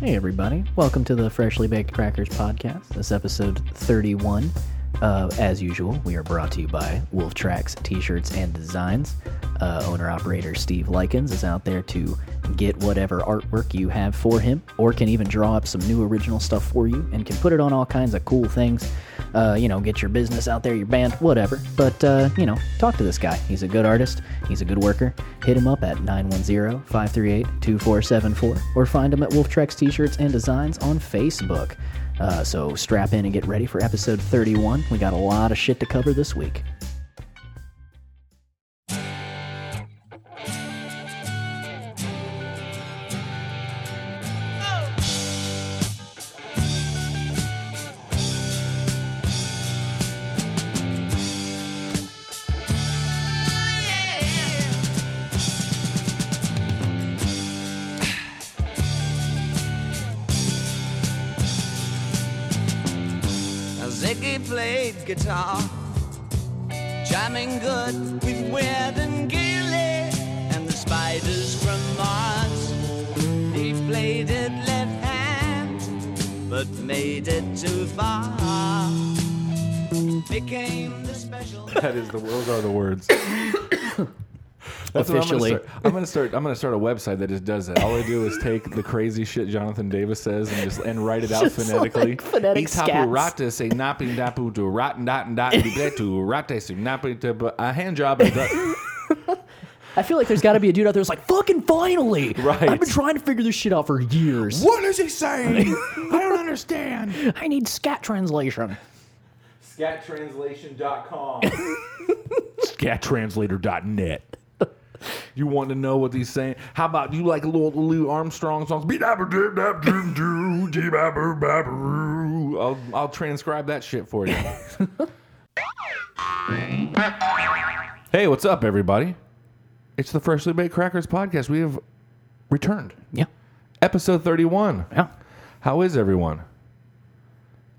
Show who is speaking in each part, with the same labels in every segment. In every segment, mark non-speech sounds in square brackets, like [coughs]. Speaker 1: Hey, everybody. Welcome to the Freshly Baked Crackers podcast. This episode 31. Uh, as usual, we are brought to you by Wolf Tracks T shirts and designs. Uh, Owner operator Steve Likens is out there to get whatever artwork you have for him, or can even draw up some new original stuff for you and can put it on all kinds of cool things. Uh, you know, get your business out there, your band, whatever. But, uh, you know, talk to this guy. He's a good artist, he's a good worker. Hit him up at 910 538 2474 or find him at Wolf Treks T shirts and designs on Facebook. Uh, so strap in and get ready for episode 31. We got a lot of shit to cover this week.
Speaker 2: Ziggy played guitar, jamming good with Weird and Gilly and the spiders from Mars. He played it left hand, but made it too far. Became the special.
Speaker 3: That is the those are
Speaker 1: [coughs]
Speaker 3: the words. That's what
Speaker 1: Officially.
Speaker 3: I'm gonna, start. I'm gonna start. I'm gonna start a website that just does that. All I do is take the crazy shit Jonathan Davis says and just and write it out
Speaker 1: [laughs] Just
Speaker 3: phonetically.
Speaker 1: like phonetic
Speaker 3: Itapu
Speaker 1: scats.
Speaker 3: rata se napi dapu to rotten dot dot to rata se napi to a hand job. and
Speaker 1: [laughs]
Speaker 3: du-
Speaker 1: I feel like there's got to be a dude out there who's like, fucking finally!
Speaker 3: Right.
Speaker 1: I've been trying to figure this shit out for years.
Speaker 3: What is he saying? I don't understand.
Speaker 1: I need scat translation.
Speaker 3: [laughs] Scattranslation.com. Scattranslator.net. You want to know what he's saying? How about you like little Lou Armstrong songs? I'll, I'll transcribe that shit for you. hey, what's up, everybody? It's the Freshly Baked Crackers podcast. We have returned.
Speaker 1: Yeah.
Speaker 3: Episode 31.
Speaker 1: Yeah.
Speaker 3: How is everyone?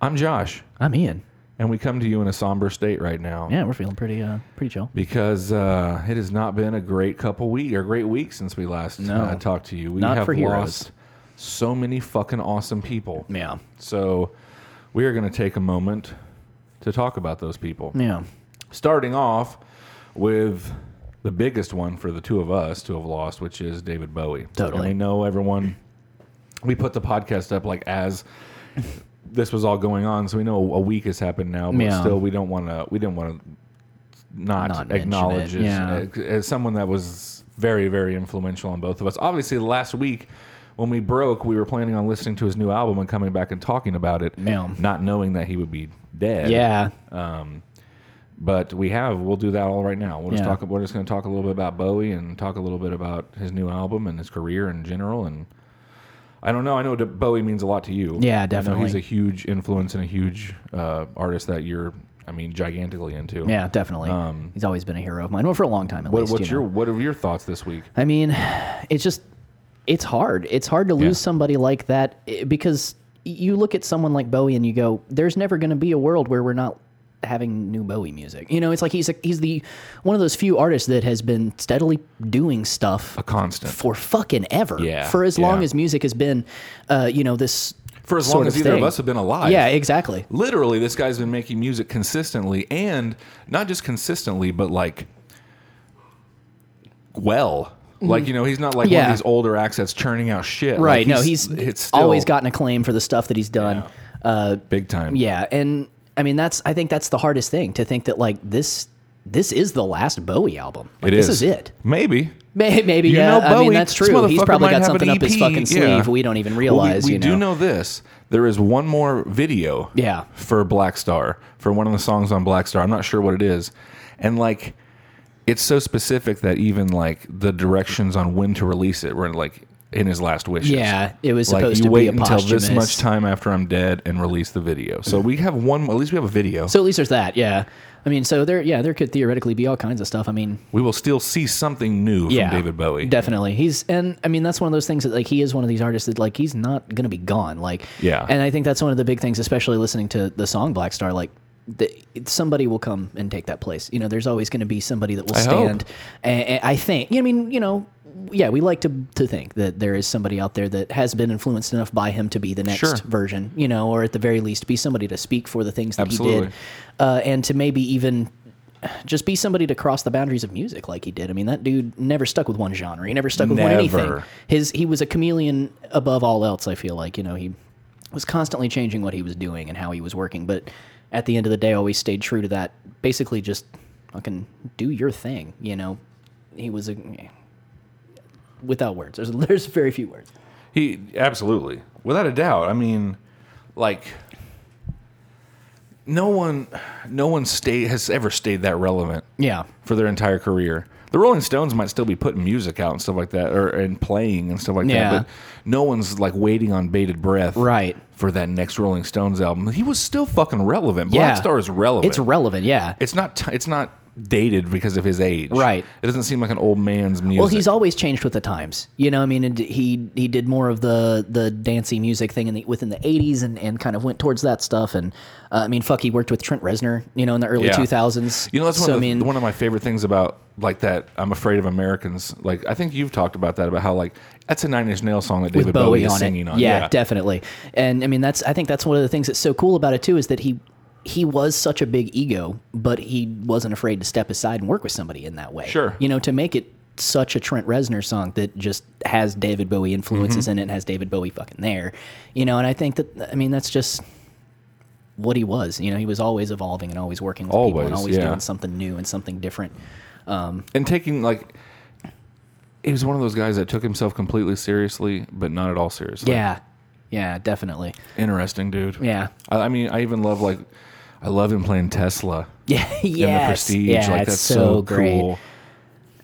Speaker 3: I'm Josh,
Speaker 1: I'm Ian.
Speaker 3: and we come to you in a somber state right now
Speaker 1: Yeah, we're feeling pretty, uh, pretty chill.
Speaker 3: because uh, it has not been a great couple week or great week since we last
Speaker 1: No.
Speaker 3: uh, talked to you. We
Speaker 1: Not
Speaker 3: have
Speaker 1: for heroes.
Speaker 3: lost so many fucking awesome people.
Speaker 1: Yeah.
Speaker 3: So we are going to take a moment to talk about those people.
Speaker 1: Yeah.
Speaker 3: Starting off with the biggest one for the two of us to have lost, which is David Bowie.
Speaker 1: Totally.
Speaker 3: And we know everyone. We put the podcast up like as this was all going on, so we know a week has happened now. But
Speaker 1: Yeah.
Speaker 3: still, we don't want to. We didn't want to not,
Speaker 1: Not mention
Speaker 3: acknowledge
Speaker 1: it,
Speaker 3: as,
Speaker 1: yeah.
Speaker 3: as someone that was very, very influential on both of us. Obviously, last week when we broke, we were planning on listening to his new album and coming back and talking about it,
Speaker 1: Yeah.
Speaker 3: not knowing that he would be dead.
Speaker 1: Yeah.
Speaker 3: But we have. We'll do that all right now. We'll just
Speaker 1: Yeah.
Speaker 3: talk. We're just going to talk a little bit about Bowie and talk a little bit about his new album and his career in general. And I don't know. I know that Bowie means a lot to you.
Speaker 1: Yeah,
Speaker 3: I know
Speaker 1: definitely.
Speaker 3: he's a huge influence and a huge uh, artist that you're. I mean, gigantically into.
Speaker 1: Yeah, definitely. He's always been a hero of mine. Well, for a long time, at
Speaker 3: Um, What,
Speaker 1: least.
Speaker 3: what's
Speaker 1: you know.
Speaker 3: your What are your thoughts this week?
Speaker 1: I mean, it's just it's hard. It's hard to lose
Speaker 3: Yeah.
Speaker 1: somebody like that eh, because y- you look at someone like Bowie and you go, "There's never going to be a world where we're not having new Bowie music." You know, it's like he's a, he's the one of those few artists that has been steadily doing stuff
Speaker 3: A constant.
Speaker 1: for fucking ever.
Speaker 3: Yeah,
Speaker 1: for as long
Speaker 3: yeah.
Speaker 1: as music has been, uh, you know, this
Speaker 3: For as
Speaker 1: sort
Speaker 3: long as
Speaker 1: of
Speaker 3: either
Speaker 1: thing.
Speaker 3: of us have been alive.
Speaker 1: Yeah, exactly.
Speaker 3: literally this guy's been making music consistently and not just consistently but like well like you know he's not like one
Speaker 1: Yeah.
Speaker 3: of these older acts that's churning out shit
Speaker 1: Right.
Speaker 3: Like,
Speaker 1: no, he's
Speaker 3: it's still
Speaker 1: always gotten acclaim for the stuff that he's done. Uh,
Speaker 3: big time
Speaker 1: Yeah, and I mean that's I think that's the hardest thing to think that like this this is the last Bowie album. Like,
Speaker 3: it
Speaker 1: this
Speaker 3: is.
Speaker 1: is it.
Speaker 3: Maybe
Speaker 1: May- Maybe
Speaker 3: You
Speaker 1: yeah.
Speaker 3: know
Speaker 1: I mean
Speaker 3: Bowie,
Speaker 1: that's
Speaker 3: this
Speaker 1: true. He's
Speaker 3: motherfucker
Speaker 1: probably
Speaker 3: might
Speaker 1: got
Speaker 3: have
Speaker 1: something
Speaker 3: an
Speaker 1: up his
Speaker 3: EP.
Speaker 1: fucking sleeve.
Speaker 3: Yeah.
Speaker 1: We don't even
Speaker 3: Well, we-
Speaker 1: realize.
Speaker 3: we,
Speaker 1: you know.
Speaker 3: do know this. There is one more video.
Speaker 1: Yeah.
Speaker 3: For Black Star, for one of the songs on Black Star. I'm not sure what it is, and like, it's so specific that even like the directions on when to release it were like in his last wishes.
Speaker 1: Yeah, it was
Speaker 3: like,
Speaker 1: supposed
Speaker 3: you
Speaker 1: to be
Speaker 3: wait
Speaker 1: a
Speaker 3: until this
Speaker 1: posthumous-
Speaker 3: much time after I'm dead and release the video. So we have one. At least we have a video.
Speaker 1: So at least there's that. Yeah. I mean, so there. Yeah, there could theoretically be all kinds of stuff. I mean,
Speaker 3: we will still see something new
Speaker 1: yeah,
Speaker 3: from David Bowie.
Speaker 1: Definitely, he's and I mean that's one of those things that like he is one of these artists that like he's not gonna be gone. Like
Speaker 3: Yeah.
Speaker 1: and I think that's one of the big things, especially listening to the song Black Star. Like the, somebody will come and take that place. You know, there's always going to be somebody that will
Speaker 3: I hope.
Speaker 1: stand. And, I think. I mean, you know, yeah, we like to to think that there is somebody out there that has been influenced enough by him to be the next
Speaker 3: Sure.
Speaker 1: version, you know, or at the very least be somebody to speak for the things that he
Speaker 3: Absolutely.
Speaker 1: did, uh, and to maybe even just be somebody to cross the boundaries of music like he did. I mean, that dude never stuck with one genre. He never stuck with one anything.
Speaker 3: Never.
Speaker 1: His he was a chameleon above all else. I feel like you know he was constantly changing what he was doing and how he was working, but at the end of the day, always stayed true to that. Basically, just fucking do your thing. You know, he was a without words. There's [laughs] there's very few words.
Speaker 3: He absolutely, without a doubt. I mean, like no one, no one stay has ever stayed that relevant
Speaker 1: Yeah,
Speaker 3: for their entire career. The Rolling Stones might still be putting music out and stuff like that, or and playing and stuff like
Speaker 1: Yeah.
Speaker 3: that. But no one's like waiting on bated breath,
Speaker 1: Right.
Speaker 3: For that next Rolling Stones album, he was still fucking relevant.
Speaker 1: yeah.
Speaker 3: Black Star is relevant.
Speaker 1: It's relevant. Yeah.
Speaker 3: it's not. T- it's not dated because of his age,
Speaker 1: Right.
Speaker 3: It doesn't seem like an old man's music.
Speaker 1: Well, he's always changed with the times. You know, I mean, and he he did more of the the dancey music thing in the within the '80s, and, and kind of went towards that stuff. And uh, I mean, fuck, he worked with Trent Reznor, you know, in the early
Speaker 3: Yeah.
Speaker 1: 2000s.
Speaker 3: You know, that's one,
Speaker 1: so,
Speaker 3: of
Speaker 1: I
Speaker 3: the,
Speaker 1: mean,
Speaker 3: one of my favorite things about like that. I'm afraid of Americans. Like I think you've talked about that about how like that's a Nine Inch Nail song that David
Speaker 1: with Bowie,
Speaker 3: Bowie, is
Speaker 1: on
Speaker 3: singing
Speaker 1: it.
Speaker 3: on.
Speaker 1: Yeah, definitely. And I mean, that's I think that's one of the things that's so cool about it too is that he he was such a big ego, but he wasn't afraid to step aside and work with somebody in that way.
Speaker 3: Sure.
Speaker 1: you know, to make it such a Trent Reznor song that just has David Bowie influences
Speaker 3: Mm-hmm.
Speaker 1: in it and has David Bowie fucking there. You know, and I think that I mean that's just what he was. You know, he was always evolving and always working with people and
Speaker 3: Always,
Speaker 1: always
Speaker 3: yeah.
Speaker 1: doing something new and something different.
Speaker 3: and taking like he was one of those guys that took himself completely seriously, but not at all seriously.
Speaker 1: Yeah. Yeah, definitely. [laughs]
Speaker 3: interesting dude.
Speaker 1: Yeah.
Speaker 3: I, I mean, I even love like I love him playing Tesla.
Speaker 1: Yeah,
Speaker 3: in
Speaker 1: yes.
Speaker 3: the prestige,
Speaker 1: Yeah,
Speaker 3: like
Speaker 1: it's
Speaker 3: that's
Speaker 1: so,
Speaker 3: so,
Speaker 1: great.
Speaker 3: cool.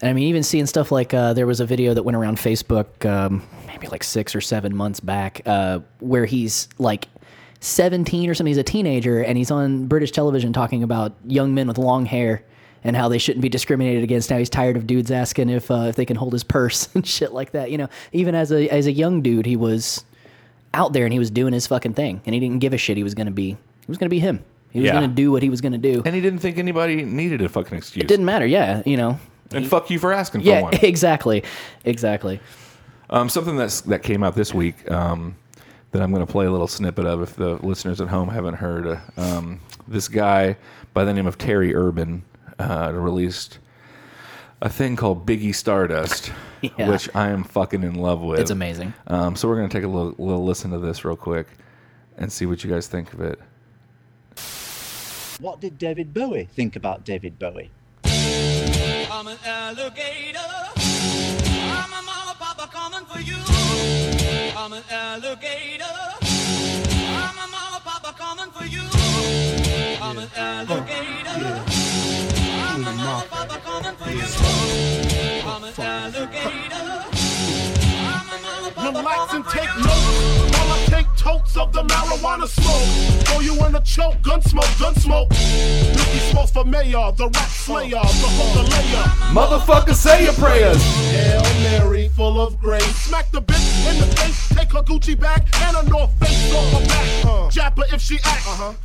Speaker 1: And I mean, even seeing stuff like uh, there was a video that went around Facebook um, maybe like six or seven months back uh, where he's like 17 or something. He's a teenager and he's on British television talking about young men with long hair and how they shouldn't be discriminated against. Now he's tired of dudes asking if uh, if they can hold his purse [laughs] and shit like that. You know, even as a as a young dude, he was out there and he was doing his fucking thing and he didn't give a shit. He was gonna be he was gonna be him. He was
Speaker 3: Yeah.
Speaker 1: gonna do what he was gonna do.
Speaker 3: And he didn't think anybody needed a fucking excuse.
Speaker 1: it didn't matter. Yeah, you know.
Speaker 3: and fuck you for asking
Speaker 1: Yeah,
Speaker 3: for one.
Speaker 1: [laughs] exactly, exactly.
Speaker 3: Um, something that's that came out this week um, that I'm going to play a little snippet of if the listeners at home haven't heard. Uh, um, this guy by the name of Terry Urban uh, released a thing called Biggie Stardust,
Speaker 1: [laughs] Yeah.
Speaker 3: which I am fucking in love with.
Speaker 1: It's amazing.
Speaker 3: Um, so we're going to take a little, little listen to this real quick and see what you guys think of it.
Speaker 4: What did David Bowie think about David Bowie?
Speaker 2: I'm an alligator. I'm a mama papa coming for you. I'm an alligator. I'm a mama papa coming for you. I'm an alligator. I'm a mama papa coming for you. I'm an alligator. I'm a mama papa
Speaker 5: Relax
Speaker 2: coming
Speaker 5: and
Speaker 2: for
Speaker 5: take
Speaker 2: you.
Speaker 5: notes while I take totes of the marijuana smoke. Throw you in a choke, gun smoke, gun smoke. Nicky smokes for mayor, the rap slayer, the hooker layer.
Speaker 3: Motherfucker, say your prayers.
Speaker 5: Hail Mary, full of grace. Smack the bitch in the face, take her Gucci bag and her North Face off her back. Jab her if she acts. Funny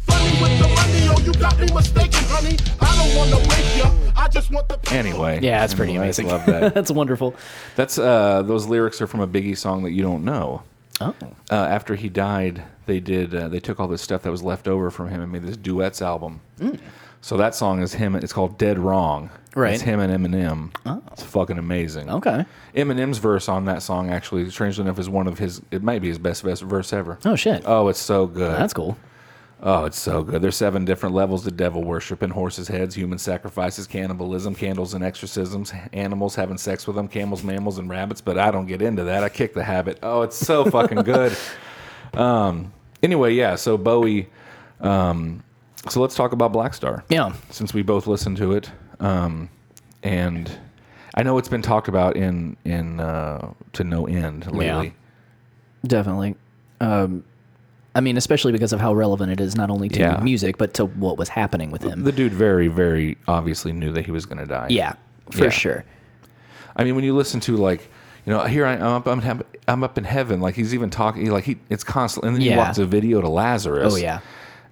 Speaker 5: with the money, oh, you got me mistaken, honey. I don't wanna wake ya, I just want the.
Speaker 3: Anyway,
Speaker 1: Yeah, it's pretty
Speaker 3: I
Speaker 1: amazing.
Speaker 3: Love
Speaker 1: [laughs]
Speaker 3: that.
Speaker 1: That's wonderful.
Speaker 3: That's uh, those lyrics are from a Biggie song that you don't know.
Speaker 1: Oh,
Speaker 3: uh, after he died, they did uh, they took all this stuff that was left over from him and made this duets album. So that song is him. It's called Dead Wrong.
Speaker 1: Mm. Right.
Speaker 3: It's him and Eminem. Oh. It's fucking amazing.
Speaker 1: okay.
Speaker 3: Eminem's verse on that song actually, strangely enough, is one of his. It might be his best best verse ever.
Speaker 1: Oh shit.
Speaker 3: Oh, it's so good.
Speaker 1: That's cool.
Speaker 3: Oh, it's so good. There's seven different levels to devil worship and horses' heads, human sacrifices, cannibalism, candles and exorcisms, animals having sex with them, camels, mammals, and rabbits. But I don't get into that. I kick the habit. Oh, it's so fucking
Speaker 1: [laughs]
Speaker 3: good. Um, anyway, yeah. So Bowie. Um, so let's talk about Black Star.
Speaker 1: Yeah.
Speaker 3: Since we both listened to it, um, and I know it's been talked about in in uh, to no end lately.
Speaker 1: Yeah. Definitely. Um, I mean, especially because of how relevant it is not only to
Speaker 3: Yeah.
Speaker 1: music but to what was happening with him.
Speaker 3: The dude very, very obviously knew that he was going to die.
Speaker 1: yeah, for
Speaker 3: Yeah.
Speaker 1: sure.
Speaker 3: I mean, when you listen to like, you know, here I am, up, I'm, hap- I'm up in heaven. Like he's even talking, he, like he, it's constant. And then
Speaker 1: Yeah.
Speaker 3: he watches a video to Lazarus.
Speaker 1: Oh, yeah.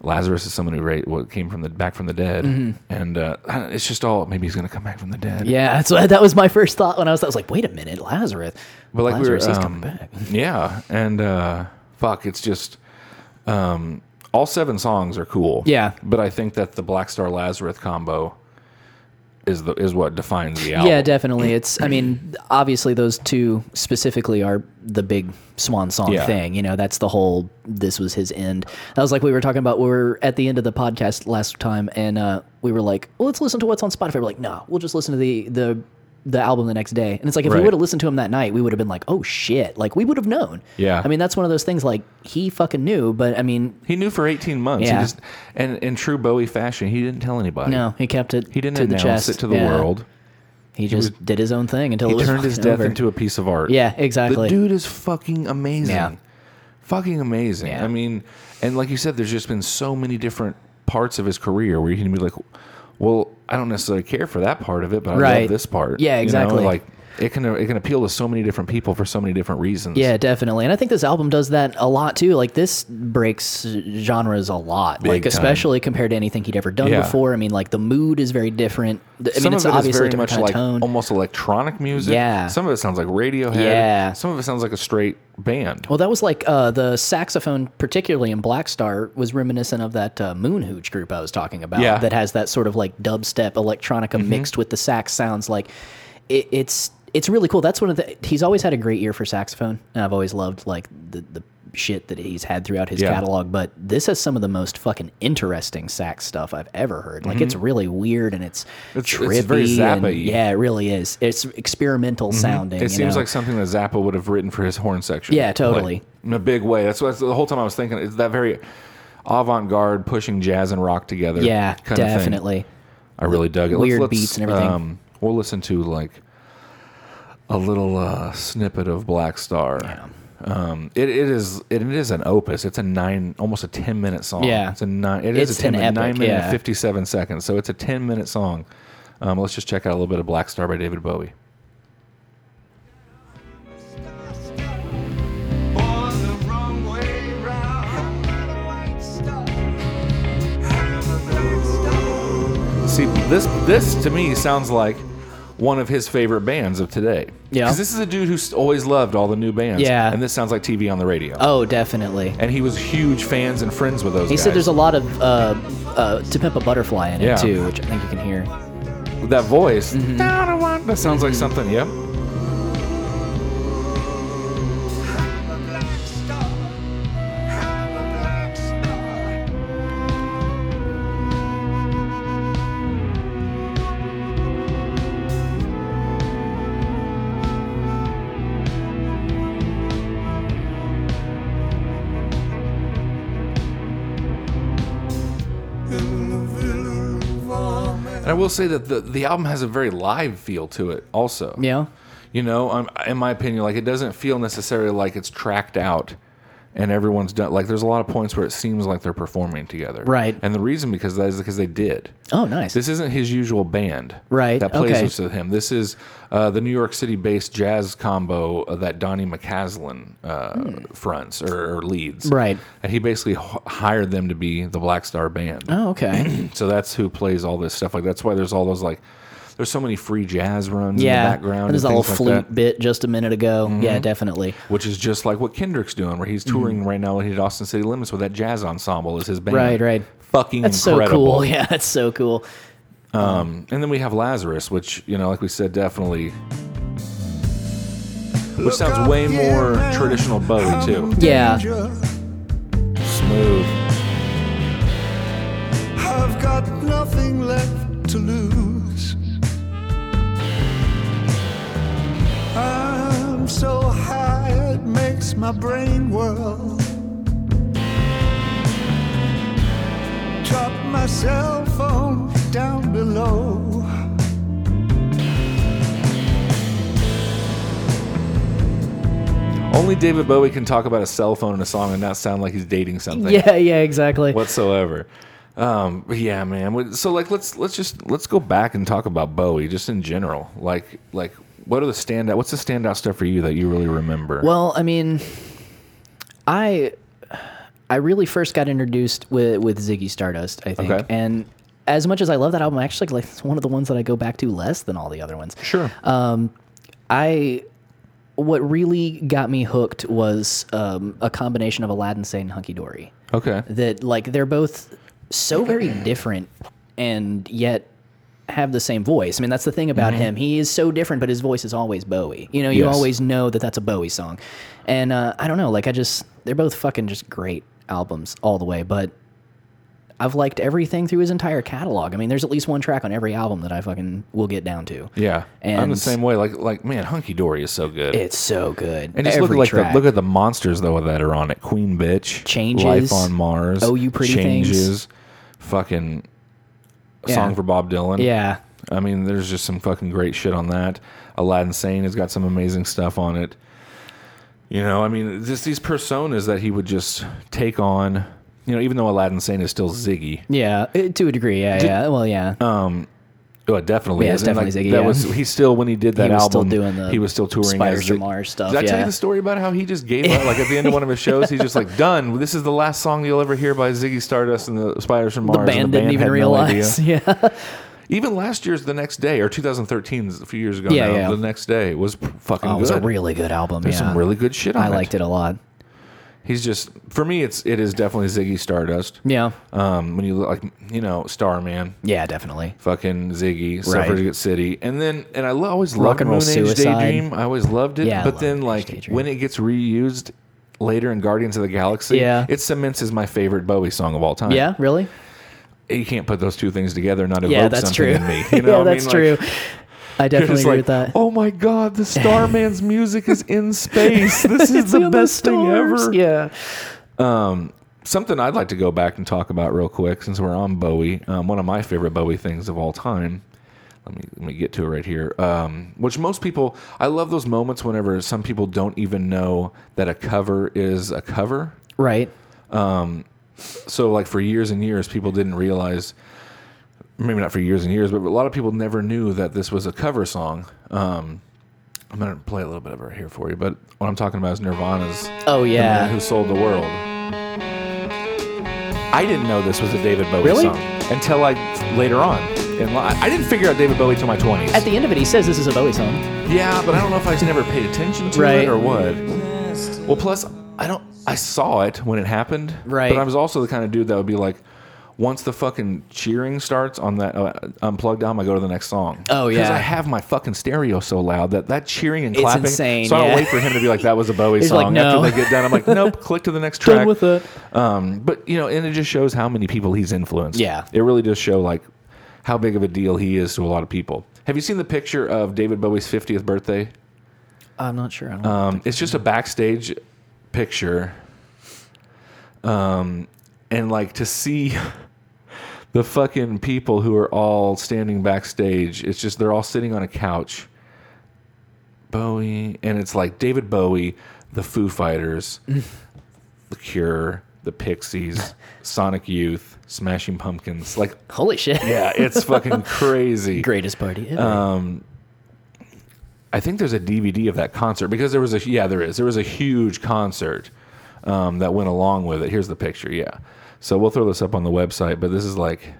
Speaker 3: Lazarus is someone who ra- what came from the back from the dead, and uh, it's just all maybe he's going to come back from the dead.
Speaker 1: Mm-hmm. Yeah, [laughs] so that was my first thought when I was. I was like, wait a minute, Lazarus.
Speaker 3: but like
Speaker 1: Lazarus,
Speaker 3: we were
Speaker 1: he's
Speaker 3: um,
Speaker 1: coming back. [laughs]
Speaker 3: yeah, and uh, fuck, it's just um, all seven songs are cool.
Speaker 1: Yeah.
Speaker 3: but I think that the Black Star Lazarus combo is the is what defines the album.
Speaker 1: Yeah, definitely. It's. I mean, obviously, those two specifically are the big swan song
Speaker 3: Yeah.
Speaker 1: thing. You know, that's the whole. This was his end. That was like we were talking about. We were at the end of the podcast last time, and uh, we were like, well, "Let's listen to what's on Spotify." We're like, "No, we'll just listen to the the." The album the next day, and it's like if we
Speaker 3: Right.
Speaker 1: would have listened to him that night, we would have been like, "Oh shit!" Like we would have known.
Speaker 3: Yeah.
Speaker 1: I mean that's one of those things. Like he fucking knew, but I mean,
Speaker 3: He knew for 18 months.
Speaker 1: Yeah.
Speaker 3: He just and in true Bowie fashion, he didn't tell anybody.
Speaker 1: no, he kept it.
Speaker 3: He didn't
Speaker 1: to the
Speaker 3: announce
Speaker 1: chest.
Speaker 3: it to the
Speaker 1: Yeah.
Speaker 3: world.
Speaker 1: He just
Speaker 3: was-
Speaker 1: did his own thing until it
Speaker 3: He
Speaker 1: was
Speaker 3: turned his
Speaker 1: fucking
Speaker 3: death
Speaker 1: over.
Speaker 3: into a piece of art.
Speaker 1: Yeah, exactly.
Speaker 3: The dude is fucking amazing.
Speaker 1: Yeah.
Speaker 3: Fucking amazing.
Speaker 1: Yeah.
Speaker 3: I mean, and like you said, there's just been so many different parts of his career where you can be like, well, I don't necessarily care for that part of it, but I
Speaker 1: Right.
Speaker 3: love this part.
Speaker 1: Yeah,
Speaker 3: You know,
Speaker 1: exactly.
Speaker 3: Like it can it can appeal to so many different people for so many different reasons.
Speaker 1: Yeah, definitely. And I think this album does that a lot too. Like this breaks genres a lot. like
Speaker 3: time.
Speaker 1: especially compared to anything he'd ever done
Speaker 3: Yeah.
Speaker 1: before. I mean, like the mood is very different. The- I
Speaker 3: Some
Speaker 1: mean, it's
Speaker 3: of it is
Speaker 1: obviously a
Speaker 3: very
Speaker 1: different
Speaker 3: much
Speaker 1: kind
Speaker 3: like
Speaker 1: of tone.
Speaker 3: almost electronic music.
Speaker 1: Yeah.
Speaker 3: Some of it sounds like Radiohead.
Speaker 1: Yeah.
Speaker 3: Some of it sounds like a straight band.
Speaker 1: well, that was like uh, the saxophone, particularly in Black Star, was reminiscent of that uh, Moon Hooch group I was talking about.
Speaker 3: Yeah. Mm-hmm.
Speaker 1: That has that sort of like dubstep electronica mixed with the sax sounds. Like it, it's it's really cool. That's one of the he's always had a great ear for saxophone, and I've always loved like the the shit that he's had throughout his
Speaker 3: Yeah.
Speaker 1: catalog. But this has some of the most fucking interesting sax stuff I've ever heard. Like it's really weird and it's
Speaker 3: Mm-hmm. It's-
Speaker 1: trippy.
Speaker 3: it's very
Speaker 1: and-
Speaker 3: Zappa-y.
Speaker 1: yeah, it really is. It's experimental sounding.
Speaker 3: It
Speaker 1: you
Speaker 3: seems
Speaker 1: know?
Speaker 3: like something that Zappa would have written for his horn section.
Speaker 1: Yeah, totally.
Speaker 3: Like, in a big way. That's what that's the whole time I was thinking. It's that very avant-garde, pushing jazz and rock together.
Speaker 1: yeah,
Speaker 3: kind of thing.
Speaker 1: definitely.
Speaker 3: I really dug it.
Speaker 1: weird beats and everything.
Speaker 3: Um, we'll listen to like a little uh, snippet of Black Star. Um, it, it is it, it is an opus. It's a nine, almost a ten minute song.
Speaker 1: Yeah.
Speaker 3: it's a nine. It is
Speaker 1: It's
Speaker 3: a ten
Speaker 1: an
Speaker 3: minute,
Speaker 1: epic,
Speaker 3: nine minute
Speaker 1: yeah.
Speaker 3: and fifty seven seconds. So it's a ten minute song. Um, let's just check out a little bit of Black Star by David Bowie. See, this this to me sounds like one of his favorite bands of today.
Speaker 1: Yeah.
Speaker 3: because this is a dude who's always loved all the new bands.
Speaker 1: Yeah.
Speaker 3: and this sounds like TV on the radio.
Speaker 1: Oh, definitely.
Speaker 3: and he was huge fans and friends with those.
Speaker 1: He
Speaker 3: guys.
Speaker 1: said there's a lot of uh, uh, To Pimp a Butterfly in it
Speaker 3: Yeah.
Speaker 1: too, which I think you can hear.
Speaker 3: that voice.
Speaker 1: Mm-hmm.
Speaker 3: "Down I want-" That sounds like something. Yep. And I will say that the the album has a very live feel to it. Also.
Speaker 1: Yeah.
Speaker 3: You know, um, in my opinion, like it doesn't feel necessarily like it's tracked out and everyone's done. Like there's a lot of points where it seems like they're performing together.
Speaker 1: Right.
Speaker 3: And the reason because that is because they did.
Speaker 1: Oh, nice.
Speaker 3: This isn't his usual band,
Speaker 1: Right,
Speaker 3: That plays
Speaker 1: okay.
Speaker 3: with him. This is uh, the New York City-based jazz combo uh, that Donnie McCaslin uh, fronts or, or leads,
Speaker 1: Hmm. Right.
Speaker 3: And he basically h- hired them to be the Black Star Band.
Speaker 1: oh,
Speaker 3: [clears throat]
Speaker 1: okay.
Speaker 3: So that's who plays all this stuff. Like that's why there's all those like there's so many free jazz runs in
Speaker 1: yeah.
Speaker 3: the background.
Speaker 1: And there's that
Speaker 3: and
Speaker 1: little
Speaker 3: things
Speaker 1: flute
Speaker 3: like that Mm-hmm.
Speaker 1: bit just a minute ago. Yeah, definitely.
Speaker 3: which is just like what Kendrick's doing, where he's
Speaker 1: Hmm.
Speaker 3: touring right now and he did Austin City Limits with that jazz ensemble as his band.
Speaker 1: Right, right.
Speaker 3: Fucking
Speaker 1: That's so
Speaker 3: incredible.
Speaker 1: cool. [laughs] Yeah, that's so cool.
Speaker 3: And then we have Lazarus, which, you know, like we said, definitely. Which sounds way more traditional Bowie, too.
Speaker 1: Yeah.
Speaker 3: Smooth.
Speaker 6: I've got nothing left to lose. I'm so high it makes my brain whirl. Drop my cell phone down below.
Speaker 3: Only David Bowie can talk about a cell phone in a song and not sound like he's dating something
Speaker 1: Yeah, yeah, exactly.
Speaker 3: whatsoever. Um, but yeah, man. What- So like, let's let's just let's go back and talk about Bowie just in general. Like, like, what are the standout? What's the standout stuff for you that you really remember?
Speaker 1: Well, I mean, I I really first got introduced with with Ziggy Stardust, I think,
Speaker 3: Okay.
Speaker 1: and as much as I love that album, I actually like it's one of the ones that I go back to less than all the other ones.
Speaker 3: Sure.
Speaker 1: I what really got me hooked was um, a combination of Aladdin Sane and Hunky Dory.
Speaker 3: okay.
Speaker 1: That like they're both so very different and yet have the same voice. I mean, that's the thing about him. He is so different, but his voice is always Bowie. You know, you
Speaker 3: Yes.
Speaker 1: always know that that's a Bowie song. And uh, I don't know, like I just they're both fucking just great albums all the way, but I've liked everything through his entire catalog. I mean, there's at least one track on every album that I fucking will get down to.
Speaker 3: Yeah. I'm the
Speaker 1: And-
Speaker 3: same way. Like like man, Hunky Dory is so good.
Speaker 1: It's so good.
Speaker 3: and just look at
Speaker 1: Every
Speaker 3: like the,
Speaker 1: track.
Speaker 3: look at the monsters though that are on it. Queen Bitch,
Speaker 1: Changes.
Speaker 3: Life on Mars,
Speaker 1: Oh, You Pretty Things.
Speaker 3: Changes, fucking
Speaker 1: Yeah.
Speaker 3: Song for Bob Dylan.
Speaker 1: yeah.
Speaker 3: I mean, there's just some fucking great shit on that. Aladdin Sane has got some amazing stuff on it. You know, I mean, just these personas that he would just take on. You know, even though Aladdin Sane is still Ziggy,
Speaker 1: Yeah, eh, to a degree. Yeah, yeah. Well, yeah.
Speaker 3: Oh, it definitely.
Speaker 1: Yeah,
Speaker 3: is.
Speaker 1: it's
Speaker 3: And,
Speaker 1: definitely Ziggy,
Speaker 3: That
Speaker 1: yeah.
Speaker 3: was he still when he did that
Speaker 1: was still
Speaker 3: album.
Speaker 1: doing the
Speaker 3: he was still touring
Speaker 1: Spiders
Speaker 3: as
Speaker 1: from
Speaker 3: Zig-
Speaker 1: Mars stuff,
Speaker 3: Did I tell you
Speaker 1: yeah.
Speaker 3: the story about how he just gave up? Like at the end of one of his shows, he's
Speaker 1: [laughs]
Speaker 3: just like, "Done. This is the last song you'll ever hear by Ziggy Stardust and the Spiders from Mars."
Speaker 1: the
Speaker 3: and
Speaker 1: band didn't even
Speaker 3: had no
Speaker 1: realize. [laughs]
Speaker 3: idea.
Speaker 1: yeah.
Speaker 3: [laughs] even last year's the next day or 2013, 's a few years ago.
Speaker 1: Yeah,
Speaker 3: now,
Speaker 1: yeah.
Speaker 3: The next day was p- fucking.
Speaker 1: Oh, it was a
Speaker 3: good.
Speaker 1: really good album.
Speaker 3: There's
Speaker 1: yeah.
Speaker 3: some really good shit on
Speaker 1: I
Speaker 3: it.
Speaker 1: liked it a lot.
Speaker 3: He's just for me. It's it is definitely Ziggy Stardust.
Speaker 1: Yeah.
Speaker 3: Um, when you look like you know Starman,
Speaker 1: Yeah, definitely.
Speaker 3: fucking Ziggy, Suffragette City, and then and I lo- always loved
Speaker 1: Rock and
Speaker 3: Moon
Speaker 1: Roll
Speaker 3: Age
Speaker 1: Suicide.
Speaker 3: Daydream. I always loved it,
Speaker 1: Yeah, I
Speaker 3: but
Speaker 1: love
Speaker 3: then
Speaker 1: Moon Age
Speaker 3: like
Speaker 1: Daydream.
Speaker 3: when it gets reused later in Guardians of the Galaxy,
Speaker 1: Yeah.
Speaker 3: it cements as my favorite Bowie song of all time.
Speaker 1: Yeah, really?
Speaker 3: you can't put those two things together and not evoke
Speaker 1: Yeah, that's
Speaker 3: something
Speaker 1: true.
Speaker 3: in me.
Speaker 1: [laughs]
Speaker 3: You know,
Speaker 1: yeah,
Speaker 3: what I mean?
Speaker 1: that's
Speaker 3: Like, [laughs]
Speaker 1: true. I
Speaker 3: you're
Speaker 1: definitely
Speaker 3: just
Speaker 1: agree
Speaker 3: like,
Speaker 1: with that.
Speaker 3: Oh my
Speaker 1: [laughs]
Speaker 3: God, the Starman's music is in space. This is
Speaker 1: It's
Speaker 3: the
Speaker 1: in
Speaker 3: best thing
Speaker 1: stars.
Speaker 3: ever.
Speaker 1: Yeah.
Speaker 3: Something I'd like to go back and talk about real quick since we're on Bowie. Um, one of my favorite Bowie things of all time. Let me let me get to it right here. Um, which most people, I love those moments whenever some people don't even know that a cover is a cover.
Speaker 1: Right.
Speaker 3: So like for years and years, people didn't realize. Maybe not for years and years, but a lot of people never knew that this was a cover song. Um, I'm gonna play a little bit of it right here for you, but what I'm talking about is Nirvana's
Speaker 1: Oh
Speaker 3: the Man
Speaker 1: yeah.
Speaker 3: Who Sold the World. I didn't know this was a David Bowie
Speaker 1: Really?
Speaker 3: song until I later on. In li- I didn't figure out David Bowie till my 20s.
Speaker 1: At the end of it, he says this is a Bowie song.
Speaker 3: yeah, but I don't know if I just never paid attention to
Speaker 1: Right.
Speaker 3: it or what. Well, plus I don't. I saw it when it happened.
Speaker 1: Right.
Speaker 3: But I was also the kind of dude that would be like, once the fucking cheering starts on that uh, unplugged album, I go to the next song.
Speaker 1: Oh,
Speaker 3: Because
Speaker 1: yeah.
Speaker 3: I have my fucking stereo so loud that that cheering and
Speaker 1: It's
Speaker 3: clapping.
Speaker 1: insane,
Speaker 3: So I don't
Speaker 1: yeah.
Speaker 3: wait for him to be like, that was a Bowie
Speaker 1: He's like,
Speaker 3: song.
Speaker 1: "No."
Speaker 3: After they get done, I'm
Speaker 1: [laughs]
Speaker 3: like, nope. click to the next track.
Speaker 1: Done with it.
Speaker 3: Um, but you know, and it just shows how many people he's influenced.
Speaker 1: Yeah.
Speaker 3: it really does show like how big of a deal he is to a lot of people. Have you seen the picture of David Bowie's 50th birthday?
Speaker 1: I'm not sure. I don't
Speaker 3: Um, it's just a backstage picture, um, and like to see [laughs] the fucking people who are all standing backstage. It's just they're all sitting on a couch. Bowie, and it's like David Bowie, the Foo Fighters, the Cure, the Pixies, Sonic Youth, Smashing Pumpkins. Like,
Speaker 1: Holy shit.
Speaker 3: yeah, Uh, it's fucking crazy.
Speaker 1: [laughs] Greatest party ever.
Speaker 3: I think there's a DVD of that concert because there was a yeah there is there was a huge concert um, that went along with it. Here's the picture. Yeah, so we'll throw this up on the website. But this is like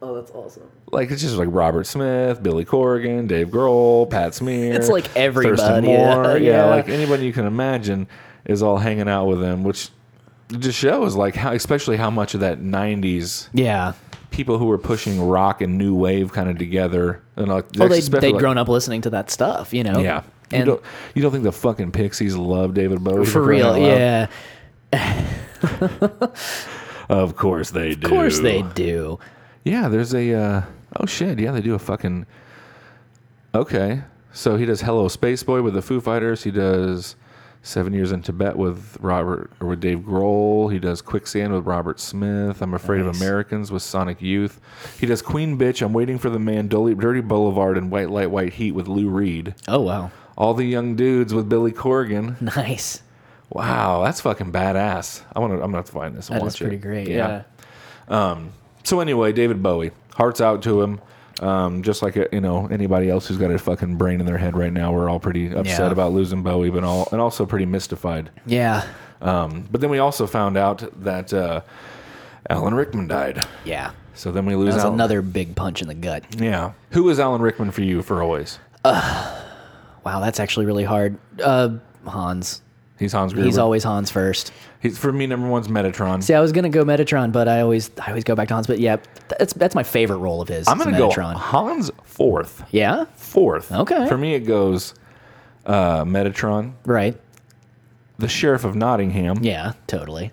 Speaker 1: oh, that's awesome.
Speaker 3: like it's just like Robert Smith, Billy Corgan, Dave Grohl, Pat Smear.
Speaker 1: It's like everybody,
Speaker 3: Thurston
Speaker 1: yeah,
Speaker 3: Moore,
Speaker 1: yeah.
Speaker 3: like anybody you can imagine is all hanging out with him, which just shows like how especially how much of that '90s
Speaker 1: Yeah.
Speaker 3: people who were pushing rock and new wave kind of together and like
Speaker 1: Well, Oh, they
Speaker 3: especially,
Speaker 1: they'd
Speaker 3: like-
Speaker 1: grown up listening to that stuff, you know.
Speaker 3: Yeah. you
Speaker 1: And
Speaker 3: don't you don't think the fucking Pixies love David Bowie?
Speaker 1: for
Speaker 3: crying
Speaker 1: real,
Speaker 3: out loud?
Speaker 1: yeah.
Speaker 3: Of course they do.
Speaker 1: Of course they do.
Speaker 3: Yeah, there's a uh, oh shit, yeah, they do a fucking Okay. So he does Hello Space Boy with the Foo Fighters, he does Seven Years in Tibet with Robert or with Dave Grohl. He does Quicksand with Robert Smith. I'm Afraid of Americans with Sonic Youth. He does Queen Bitch. I'm Waiting for the Man. Dirty Dirty Boulevard and White Light White Heat with Lou Reed.
Speaker 1: Oh wow.
Speaker 3: All the young dudes with Billy Corgan.
Speaker 1: [laughs] Nice.
Speaker 3: Wow, that's fucking badass. I want to. I'm gonna have to find this. And
Speaker 1: That
Speaker 3: watch
Speaker 1: is pretty
Speaker 3: it.
Speaker 1: great. Yeah.
Speaker 3: So anyway, David Bowie, hearts out to him. Um, just like uh, you know anybody else who's got a fucking brain in their head right now, we're all pretty upset
Speaker 1: Yeah.
Speaker 3: about losing Bowie, but all and also pretty mystified.
Speaker 1: Yeah.
Speaker 3: Um, but then we also found out that uh, Alan Rickman died.
Speaker 1: Yeah.
Speaker 3: So then we lose
Speaker 1: That was
Speaker 3: Alan.
Speaker 1: another big punch in the gut.
Speaker 3: Yeah. Who is Alan Rickman for you for always?
Speaker 1: Wow, that's actually really hard. Uh, Hans.
Speaker 3: He's Hans Gruber.
Speaker 1: He's always Hans first.
Speaker 3: He's, for me. Number one's Metatron.
Speaker 1: See, I was gonna go Metatron, but I always I always go back to Hans. But yeah, that's that's my favorite role of his.
Speaker 3: I'm
Speaker 1: is
Speaker 3: gonna go
Speaker 1: Metatron.
Speaker 3: Hans fourth.
Speaker 1: Yeah,
Speaker 3: Fourth.
Speaker 1: Okay.
Speaker 3: For me, it goes uh, Metatron,
Speaker 1: right.
Speaker 3: the Sheriff of Nottingham.
Speaker 1: Yeah, totally.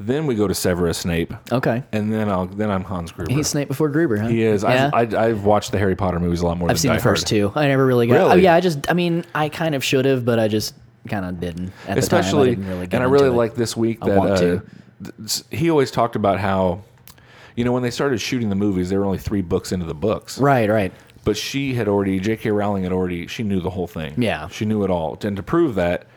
Speaker 3: Then we go to Severus Snape,
Speaker 1: Okay,
Speaker 3: and then I'll then I'm Hans Gruber.
Speaker 1: he's Snape before Gruber, huh?
Speaker 3: he is.
Speaker 1: Yeah.
Speaker 3: I've, I, I've watched the Harry Potter movies a lot more.
Speaker 1: I've
Speaker 3: than
Speaker 1: seen
Speaker 3: Die
Speaker 1: the first two.
Speaker 3: Hard.
Speaker 1: I never really got.
Speaker 3: Really?
Speaker 1: Oh, yeah, I just. I mean, I kind of should have, but I just kind of didn't. At
Speaker 3: especially
Speaker 1: the time, I didn't really get
Speaker 3: and i
Speaker 1: into
Speaker 3: really
Speaker 1: it.
Speaker 3: like this week
Speaker 1: I
Speaker 3: that
Speaker 1: want
Speaker 3: uh,
Speaker 1: to.
Speaker 3: th- s- he always talked about how you know when they started shooting the movies there were only three books into the books
Speaker 1: Right, right.
Speaker 3: but she had already j.k rowling had already she knew the whole thing
Speaker 1: Yeah.
Speaker 3: she knew it all and to prove that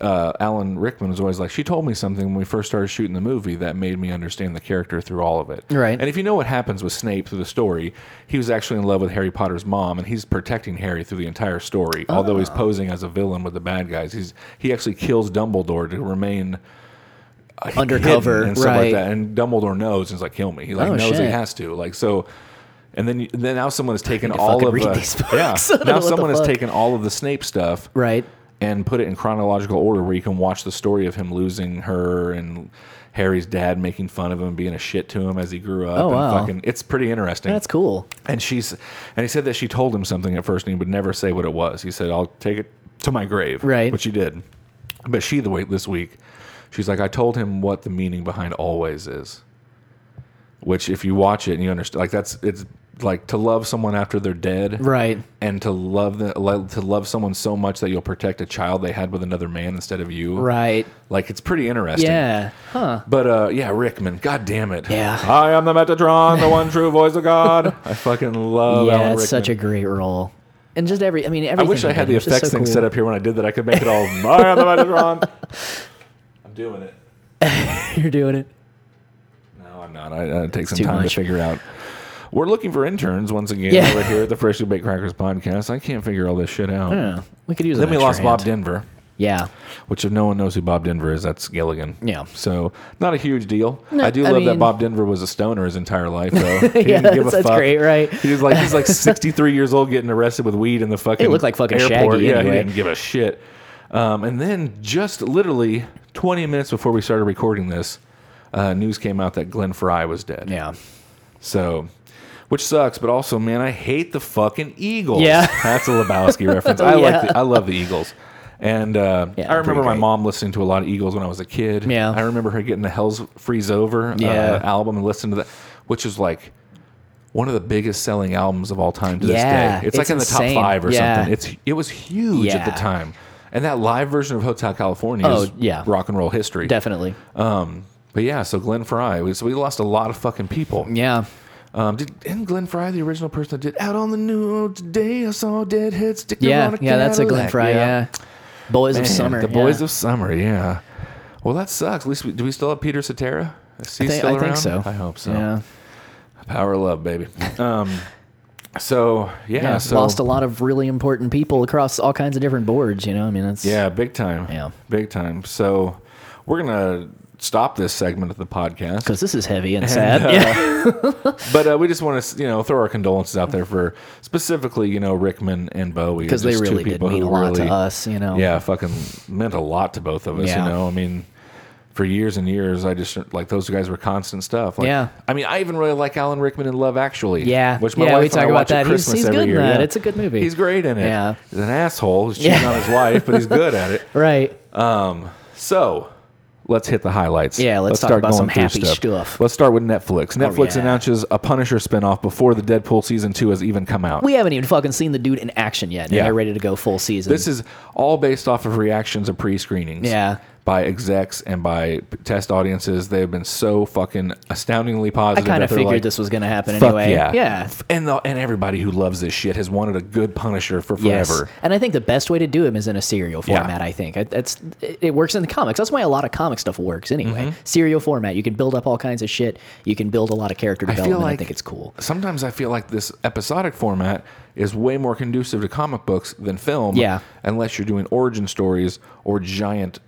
Speaker 3: uh, alan rickman was always like she told me something when we first started shooting the movie that made me understand the character through all of it
Speaker 1: Right.
Speaker 3: and if you know what happens with snape through the story he was actually in love with harry potter's mom and he's protecting harry through the entire story although
Speaker 1: Ah.
Speaker 3: he's posing as a villain with the bad guys he's he actually kills dumbledore to remain uh,
Speaker 1: Undercover,
Speaker 3: hidden and stuff
Speaker 1: right.
Speaker 3: like that and dumbledore knows and he's like kill me he like
Speaker 1: Oh,
Speaker 3: knows he
Speaker 1: shit.
Speaker 3: has to like so and then, you- then now someone has taken
Speaker 1: to
Speaker 3: all
Speaker 1: fucking
Speaker 3: of
Speaker 1: read
Speaker 3: the,
Speaker 1: these books. [laughs]
Speaker 3: [laughs] yeah.
Speaker 1: I don't know
Speaker 3: Now
Speaker 1: what the
Speaker 3: someone has
Speaker 1: fuck.
Speaker 3: taken all of the Snape stuff,
Speaker 1: Right.
Speaker 3: and put it in chronological order, where you can watch the story of him losing her and Harry's dad making fun of him, being a shit to him as he grew up.
Speaker 1: Oh,
Speaker 3: and
Speaker 1: wow.
Speaker 3: fucking, it's pretty interesting.
Speaker 1: That's cool.
Speaker 3: And she's and he said that she told him something at first, and he would never say what it was. He said, "I'll take it to my grave,"
Speaker 1: Right.
Speaker 3: Which he did. But she, the wait this week, she's like, "I told him what the meaning behind always is." Which, if you watch it and you understand, like that's it's like to love someone after they're dead,
Speaker 1: Right.
Speaker 3: And to love the, like, to love someone so much that you'll protect a child they had with another man instead of you,
Speaker 1: Right.
Speaker 3: Like it's pretty interesting.
Speaker 1: Yeah. Huh.
Speaker 3: But uh, yeah, Rickman. God damn it.
Speaker 1: Yeah.
Speaker 3: I am the Metatron, the one true voice of God. I fucking love
Speaker 1: yeah,
Speaker 3: Oh, Alan Rickman.
Speaker 1: it's such a great role, and just every. I mean,
Speaker 3: I
Speaker 1: everything.
Speaker 3: wish I
Speaker 1: he
Speaker 3: had
Speaker 1: did
Speaker 3: the
Speaker 1: was just
Speaker 3: effects
Speaker 1: so
Speaker 3: thing
Speaker 1: cool.
Speaker 3: set up here when I did that. I could make it all. [laughs] I am the Metatron. I'm doing
Speaker 1: [laughs]
Speaker 3: it.
Speaker 1: You're doing it.
Speaker 3: No, I'm not. I, I take some
Speaker 1: too
Speaker 3: time
Speaker 1: much.
Speaker 3: to figure out. We're looking for interns once again
Speaker 1: Yeah.
Speaker 3: over here at the Freshly Baked Crackers podcast. I can't figure all this shit out.
Speaker 1: Yeah. We could use.
Speaker 3: Then
Speaker 1: an
Speaker 3: we
Speaker 1: extra
Speaker 3: lost Bob
Speaker 1: hand.
Speaker 3: Denver.
Speaker 1: Yeah.
Speaker 3: which if no one knows who Bob Denver is, that's Gilligan.
Speaker 1: Yeah.
Speaker 3: So not a huge deal.
Speaker 1: No,
Speaker 3: I do
Speaker 1: I
Speaker 3: love
Speaker 1: mean-
Speaker 3: that Bob Denver was a stoner his entire
Speaker 1: [laughs]
Speaker 3: life, though. He
Speaker 1: Yeah, that's- that's great, right?
Speaker 3: He was
Speaker 1: [laughs]
Speaker 3: like he's like 63 years old, getting arrested with weed in the fucking.
Speaker 1: It looked like fucking
Speaker 3: airport.
Speaker 1: Shaggy
Speaker 3: Yeah,
Speaker 1: anyway.
Speaker 3: he didn't give a shit. Um, and then just literally 20 minutes before we started recording this, uh, news came out that Glenn Fry was dead.
Speaker 1: Yeah.
Speaker 3: So, which sucks, but also, man, I hate the fucking Eagles.
Speaker 1: Yeah.
Speaker 3: [laughs] that's a Lebowski reference.
Speaker 1: Yeah.
Speaker 3: I like, the, I love the Eagles, and uh,
Speaker 1: Yeah,
Speaker 3: I remember
Speaker 1: pretty
Speaker 3: my
Speaker 1: great.
Speaker 3: mom listening to a lot of Eagles when I was a kid.
Speaker 1: Yeah.
Speaker 3: I remember her getting the Hell's Freeze Over
Speaker 1: Yeah.
Speaker 3: uh, album and listening to that, which is like one of the biggest selling albums of all time to
Speaker 1: Yeah,
Speaker 3: this day. It's,
Speaker 1: it's
Speaker 3: like in the
Speaker 1: insane.
Speaker 3: top five or
Speaker 1: Yeah.
Speaker 3: something. It's it was huge at the
Speaker 1: Yeah.
Speaker 3: time, and that live version of Hotel California
Speaker 1: Oh,
Speaker 3: is
Speaker 1: yeah.
Speaker 3: rock and roll history.
Speaker 1: Definitely.
Speaker 3: But yeah, so Glenn Fry, we, so we lost a lot of fucking people.
Speaker 1: Yeah.
Speaker 3: Um, did and Glenn Fry, the original person that did out on the news today, I saw a dead head sticking
Speaker 1: Yeah.
Speaker 3: around a
Speaker 1: Yeah. That's a Glenn
Speaker 3: Cadillac."
Speaker 1: Fry. Yeah. Boys
Speaker 3: Man,
Speaker 1: of Summer.
Speaker 3: the boys
Speaker 1: yeah.
Speaker 3: of summer. Yeah. Well, that sucks. At least we, do we still have Peter Cetera? Is he
Speaker 1: I, think,
Speaker 3: still
Speaker 1: I think
Speaker 3: around?
Speaker 1: so.
Speaker 3: I hope so.
Speaker 1: Yeah.
Speaker 3: Power of love, baby. Um, so yeah,
Speaker 1: yeah,
Speaker 3: so
Speaker 1: lost a lot of really important people across all kinds of different boards. You know, I mean, that's
Speaker 3: Yeah, big time.
Speaker 1: Yeah.
Speaker 3: big time. So we're gonna stop this segment of the podcast.
Speaker 1: because this is heavy
Speaker 3: [laughs]
Speaker 1: and sad.
Speaker 3: uh,
Speaker 1: yeah,
Speaker 3: But uh, we just want to, you know, throw our condolences out there for specifically, you know, Rickman and Bowie.
Speaker 1: because they
Speaker 3: Just two
Speaker 1: really did
Speaker 3: people
Speaker 1: mean
Speaker 3: who
Speaker 1: a lot
Speaker 3: really-
Speaker 1: to us. You know.
Speaker 3: Yeah, fucking meant a lot to both of
Speaker 1: Oh.
Speaker 3: us.
Speaker 1: Yeah.
Speaker 3: You know, I mean, for years and years, I just like those guys were constant stuff. Like,
Speaker 1: Yeah.
Speaker 3: I mean, I even really like Alan Rickman in Love Actually.
Speaker 1: Yeah.
Speaker 3: which my
Speaker 1: Yeah,
Speaker 3: wife
Speaker 1: we
Speaker 3: and
Speaker 1: talk
Speaker 3: I
Speaker 1: about
Speaker 3: watch
Speaker 1: that.
Speaker 3: at
Speaker 1: He's-
Speaker 3: Christmas
Speaker 1: he's
Speaker 3: every
Speaker 1: good in
Speaker 3: year.
Speaker 1: that.
Speaker 3: Yeah.
Speaker 1: It's a good movie.
Speaker 3: He's great in it.
Speaker 1: Yeah.
Speaker 3: he's an asshole. He's cheating
Speaker 1: Yeah.
Speaker 3: on his wife, but he's
Speaker 1: [laughs]
Speaker 3: good at it.
Speaker 1: Right.
Speaker 3: So let's hit the highlights.
Speaker 1: Yeah, let's talk about some
Speaker 3: through
Speaker 1: happy stuff. Oh,
Speaker 3: Let's start with Netflix. Netflix
Speaker 1: yeah.
Speaker 3: announces a Punisher spinoff before the Deadpool season two has even come out.
Speaker 1: we haven't even fucking seen the dude in action yet. and
Speaker 3: Yeah.
Speaker 1: they're ready to go full season.
Speaker 3: this is all based off of reactions of pre-screenings.
Speaker 1: Yeah.
Speaker 3: by execs and by p- test audiences. They have been so fucking astoundingly positive.
Speaker 1: kind
Speaker 3: that
Speaker 1: of
Speaker 3: they're
Speaker 1: figured
Speaker 3: like,
Speaker 1: this was going to happen
Speaker 3: Fuck
Speaker 1: anyway.
Speaker 3: yeah,
Speaker 1: Yeah.
Speaker 3: F- And the, and everybody who loves this shit has wanted a good Punisher for
Speaker 1: Yes.
Speaker 3: forever.
Speaker 1: And I think the best way to do him is in a serial
Speaker 3: Yeah.
Speaker 1: format, I think. It- That's it it works in the comics. That's why a lot of comic stuff works anyway.
Speaker 3: Mm-hmm.
Speaker 1: Serial format. You can build up all kinds of shit. You can build a lot of character
Speaker 3: I
Speaker 1: development.
Speaker 3: feel
Speaker 1: I,
Speaker 3: like
Speaker 1: think it's cool.
Speaker 3: Sometimes I feel like this episodic format is way more conducive to comic books than film.
Speaker 1: Yeah.
Speaker 3: unless you're doing origin stories or giant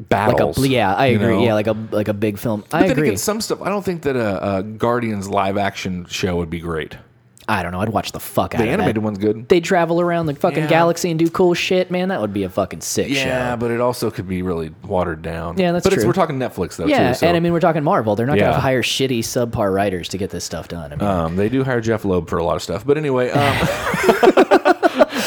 Speaker 1: Like
Speaker 3: battles.
Speaker 1: a yeah, I
Speaker 3: you
Speaker 1: agree.
Speaker 3: know?
Speaker 1: Yeah, like a like a big film. I
Speaker 3: But then
Speaker 1: agree.
Speaker 3: again, some stuff. I don't think that a, a Guardians live action show would be great.
Speaker 1: I don't know. I'd watch the fuck out
Speaker 3: The
Speaker 1: of
Speaker 3: animated
Speaker 1: that.
Speaker 3: one's good.
Speaker 1: They travel around the fucking
Speaker 3: Yeah.
Speaker 1: galaxy and do cool shit, man. That would be a fucking sick
Speaker 3: yeah,
Speaker 1: show.
Speaker 3: but it also could be really watered down.
Speaker 1: Yeah, that's
Speaker 3: but It's,
Speaker 1: true.
Speaker 3: we're talking Netflix though.
Speaker 1: Yeah,
Speaker 3: too, so.
Speaker 1: and I mean we're talking Marvel. They're not
Speaker 3: Yeah.
Speaker 1: gonna hire shitty subpar writers to get this stuff done. I mean,
Speaker 3: Um, they do hire Jeff Loeb for a lot of stuff, but anyway.
Speaker 1: [laughs]
Speaker 3: Um, [laughs]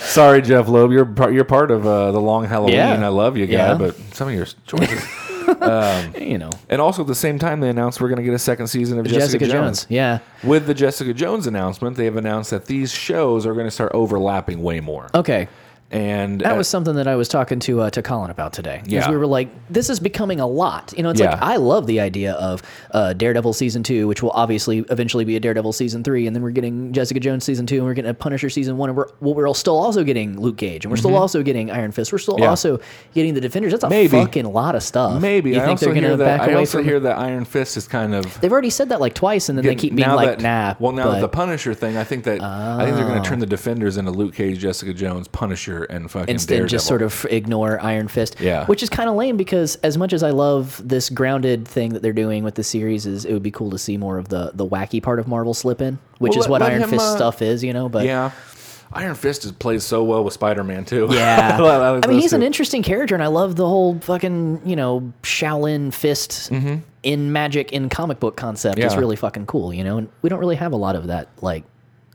Speaker 3: sorry, Jeff Loeb, you're par- you're part of uh, the long Halloween.
Speaker 1: Yeah.
Speaker 3: I love you, guy,
Speaker 1: Yeah.
Speaker 3: but some of your
Speaker 1: [laughs]
Speaker 3: choices. Uh.
Speaker 1: you know,
Speaker 3: and also at the same time, they announced we're going to get a second season of Jessica, Jones.
Speaker 1: Yeah.
Speaker 3: With the Jessica Jones announcement, they have announced that these shows are going to start overlapping way more.
Speaker 1: Okay.
Speaker 3: And
Speaker 1: Oh, That
Speaker 3: uh,
Speaker 1: was something that I was talking to uh, to Colin about today. 'Cause
Speaker 3: Yeah.
Speaker 1: we were like, this is becoming a lot. You know, it's like
Speaker 3: Yeah.
Speaker 1: I love the idea of uh, Daredevil season two, which will obviously eventually be a Daredevil season three, and then we're getting Jessica Jones season two, and we're getting a Punisher season one, and we're well, we're all still also getting Luke Cage, and we're still also getting Iron Fist, we're still
Speaker 3: Mm-hmm. Yeah.
Speaker 1: also getting the Defenders. That's a
Speaker 3: Maybe.
Speaker 1: fucking lot of stuff.
Speaker 3: maybe
Speaker 1: you
Speaker 3: I
Speaker 1: think
Speaker 3: also
Speaker 1: they're going
Speaker 3: hear
Speaker 1: to
Speaker 3: that
Speaker 1: back
Speaker 3: I
Speaker 1: away
Speaker 3: also
Speaker 1: from?
Speaker 3: hear that Iron Fist is kind of
Speaker 1: They've already said that like twice, and then they
Speaker 3: Yeah,
Speaker 1: keep being
Speaker 3: now
Speaker 1: like,
Speaker 3: that-
Speaker 1: nah. Oh.
Speaker 3: Well, now
Speaker 1: but-
Speaker 3: that the Punisher thing, I think that I think they're going to turn the Defenders into Luke Cage, Jessica Jones, Punisher, and fucking
Speaker 1: instead
Speaker 3: Daredevil.
Speaker 1: just sort of ignore Iron Fist.
Speaker 3: Yeah.
Speaker 1: Which is kind of lame because as much as I love this grounded thing that they're doing with the series, is it would be cool to see more of the the wacky part of Marvel slip in, which
Speaker 3: Well,
Speaker 1: is
Speaker 3: let-
Speaker 1: what
Speaker 3: let
Speaker 1: Iron
Speaker 3: him,
Speaker 1: Fist
Speaker 3: uh,
Speaker 1: stuff is, you know. But
Speaker 3: yeah. Iron Fist is plays so well with Spider Man too.
Speaker 1: [laughs]
Speaker 3: [laughs]
Speaker 1: Yeah.
Speaker 3: Well, that was
Speaker 1: I mean,
Speaker 3: those
Speaker 1: he's an
Speaker 3: two.
Speaker 1: interesting character, and I love the whole fucking, you know, Shaolin fist in magic in comic book concept is
Speaker 3: Mm-hmm. Yeah.
Speaker 1: really fucking cool, you know? And we don't really have a lot of that, like,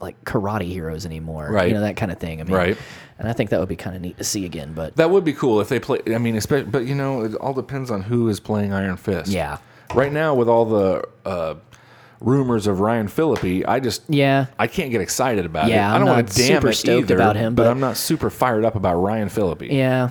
Speaker 1: like karate heroes anymore.
Speaker 3: Right.
Speaker 1: You know, that kind of thing. I mean,
Speaker 3: Right.
Speaker 1: And I think that would be kind of neat to see again, but
Speaker 3: That would be cool if they play. I mean, especially, but you know, it all depends on who is playing Iron Fist.
Speaker 1: Yeah.
Speaker 3: Right now, with all the uh, rumors of Ryan Philippi, I just
Speaker 1: yeah.
Speaker 3: I can't get excited about
Speaker 1: Yeah,
Speaker 3: it. I
Speaker 1: I'm
Speaker 3: don't want
Speaker 1: not
Speaker 3: to damn
Speaker 1: super
Speaker 3: it
Speaker 1: stoked
Speaker 3: either,
Speaker 1: about him,
Speaker 3: but,
Speaker 1: but-
Speaker 3: I'm not super fired up about Ryan Philippi.
Speaker 1: Yeah.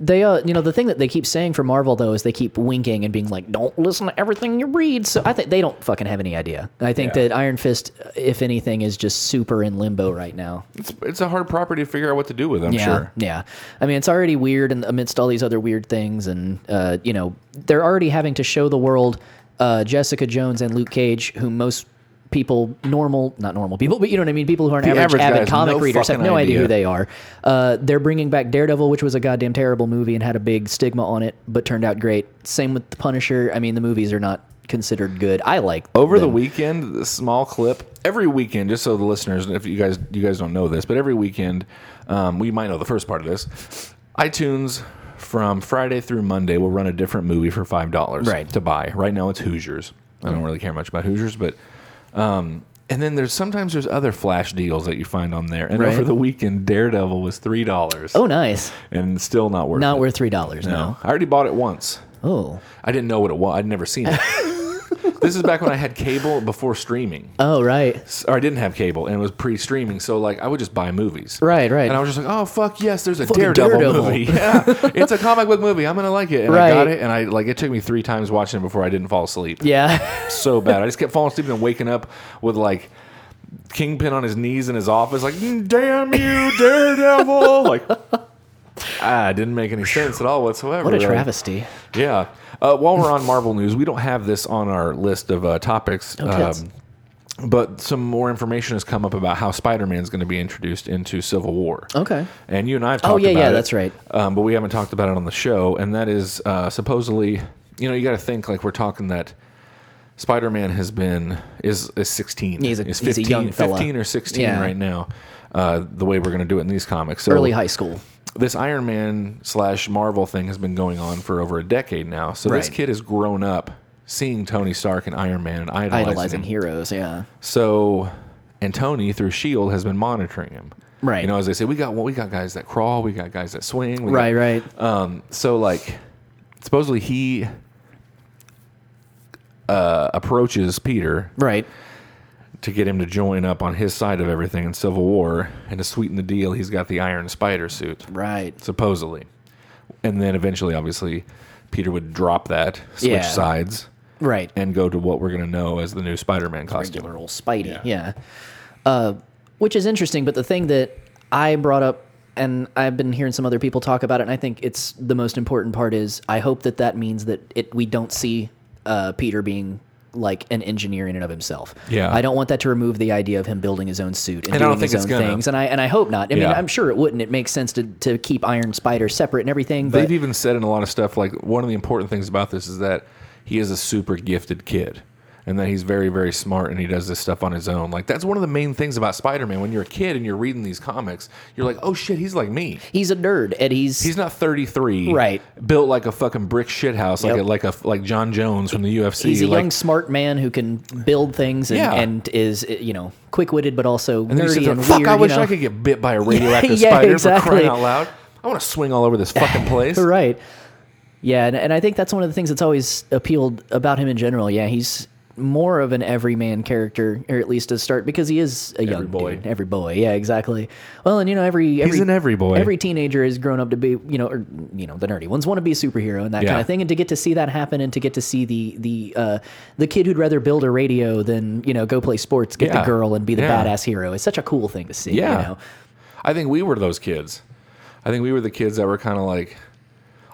Speaker 1: They uh you know the thing that they keep saying for Marvel though is they keep winking and being like don't listen to everything you read. So I think they don't fucking have any idea. I think
Speaker 3: Yeah.
Speaker 1: that Iron Fist if anything is just super in limbo right now.
Speaker 3: It's, it's a hard property to figure out what to do with. I'm
Speaker 1: yeah.
Speaker 3: sure.
Speaker 1: Yeah. I mean it's already weird and amidst all these other weird things and uh you know they're already having to show the world uh Jessica Jones and Luke Cage who most people normal not normal people but you know what i mean people who aren't
Speaker 3: The
Speaker 1: average,
Speaker 3: average guy
Speaker 1: avid
Speaker 3: has
Speaker 1: comic
Speaker 3: no
Speaker 1: readers have
Speaker 3: fucking
Speaker 1: no idea who
Speaker 3: idea.
Speaker 1: they they are. Uh, they're bringing back Daredevil, which was a goddamn terrible movie and had a big stigma on it, but turned out great. Same with The Punisher. I mean, the movies are not considered good. I like
Speaker 3: Over the
Speaker 1: them.
Speaker 3: weekend, the small clip. Every weekend, just so the listeners, if you guys you guys don't know this, but every weekend, um, we might know the first part of this. iTunes from Friday through Monday will run a different movie for five dollars
Speaker 1: Right.
Speaker 3: to buy. Right now, it's Hoosiers. I don't really care much about Hoosiers, but um, and then there's sometimes there's other flash deals that you find on there. And
Speaker 1: Right.
Speaker 3: over the weekend, Daredevil was three dollars.
Speaker 1: Oh, nice.
Speaker 3: and still not worth
Speaker 1: Not
Speaker 3: it.
Speaker 1: worth three dollars.
Speaker 3: No,
Speaker 1: No.
Speaker 3: I already bought it once.
Speaker 1: Oh.
Speaker 3: I didn't know what it was. I'd never seen
Speaker 1: [laughs]
Speaker 3: it. this is back when I had cable before streaming.
Speaker 1: Oh, right.
Speaker 3: S- Or I didn't have cable and it was pre streaming. So, like, I would just buy movies.
Speaker 1: Right, right.
Speaker 3: And I was just like, oh, fuck, yes, there's a
Speaker 1: Fucking
Speaker 3: Daredevil,
Speaker 1: Daredevil.
Speaker 3: movie. [laughs] yeah. It's a comic book movie. I'm going to like it. And I got
Speaker 1: Right.
Speaker 3: it. And I, like, it took me three times watching it before I didn't fall asleep.
Speaker 1: Yeah. [laughs]
Speaker 3: So bad. I just kept falling asleep and waking up with, like, Kingpin on his knees in his office, like, "Mm, damn you, Daredevil.
Speaker 1: [laughs]
Speaker 3: like, ah, it didn't make any sense at all whatsoever.
Speaker 1: What a
Speaker 3: Like,
Speaker 1: travesty.
Speaker 3: yeah. Uh, while we're on Marvel news, we don't have this on our list of uh, topics,
Speaker 1: tits.
Speaker 3: um, but some more information has come up about how Spider Man is going to be introduced into Civil War.
Speaker 1: Okay.
Speaker 3: And you and I have talked
Speaker 1: Oh, yeah,
Speaker 3: about
Speaker 1: yeah,
Speaker 3: it,
Speaker 1: that's right.
Speaker 3: Um, but we haven't talked about it on the show, and that is uh, supposedly, you know, you got to think like we're talking that. Spider Man has been is is sixteen.
Speaker 1: He's a-
Speaker 3: is
Speaker 1: he's a young fella.
Speaker 3: fifteen or sixteen
Speaker 1: Yeah.
Speaker 3: right now. Uh, the way we're going to do it in these comics, so
Speaker 1: Early high school.
Speaker 3: this Iron Man slash Marvel thing has been going on for over a decade now. So this
Speaker 1: Right.
Speaker 3: kid has grown up seeing Tony Stark and Iron Man and idolizing,
Speaker 1: Idolizing
Speaker 3: him.
Speaker 1: heroes. Yeah.
Speaker 3: So, and Tony through Shield E has been monitoring him.
Speaker 1: Right.
Speaker 3: You know, as they say, we got well, we got guys that crawl, we got guys that swing. we got-
Speaker 1: Right, right.
Speaker 3: Um, so like, supposedly he uh, approaches Peter
Speaker 1: Right.
Speaker 3: to get him to join up on his side of everything in Civil War, and to sweeten the deal, he's got the Iron Spider suit
Speaker 1: Right.
Speaker 3: supposedly. and then eventually, obviously, Peter would drop that, switch
Speaker 1: Yeah.
Speaker 3: sides,
Speaker 1: Right.
Speaker 3: and go to what we're gonna know as the new Spider-Man costume.
Speaker 1: regular old Spidey. Yeah. Uh, which is interesting, but the thing that I brought up, and I've been hearing some other people talk about it, and I think it's the most important part is I hope that that means that it we don't see uh, Peter being like an engineer in and of himself.
Speaker 3: Yeah.
Speaker 1: I don't want that to remove the idea of him building his own suit and,
Speaker 3: And I
Speaker 1: doing
Speaker 3: don't think
Speaker 1: his
Speaker 3: it's
Speaker 1: own
Speaker 3: gonna.
Speaker 1: things. And I and I hope not. I mean,
Speaker 3: Yeah.
Speaker 1: I'm sure it wouldn't. It makes sense to, to keep Iron Spider separate and everything. But
Speaker 3: They've even said in a lot of stuff like one of the important things about this is that he is a super gifted kid and that he's very very smart and he does this stuff on his own. Like that's one of the main things about Spider-Man when you're a kid and you're reading these comics, you're like, "Oh shit, he's like me."
Speaker 1: he's a nerd, and he's
Speaker 3: He's not 33.
Speaker 1: Right.
Speaker 3: Built like a fucking brick shit house like
Speaker 1: Yep.
Speaker 3: a, like a like John Jones from the UFC.
Speaker 1: He's a
Speaker 3: like
Speaker 1: young, smart man who can build things and,
Speaker 3: Yeah.
Speaker 1: and is, uh, you know, quick witted, but also
Speaker 3: and then he
Speaker 1: nerdy
Speaker 3: sits there,
Speaker 1: and
Speaker 3: fuck,
Speaker 1: weird.
Speaker 3: I wish
Speaker 1: you know?
Speaker 3: I could get bit by a
Speaker 1: [laughs]
Speaker 3: radioactive
Speaker 1: Yeah,
Speaker 3: spider
Speaker 1: exactly.
Speaker 3: for crying out loud. I want to swing all over
Speaker 1: [laughs]
Speaker 3: this fucking place.
Speaker 1: Right. Yeah, and, and I think that's one of the things that's always appealed about him in general. Yeah, he's more of an everyman character, or at least to start, because he is a young
Speaker 3: boy.
Speaker 1: dude. Every boy. Yeah, exactly. Well, and you know, every, every
Speaker 3: an every boy.
Speaker 1: Every teenager has grown up to be, you know, or you know, the nerdy ones want to be a superhero and that
Speaker 3: Yeah.
Speaker 1: kind of thing. And to get to see that happen, and to get to see the the uh, the kid who'd rather build a radio than you know go play sports, get
Speaker 3: Yeah.
Speaker 1: the girl, and be the
Speaker 3: Yeah.
Speaker 1: badass hero is such a cool thing to see.
Speaker 3: Yeah.
Speaker 1: You know?
Speaker 3: I think we were those kids. I think we were the kids that were kind of like,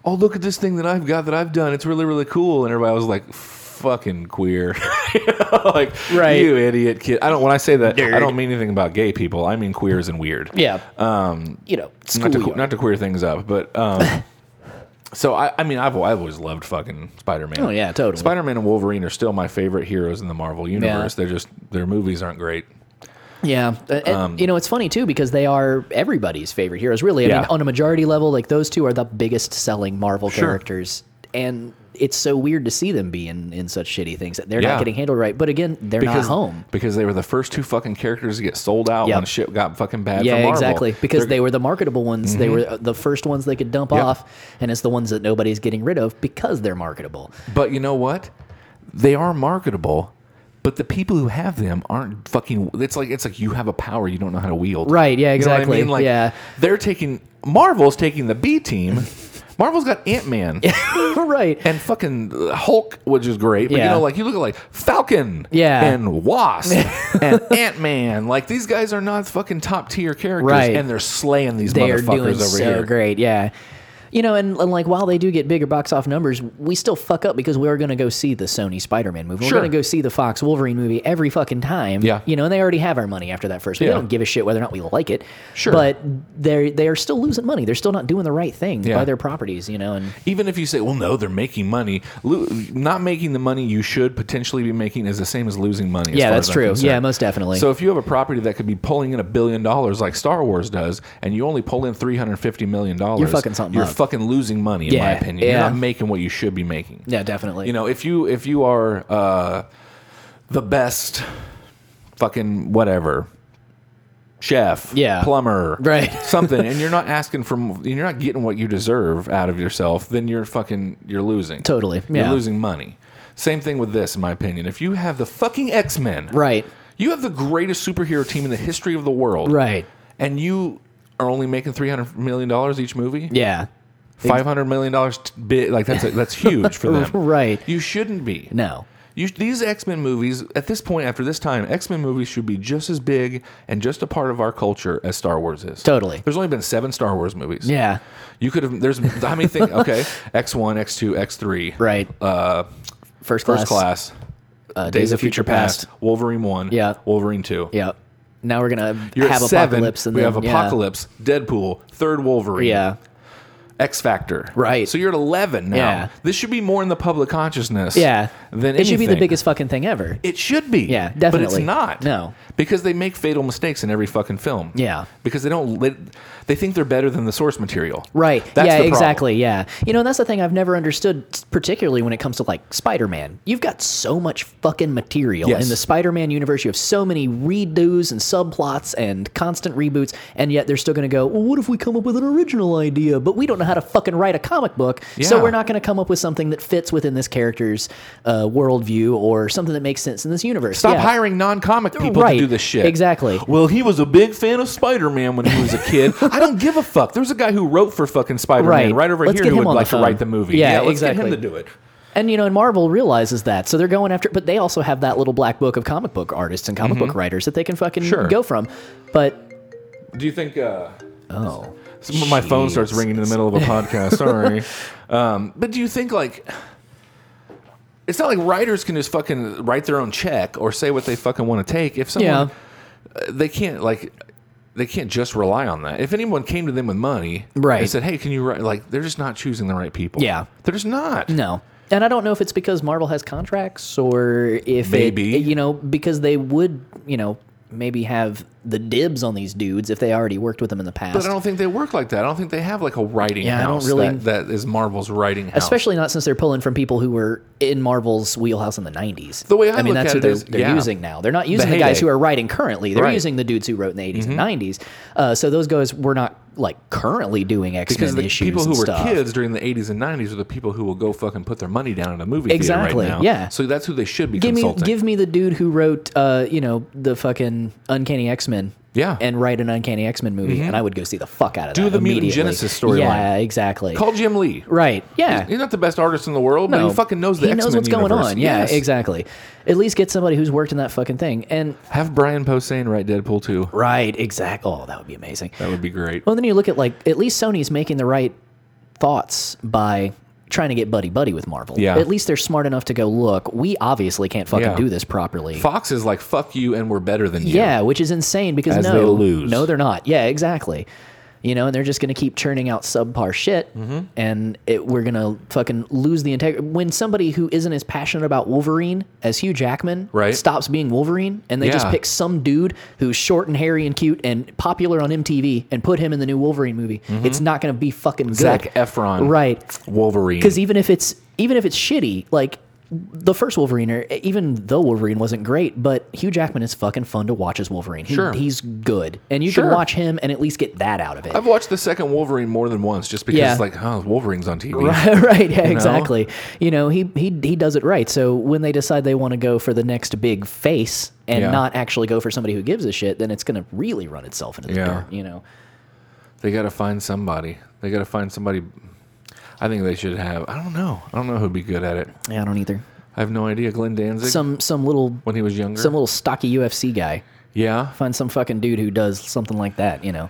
Speaker 3: oh, look at this thing that I've got that I've done. It's really, really cool. And everybody was like, fucking queer. [laughs] You know, like,
Speaker 1: Right.
Speaker 3: you idiot kid. I don't, when I say that, I don't mean anything about gay people. I mean queers and weird.
Speaker 1: Yeah. Um. You know,
Speaker 3: Not to,
Speaker 1: schoolyard.
Speaker 3: not to queer things up,
Speaker 1: [laughs]
Speaker 3: but. Um, So I, I mean I've, I've always loved fucking Spider Man.
Speaker 1: Oh, yeah, totally.
Speaker 3: Spider Man and Wolverine are still my favorite heroes in the Marvel universe. They're just their movies aren't great.
Speaker 1: Yeah, uh, and,
Speaker 3: Um,
Speaker 1: you know it's funny too because they are everybody's favorite heroes. Really, I
Speaker 3: Yeah.
Speaker 1: mean, on a majority level, like those two are the biggest selling Marvel
Speaker 3: Sure.
Speaker 1: characters, and it's so weird to see them be in, in such shitty things that they're
Speaker 3: Yeah.
Speaker 1: not getting handled right. But again, they're
Speaker 3: because
Speaker 1: not home.
Speaker 3: because they were the first two fucking characters to get sold out
Speaker 1: Yep.
Speaker 3: when shit got fucking bad. for
Speaker 1: Yeah,
Speaker 3: Marvel.
Speaker 1: exactly. Because
Speaker 3: They're- Mm-hmm.
Speaker 1: they were the marketable ones. They were uh, the first ones they could dump
Speaker 3: Yep.
Speaker 1: off, and it's the ones that nobody's getting rid of because they're marketable. [laughs]
Speaker 3: But you know what? They are marketable, but the people who have them aren't fucking. It's like it's like you have a power you don't know how to wield.
Speaker 1: Right, yeah,
Speaker 3: You know what
Speaker 1: exactly,
Speaker 3: Like
Speaker 1: yeah.
Speaker 3: they're taking Marvel's taking the
Speaker 1: [laughs]
Speaker 3: B team. Marvel's got Ant Man.
Speaker 1: right.
Speaker 3: And fucking Hulk, which is great, but you
Speaker 1: Yeah.
Speaker 3: know, like you look at like Falcon,
Speaker 1: Yeah. [laughs]
Speaker 3: and Wasp, and Ant Man, like these guys are not fucking top tier characters,
Speaker 1: Right.
Speaker 3: and they're slaying these
Speaker 1: they are
Speaker 3: motherfuckers
Speaker 1: doing
Speaker 3: over
Speaker 1: so
Speaker 3: here.
Speaker 1: great. Yeah. You know, and, and like while they do get bigger box off numbers, we still fuck up because we're going to go see the Sony Spider-Man movie.
Speaker 3: Sure.
Speaker 1: We're going to go see the Fox Wolverine movie every fucking time.
Speaker 3: Yeah.
Speaker 1: You know, and they already have our money after that first. We
Speaker 3: Yeah.
Speaker 1: don't give a shit whether or not we like it.
Speaker 3: Sure.
Speaker 1: But they they are still losing money. They're still not doing the right thing
Speaker 3: Yeah.
Speaker 1: by their properties. You know, and
Speaker 3: even if you say, well, no, they're making money, lo- not making the money you should potentially be making is the same as losing money. as
Speaker 1: Yeah,
Speaker 3: far
Speaker 1: that's
Speaker 3: as I'm
Speaker 1: true.
Speaker 3: concerned.
Speaker 1: Yeah, most definitely.
Speaker 3: So if you have a property that could be pulling in a billion dollars like Star Wars does, and you only pull in three hundred fifty million dollars,
Speaker 1: You're fucking something
Speaker 3: You're
Speaker 1: up.
Speaker 3: fucking losing money, in my
Speaker 1: Yeah,
Speaker 3: opinion. You're
Speaker 1: yeah.
Speaker 3: not making what you should be making.
Speaker 1: yeah, definitely.
Speaker 3: You know, if you if you are uh, the best, fucking whatever, chef,
Speaker 1: Yeah.
Speaker 3: plumber,
Speaker 1: Right.
Speaker 3: [laughs] something, and you're not asking for, m- you're not getting what you deserve out of yourself, then you're fucking, you're losing.
Speaker 1: Totally,
Speaker 3: you're
Speaker 1: yeah.
Speaker 3: losing money. Same thing with this, in my opinion. If you have the fucking X Men,
Speaker 1: Right.
Speaker 3: you have the greatest superhero team in the history of the world,
Speaker 1: Right.
Speaker 3: and you are only making three hundred million dollars each movie,
Speaker 1: Yeah.
Speaker 3: five hundred million dollars bit like that's
Speaker 1: [laughs]
Speaker 3: that's huge for them,
Speaker 1: Right.
Speaker 3: You shouldn't be.
Speaker 1: No.
Speaker 3: You, sh- these X Men movies, at this point, after this time, X Men movies should be just as big and just a part of our culture as Star Wars is.
Speaker 1: Totally.
Speaker 3: There's only been seven Star Wars movies.
Speaker 1: Yeah.
Speaker 3: You could have, there's how many things?
Speaker 1: [laughs]
Speaker 3: Okay. X1, X2, X3.
Speaker 1: Right.
Speaker 3: Uh,
Speaker 1: First class.
Speaker 3: First Class.
Speaker 1: uh, Days, of Future, Past.
Speaker 3: Wolverine 1.
Speaker 1: Yeah.
Speaker 3: Wolverine 2.
Speaker 1: Yeah. Now we're gonna
Speaker 3: You're
Speaker 1: have
Speaker 3: at seven.
Speaker 1: apocalypse, and
Speaker 3: we
Speaker 1: then,
Speaker 3: have
Speaker 1: yeah.
Speaker 3: Apocalypse, Deadpool, Third Wolverine,
Speaker 1: Yeah.
Speaker 3: X Factor.
Speaker 1: Right.
Speaker 3: So you're at 11 now.
Speaker 1: Yeah.
Speaker 3: This should be more in the public consciousness
Speaker 1: Yeah.
Speaker 3: than
Speaker 1: it should be the
Speaker 3: anything.
Speaker 1: biggest fucking thing ever.
Speaker 3: It should be.
Speaker 1: Yeah,
Speaker 3: But
Speaker 1: definitely.
Speaker 3: it's not.
Speaker 1: No.
Speaker 3: Because they make fatal mistakes in every fucking film.
Speaker 1: Yeah.
Speaker 3: Because they don't they, they think they're better than the source material.
Speaker 1: Right.
Speaker 3: That's
Speaker 1: yeah,
Speaker 3: the problem.
Speaker 1: exactly. Yeah. You know, and that's the thing I've never understood, particularly when it comes to like Spider Man. You've got so much fucking material
Speaker 3: Yes.
Speaker 1: in the Spider Man universe. You have so many redos and subplots and constant reboots, and yet they're still going to go, well, what if we come up with an original idea? But we don't know know how to fucking write a comic book, so
Speaker 3: Yeah.
Speaker 1: we're not going to come up with something that fits within this character's uh, worldview or something that makes sense in this universe.
Speaker 3: Stop
Speaker 1: Yeah.
Speaker 3: hiring non-comic people
Speaker 1: Oh, Right.
Speaker 3: to do this shit.
Speaker 1: Exactly.
Speaker 3: Well, he was a big fan of Spider-Man when he was
Speaker 1: [laughs]
Speaker 3: a kid. I don't give a fuck. There's a guy who wrote for fucking Spider-Man right,
Speaker 1: Right.
Speaker 3: over
Speaker 1: Let's
Speaker 3: here
Speaker 1: get
Speaker 3: who
Speaker 1: him
Speaker 3: would
Speaker 1: on the
Speaker 3: like to
Speaker 1: phone.
Speaker 3: write the movie.
Speaker 1: Yeah,
Speaker 3: let's
Speaker 1: exactly.
Speaker 3: get him to do it.
Speaker 1: And you know, and Marvel realizes that, so they're going after. But they also have that little black book of comic book artists and comic book writers that they can fucking
Speaker 3: Mm-hmm. Sure.
Speaker 1: go from. But
Speaker 3: Do you think? Uh,
Speaker 1: oh,
Speaker 3: s- my phone starts
Speaker 1: Jeez.
Speaker 3: ringing in the middle of a podcast.
Speaker 1: [laughs]
Speaker 3: Sorry. Um, but do you think like? It's not like writers can just fucking write their own check or say what they fucking want to take. If someone uh,
Speaker 1: Yeah.
Speaker 3: they can't like they can't just rely on that. If anyone came to them with money,
Speaker 1: Right.
Speaker 3: and said, "Hey, can you write?" Like they're just not choosing the right people.
Speaker 1: Yeah.
Speaker 3: they're just not.
Speaker 1: No. And I don't know if it's because Marvel has contracts or if it-
Speaker 3: Maybe.
Speaker 1: you know because they would you know maybe have the dibs on these dudes if they already worked with them in the past.
Speaker 3: But I don't think they work like that. I don't think they have like a writing
Speaker 1: Yeah, I don't
Speaker 3: house
Speaker 1: really-
Speaker 3: that, that is Marvel's writing house.
Speaker 1: Especially not since they're pulling from people who were in Marvel's wheelhouse in the '90s.
Speaker 3: The way I
Speaker 1: mean,
Speaker 3: look
Speaker 1: that's
Speaker 3: at
Speaker 1: what
Speaker 3: it
Speaker 1: they're,
Speaker 3: is-
Speaker 1: they're
Speaker 3: yeah.
Speaker 1: using now. They're not using the, guys
Speaker 3: heyday.
Speaker 1: who are writing currently. They're
Speaker 3: Right. Mm-hmm.
Speaker 1: using the dudes who wrote in the '80s and '90s. Uh, so those guys were not like currently doing X
Speaker 3: because
Speaker 1: Men
Speaker 3: the
Speaker 1: issues
Speaker 3: people who
Speaker 1: and
Speaker 3: were
Speaker 1: stuff.
Speaker 3: kids during the 80s and 90s are the people who will go fucking put their money down in a movie theater
Speaker 1: Exactly,
Speaker 3: right now.
Speaker 1: yeah.
Speaker 3: So that's who they should be
Speaker 1: Give me,
Speaker 3: consulting.
Speaker 1: give me the dude who wrote, uh, you know, the fucking Uncanny X Men.
Speaker 3: Yeah. Mm-hmm.
Speaker 1: And write an Uncanny X Men movie, and I would go see the fuck out of
Speaker 3: Do
Speaker 1: that.
Speaker 3: the Mutant
Speaker 1: immediately.
Speaker 3: Genesis storyline.
Speaker 1: Yeah, exactly.
Speaker 3: Call Jim Lee.
Speaker 1: right. Yeah.
Speaker 3: He's not the best artist in the world, but
Speaker 1: No.
Speaker 3: he fucking knows the
Speaker 1: He
Speaker 3: X-Men
Speaker 1: knows what's going
Speaker 3: universe.
Speaker 1: on. Yeah,
Speaker 3: Yes.
Speaker 1: exactly. At least get somebody who's worked in that fucking thing. And
Speaker 3: Have Brian Posehn write Deadpool 2.
Speaker 1: right, exactly. Oh, that would be amazing.
Speaker 3: That would be great.
Speaker 1: Well, then you look at like at least Sony's making the right thoughts by trying to get buddy buddy with Marvel.
Speaker 3: Yeah.
Speaker 1: At least they're smart enough to go look. We obviously can't fucking
Speaker 3: Yeah.
Speaker 1: do this properly.
Speaker 3: Fox is like, fuck you, and we're better than you.
Speaker 1: Yeah, which is insane because
Speaker 3: As
Speaker 1: no,
Speaker 3: they lose.
Speaker 1: no, they're not. Yeah, exactly. You know, and they're just going to keep churning out subpar shit,
Speaker 3: Mm-hmm.
Speaker 1: and it, we're going to fucking lose the integrity. When somebody who isn't as passionate about Wolverine as Hugh Jackman
Speaker 3: Right.
Speaker 1: stops being Wolverine, and they just
Speaker 3: Yeah.
Speaker 1: pick some dude who's short and hairy and cute and popular on MTV and put him in the new Wolverine movie, it's not going to be fucking good.
Speaker 3: Mm-hmm. Zac Efron.
Speaker 1: right?
Speaker 3: Wolverine.
Speaker 1: because even if it's even if it's shitty, like the first Wolverine, or even the Wolverine wasn't great, but Hugh Jackman is fucking fun to watch as Wolverine. He,
Speaker 3: Sure.
Speaker 1: he's good, and you
Speaker 3: Sure.
Speaker 1: can watch him and at least get that out of it.
Speaker 3: I've watched the second Wolverine more than once just because,
Speaker 1: Yeah.
Speaker 3: like, oh, Wolverine's on TV.
Speaker 1: [laughs] right? Yeah, exactly. You know, he he he does it right. So when they decide they want to go for the next big face and
Speaker 3: Yeah.
Speaker 1: not actually go for somebody who gives a shit, then it's going to really run itself into the
Speaker 3: Yeah.
Speaker 1: dirt. You know,
Speaker 3: They got to find somebody. They got to find somebody. I think they should have. I don't know. I don't know who'd be good at it.
Speaker 1: yeah, I don't either.
Speaker 3: I have no idea. Glenn Danzig
Speaker 1: Some some little
Speaker 3: when he was younger.
Speaker 1: some little stocky UFC guy.
Speaker 3: yeah,
Speaker 1: Find some fucking dude who does something like that. You know.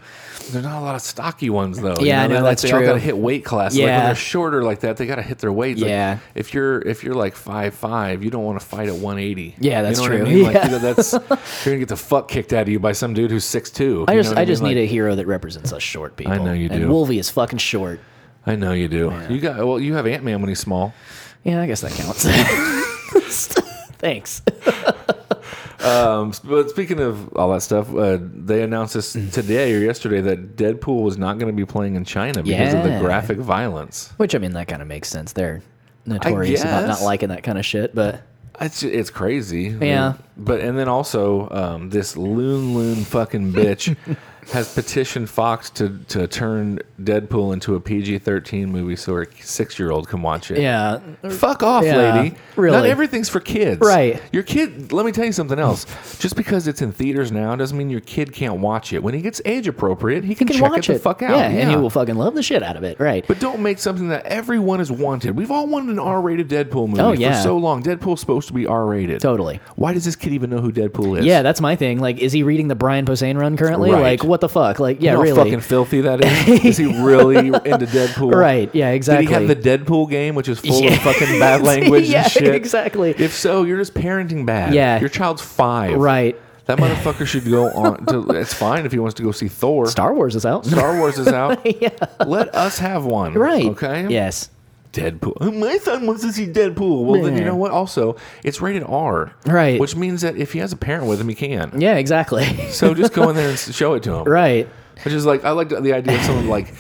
Speaker 3: there's not a lot of stocky ones though.
Speaker 1: Yeah, I know,
Speaker 3: they're like,
Speaker 1: that's
Speaker 3: they all
Speaker 1: true.
Speaker 3: gotta hit weight class. Like when
Speaker 1: Yeah.
Speaker 3: they're shorter like that, they gotta hit their weight.
Speaker 1: Yeah.
Speaker 3: if you're if you're like five five, you don't want to fight at 180.
Speaker 1: Yeah, that's
Speaker 3: you know What I
Speaker 1: true.
Speaker 3: mean?
Speaker 1: [laughs]
Speaker 3: Like,
Speaker 1: Yeah.
Speaker 3: you know, that's you're gonna get the fuck kicked out of you by some dude who's six two.
Speaker 1: I just, I, just need a hero that represents us short people.
Speaker 3: I know you
Speaker 1: and
Speaker 3: do.
Speaker 1: Wolvie is fucking short.
Speaker 3: a. I know you do. You got well. You have Ant Man when he's small.
Speaker 1: Yeah, I guess that counts. [laughs] Thanks.
Speaker 3: Um, s- but speaking of all that stuff, uh, they announced this
Speaker 1: Mm.
Speaker 3: today or yesterday that Deadpool was not going to be playing in China because of the
Speaker 1: Yeah.
Speaker 3: graphic violence.
Speaker 1: Which I mean, that kind of makes sense. They're notorious about not
Speaker 3: guess.
Speaker 1: liking that kind of shit, but
Speaker 3: It's ju- it's crazy.
Speaker 1: Yeah.
Speaker 3: But and then also um, this loon loon
Speaker 1: [laughs]
Speaker 3: fucking bitch has petitioned Fox to to turn Deadpool into a PG thirteen movie so her six year old can watch it.
Speaker 1: yeah,
Speaker 3: Fuck off,
Speaker 1: Yeah,
Speaker 3: lady. Not
Speaker 1: really.
Speaker 3: everything's for kids.
Speaker 1: Right.
Speaker 3: Your kid, let me tell you something else. Just because it's in theaters now doesn't mean your kid can't watch it. When he gets age appropriate, he
Speaker 1: you
Speaker 3: can,
Speaker 1: can
Speaker 3: check
Speaker 1: watch
Speaker 3: it
Speaker 1: it.
Speaker 3: the fuck out.
Speaker 1: Yeah, and you will fucking love the shit out of it, right?
Speaker 3: But don't make something that everyone has wanted. We've all wanted an R rated Deadpool movie
Speaker 1: Oh,
Speaker 3: for
Speaker 1: yeah.
Speaker 3: so long. Deadpool's supposed to be R rated.
Speaker 1: Totally.
Speaker 3: Why does this kid even know who Deadpool is?
Speaker 1: yeah, that's my thing. Like, is he reading the Brian Posehn run currently?
Speaker 3: Right.
Speaker 1: Like, what the fuck? Like, yeah,
Speaker 3: You know how
Speaker 1: really.
Speaker 3: fucking filthy
Speaker 1: [laughs]
Speaker 3: that is. is he really into Deadpool?
Speaker 1: Right, yeah, exactly.
Speaker 3: Did he have the Deadpool game, which is full
Speaker 1: Yeah.
Speaker 3: of
Speaker 1: [laughs]
Speaker 3: fucking bad language
Speaker 1: Yeah,
Speaker 3: and shit?
Speaker 1: exactly.
Speaker 3: If so, you're just parenting bad.
Speaker 1: Yeah.
Speaker 3: Your child's five.
Speaker 1: Right.
Speaker 3: That motherfucker should go on. To, it's fine if he wants to go see
Speaker 1: [laughs]
Speaker 3: Thor.
Speaker 1: Star Wars is out.
Speaker 3: Star Wars
Speaker 1: [laughs]
Speaker 3: is out. Let us have one.
Speaker 1: right.
Speaker 3: Okay.
Speaker 1: Yes.
Speaker 3: Deadpool. Oh, My son wants to see Deadpool. Well, then you
Speaker 1: Yeah.
Speaker 3: know what? Also, it's rated R.
Speaker 1: Right.
Speaker 3: Which means that if he has a parent with him, he can.
Speaker 1: Yeah. Exactly. [laughs]
Speaker 3: So just go in there and s- show it to him.
Speaker 1: right.
Speaker 3: Which is like I like the idea of someone like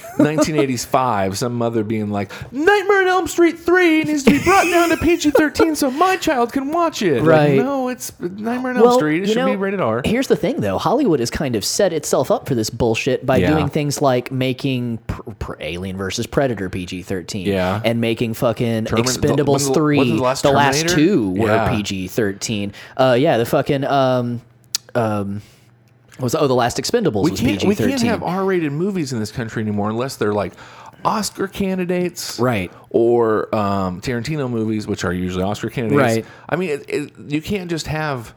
Speaker 3: 1985, some mother being like Nightmare on Elm Street three needs to be brought down to PG-13 so my child can watch it. Like,
Speaker 1: Right.
Speaker 3: no, it's uh, Nightmare on Elm Street.
Speaker 1: you
Speaker 3: It should
Speaker 1: know,
Speaker 3: be rated R.
Speaker 1: Here's the thing, though. Hollywood has kind of set itself up for this bullshit by
Speaker 3: Yeah.
Speaker 1: doing things like making pr- pr- Alien versus Predator PG 13
Speaker 3: Yeah.
Speaker 1: and making fucking
Speaker 3: Termin- the-
Speaker 1: Expendables
Speaker 3: wasn't the-
Speaker 1: 3.
Speaker 3: wasn't the last Terminator?
Speaker 1: two were
Speaker 3: Yeah.
Speaker 1: PG 13. Uh, yeah, the fucking. Um, um, what was oh the last Expendables
Speaker 3: We
Speaker 1: was
Speaker 3: can't,
Speaker 1: PG
Speaker 3: we can't
Speaker 1: thirteen.
Speaker 3: have R-rated movies in this country anymore unless they're like Oscar candidates,
Speaker 1: Right.
Speaker 3: Or um, Tarantino movies, which are usually Oscar candidates,
Speaker 1: Right.
Speaker 3: I mean, it, it, you can't just have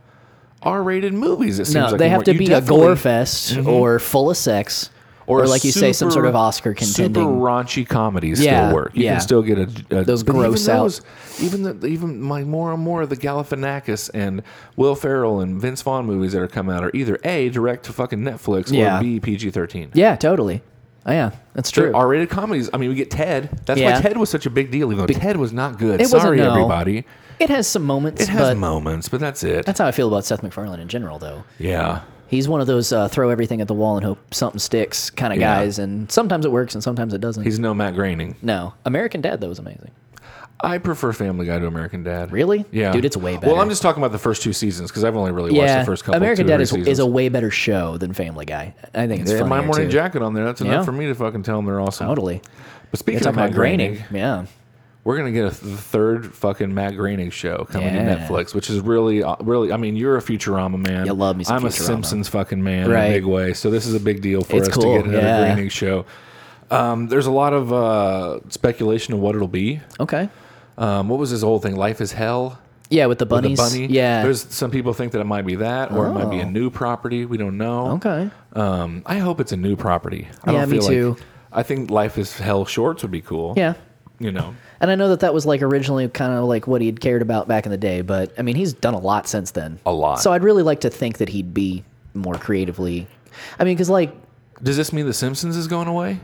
Speaker 3: R-rated movies. It seems
Speaker 1: No,
Speaker 3: like
Speaker 1: they have to
Speaker 3: anymore. You
Speaker 1: be a gore
Speaker 3: definitely- Mm-hmm.
Speaker 1: fest or full of sex
Speaker 3: or,
Speaker 1: or,
Speaker 3: a
Speaker 1: like you say some sort of
Speaker 3: super-
Speaker 1: Oscar contending.
Speaker 3: Super raunchy comedies
Speaker 1: Yeah,
Speaker 3: still work. You
Speaker 1: yeah.
Speaker 3: can still get a, a
Speaker 1: Those
Speaker 3: but
Speaker 1: gross
Speaker 3: even
Speaker 1: out-
Speaker 3: even the, even like more and more of the Galifianakis and Will Ferrell and Vince Vaughn movies that are coming out are either a direct to fucking Netflix
Speaker 1: Yeah.
Speaker 3: or b PG thirteen.
Speaker 1: yeah, totally. Oh, yeah, that's true.
Speaker 3: They're R-rated comedies. I mean, we get Ted. That's
Speaker 1: Yeah.
Speaker 3: why Ted was such a big deal. Even though Ted was not good.
Speaker 1: It wasn't,
Speaker 3: Sorry,
Speaker 1: no.
Speaker 3: everybody.
Speaker 1: It has some moments,
Speaker 3: It has
Speaker 1: but
Speaker 3: moments, but that's it.
Speaker 1: that's how I feel about Seth MacFarlane in general, though.
Speaker 3: yeah.
Speaker 1: He's one of those uh, throw everything at the wall and hope something sticks kind of
Speaker 3: Yeah.
Speaker 1: guys, and sometimes it works and sometimes it doesn't.
Speaker 3: He's no Matt Groening.
Speaker 1: no, American Dad though was amazing.
Speaker 3: I prefer Family Guy to American Dad.
Speaker 1: Really?
Speaker 3: Yeah,
Speaker 1: Dude, it's way better.
Speaker 3: Well, I'm just talking about the first two seasons because I've only really watched
Speaker 1: yeah,
Speaker 3: the first couple.
Speaker 1: American
Speaker 3: two or
Speaker 1: Dad is,
Speaker 3: three
Speaker 1: is a
Speaker 3: seasons.
Speaker 1: way better show than Family Guy. I think it's
Speaker 3: They had
Speaker 1: funnier
Speaker 3: my morning
Speaker 1: too.
Speaker 3: jacket on there. That's
Speaker 1: Yeah.
Speaker 3: enough for me to fucking tell them they're awesome.
Speaker 1: Totally.
Speaker 3: But
Speaker 1: It's
Speaker 3: speaking of
Speaker 1: about
Speaker 3: Matt
Speaker 1: graining.
Speaker 3: Groening,
Speaker 1: Yeah.
Speaker 3: we're gonna get a th- third fucking Matt Groening show coming
Speaker 1: Yeah.
Speaker 3: to Netflix, which is really, uh, really. I mean, you're a Futurama man.
Speaker 1: You love me some
Speaker 3: I'm
Speaker 1: Futurama.
Speaker 3: a Simpsons fucking man in
Speaker 1: Right.
Speaker 3: a big way. So this is a big deal for
Speaker 1: It's
Speaker 3: us
Speaker 1: cool,
Speaker 3: to get another
Speaker 1: yeah.
Speaker 3: Groening show. Um, there's a lot of uh, speculation of what it'll be.
Speaker 1: Okay.
Speaker 3: Um, what was his whole thing? Life is hell.
Speaker 1: Yeah, with the
Speaker 3: with the
Speaker 1: bunnies.
Speaker 3: bunny.
Speaker 1: Yeah.
Speaker 3: There's some people think that it might be that, or it might be a
Speaker 1: Oh.
Speaker 3: new property. We don't know.
Speaker 1: okay.
Speaker 3: Um, I hope it's a new property. I
Speaker 1: Yeah,
Speaker 3: don't
Speaker 1: me
Speaker 3: feel
Speaker 1: too.
Speaker 3: Like, I think Life is Hell shorts would be cool.
Speaker 1: Yeah.
Speaker 3: You know.
Speaker 1: And I know that that was like originally kind of like what he had cared about back in the day, but I mean, he's done a lot since then.
Speaker 3: A lot.
Speaker 1: So I'd really like to think that he'd be more creatively. I mean, because like,
Speaker 3: Does this mean The Simpsons is going away?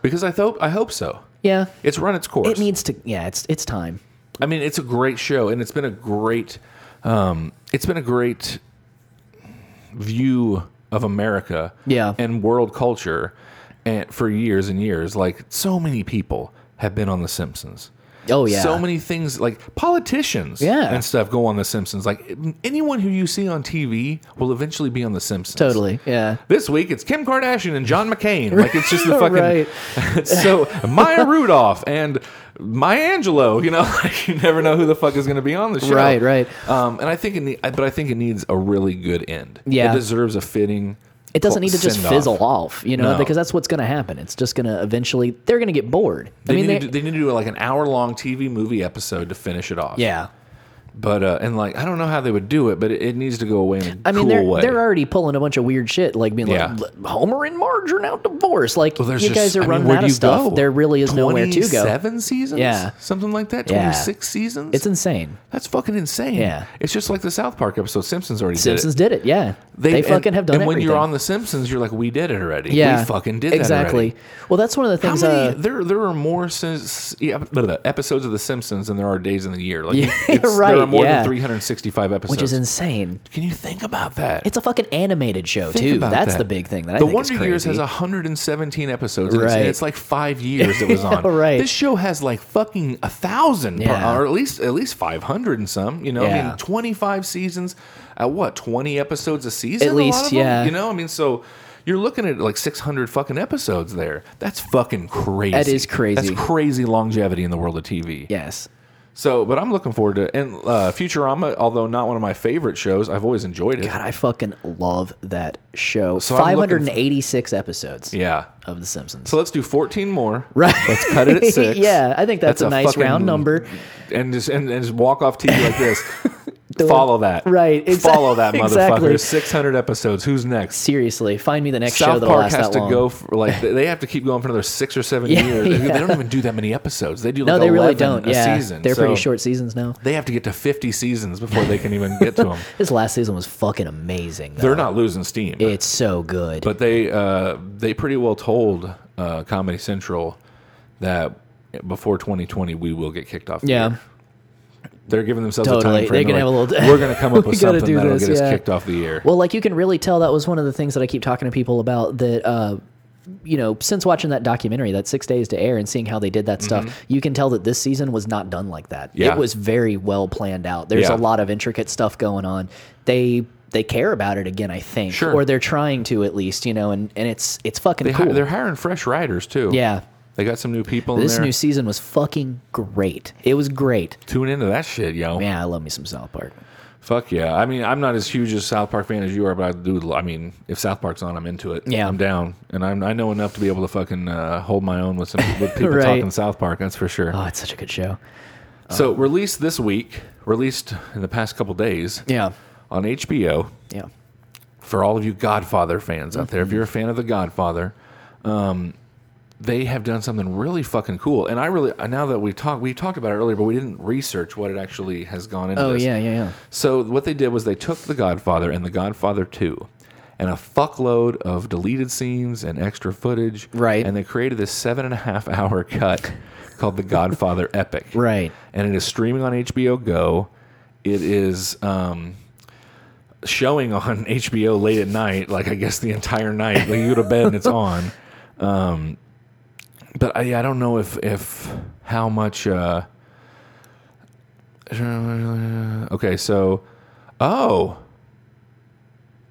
Speaker 3: Because I hope I hope so.
Speaker 1: yeah,
Speaker 3: It's run its course.
Speaker 1: it needs to. Yeah, it's it's time.
Speaker 3: I mean, it's a great show, and it's been a great, um, it's been a great view of America,
Speaker 1: Yeah.
Speaker 3: and world culture, and for years and years. Like so many people have been on The Simpsons.
Speaker 1: Oh yeah.
Speaker 3: So many things like politicians
Speaker 1: Yeah.
Speaker 3: and stuff go on The Simpsons. Like anyone who you see on TV will eventually be on The Simpsons.
Speaker 1: Totally. Yeah.
Speaker 3: This week it's Kim Kardashian and John McCain. Like it's just the fucking
Speaker 1: [laughs] Right.
Speaker 3: [laughs] so Maya Rudolph and Maya Angelou. You know, [laughs] like you never know who the fuck is going to be on the show.
Speaker 1: Right, right.
Speaker 3: Um, and I think it, need, but I think it needs a really good end.
Speaker 1: Yeah.
Speaker 3: it deserves a fitting.
Speaker 1: It doesn't need to just
Speaker 3: send-off.
Speaker 1: fizzle off, you know,
Speaker 3: No.
Speaker 1: because that's what's going to happen. It's just going to eventually they're going to get bored.
Speaker 3: They,
Speaker 1: I mean,
Speaker 3: need
Speaker 1: they-
Speaker 3: to, they need to do like an hour long TV movie episode to finish it off.
Speaker 1: yeah.
Speaker 3: But uh, and like I don't know how they would do it, but it, it needs to go away in a
Speaker 1: I mean,
Speaker 3: cool
Speaker 1: they're
Speaker 3: way.
Speaker 1: they're already pulling a bunch of weird shit, like being
Speaker 3: Yeah.
Speaker 1: like "L- Homer and Marge are now divorced. Like
Speaker 3: Well,
Speaker 1: you
Speaker 3: there's just-
Speaker 1: guys are
Speaker 3: I mean,
Speaker 1: running
Speaker 3: where
Speaker 1: out
Speaker 3: do
Speaker 1: of
Speaker 3: you
Speaker 1: stuff.
Speaker 3: go?
Speaker 1: There really is nowhere to go.
Speaker 3: Seven seasons,
Speaker 1: Yeah.
Speaker 3: something like that.
Speaker 1: Yeah.
Speaker 3: Twenty six seasons.
Speaker 1: It's insane.
Speaker 3: That's fucking insane.
Speaker 1: Yeah.
Speaker 3: It's just like the South Park episode. Simpsons already
Speaker 1: Simpsons
Speaker 3: did it.
Speaker 1: did it. Yeah, they,
Speaker 3: and-
Speaker 1: fucking have done
Speaker 3: And
Speaker 1: it.
Speaker 3: when you're on the Simpsons, you're like, we did it already.
Speaker 1: yeah,
Speaker 3: We fucking did that
Speaker 1: exactly.
Speaker 3: already.
Speaker 1: Well, that's one of the
Speaker 3: How
Speaker 1: things.
Speaker 3: many?
Speaker 1: uh,
Speaker 3: there, there are more since, yeah, blah, blah, episodes of The Simpsons than there are days in the year.
Speaker 1: [laughs]
Speaker 3: Like,
Speaker 1: Yeah,
Speaker 3: it's-
Speaker 1: you're
Speaker 3: There
Speaker 1: right,
Speaker 3: are more
Speaker 1: yeah.
Speaker 3: than 365 episodes.
Speaker 1: which is insane.
Speaker 3: Can you think about that?
Speaker 1: It's a fucking animated show
Speaker 3: Think
Speaker 1: too.
Speaker 3: about
Speaker 1: That's
Speaker 3: that.
Speaker 1: the big thing that I
Speaker 3: the
Speaker 1: think
Speaker 3: Wonder
Speaker 1: is
Speaker 3: Years has
Speaker 1: crazy.
Speaker 3: 117 episodes, and it's-
Speaker 1: Right.
Speaker 3: and it's like five years
Speaker 1: [laughs]
Speaker 3: it was on.
Speaker 1: right.
Speaker 3: This show has like fucking a thousand, pro-
Speaker 1: Yeah.
Speaker 3: or at least at least 500 and some. You know, I
Speaker 1: Yeah.
Speaker 3: mean, 25 seasons at what 20 episodes a season?
Speaker 1: At
Speaker 3: a lot
Speaker 1: least,
Speaker 3: of them,
Speaker 1: yeah.
Speaker 3: You know, I mean, so. You're looking at like 600 fucking episodes there. That's fucking crazy.
Speaker 1: That is crazy.
Speaker 3: That's crazy longevity in the world of TV.
Speaker 1: yes.
Speaker 3: So, but I'm looking forward to and uh, Futurama. Although not one of my favorite shows, I've always enjoyed it.
Speaker 1: God, I fucking love that show.
Speaker 3: So I'm looking-
Speaker 1: 586 episodes
Speaker 3: yeah.
Speaker 1: of The Simpsons.
Speaker 3: So let's do 14 more.
Speaker 1: Right.
Speaker 3: Let's
Speaker 1: [laughs]
Speaker 3: cut it at six.
Speaker 1: Yeah, I think that's a nice
Speaker 3: fucking-
Speaker 1: round number.
Speaker 3: And just and, and just walk off TV
Speaker 1: [laughs]
Speaker 3: like this. [laughs] Follow that.
Speaker 1: Right, exa-
Speaker 3: Follow that motherfucker.
Speaker 1: exactly.
Speaker 3: 600 episodes. Who's next?
Speaker 1: Seriously, find me the next show
Speaker 3: South
Speaker 1: that'll
Speaker 3: Park
Speaker 1: last
Speaker 3: has
Speaker 1: that
Speaker 3: to
Speaker 1: long.
Speaker 3: go for,
Speaker 1: [laughs]
Speaker 3: like they- they have to keep going for another six or seven
Speaker 1: Yeah,
Speaker 3: years. They-
Speaker 1: yeah.
Speaker 3: They don't even do that many episodes. They do like
Speaker 1: no, they really
Speaker 3: 11
Speaker 1: don't.
Speaker 3: a
Speaker 1: Yeah,
Speaker 3: season.
Speaker 1: they're
Speaker 3: So
Speaker 1: pretty short seasons now.
Speaker 3: They have to get to 50 seasons before they can
Speaker 1: [laughs]
Speaker 3: even get to them.
Speaker 1: This last season was fucking amazing. Though.
Speaker 3: They're not losing steam.
Speaker 1: It's so good.
Speaker 3: But they uh, they pretty well told uh, Comedy Central that before 2020 we will get kicked off. the
Speaker 1: yeah,
Speaker 3: air. they're giving themselves
Speaker 1: Totally.
Speaker 3: a time
Speaker 1: They
Speaker 3: frame.
Speaker 1: can
Speaker 3: They're
Speaker 1: have a
Speaker 3: like,
Speaker 1: little- [laughs]
Speaker 3: We're going to come up
Speaker 1: We
Speaker 3: with
Speaker 1: gotta
Speaker 3: something
Speaker 1: do
Speaker 3: that'll
Speaker 1: this,
Speaker 3: get
Speaker 1: yeah.
Speaker 3: us kicked off the air.
Speaker 1: well, like you can really tell that was one of the things that I keep talking to people about. That uh, you know, since watching that documentary, that six days to air, and seeing how they did that stuff, you can tell that this season was not done like that.
Speaker 3: Mm-hmm. Yeah.
Speaker 1: It was very well planned out. There's
Speaker 3: Yeah.
Speaker 1: a lot of intricate stuff going on. They they care about it again, I think,
Speaker 3: Sure.
Speaker 1: or they're trying to at least, you know, and and it's it's fucking
Speaker 3: They hi-
Speaker 1: cool.
Speaker 3: They're hiring fresh writers too.
Speaker 1: yeah,
Speaker 3: They got some new people
Speaker 1: this
Speaker 3: in there.
Speaker 1: new season was fucking great. It was great.
Speaker 3: Tune into that shit, yo.
Speaker 1: Man, I love me some South Park.
Speaker 3: Fuck yeah. I mean, I'm not as huge a South Park fan as you are, but I do. I mean, if South Park's on, I'm into it.
Speaker 1: Yeah.
Speaker 3: I'm down, and I'm, I know enough to be able to fucking uh, hold my own with some
Speaker 1: [laughs]
Speaker 3: with people
Speaker 1: Right.
Speaker 3: talking South Park. That's for sure.
Speaker 1: Oh, it's such a good show.
Speaker 3: so released this week, released in the past couple days
Speaker 1: Yeah,
Speaker 3: on HBO.
Speaker 1: yeah.
Speaker 3: for all of you Godfather fans out there, if you're a fan of The Godfather, um, they have done something really fucking cool. And I really now that we talked, we talked about it earlier, but we didn't research what it actually has gone into.
Speaker 1: Oh
Speaker 3: this.
Speaker 1: yeah, yeah, yeah.
Speaker 3: So what they did was they took The Godfather and The Godfather Two, and a fuckload of deleted scenes and extra footage,
Speaker 1: Right.
Speaker 3: And they created this seven and a half hour cut called The Godfather [laughs] Epic,
Speaker 1: Right.
Speaker 3: and it is streaming on HBO Go. It is um, showing on [laughs] HBO late at night, like I guess the entire night. Like you go to bed and it's on. Um, but uh, I, I don't know if if how much. Uh, okay, so oh,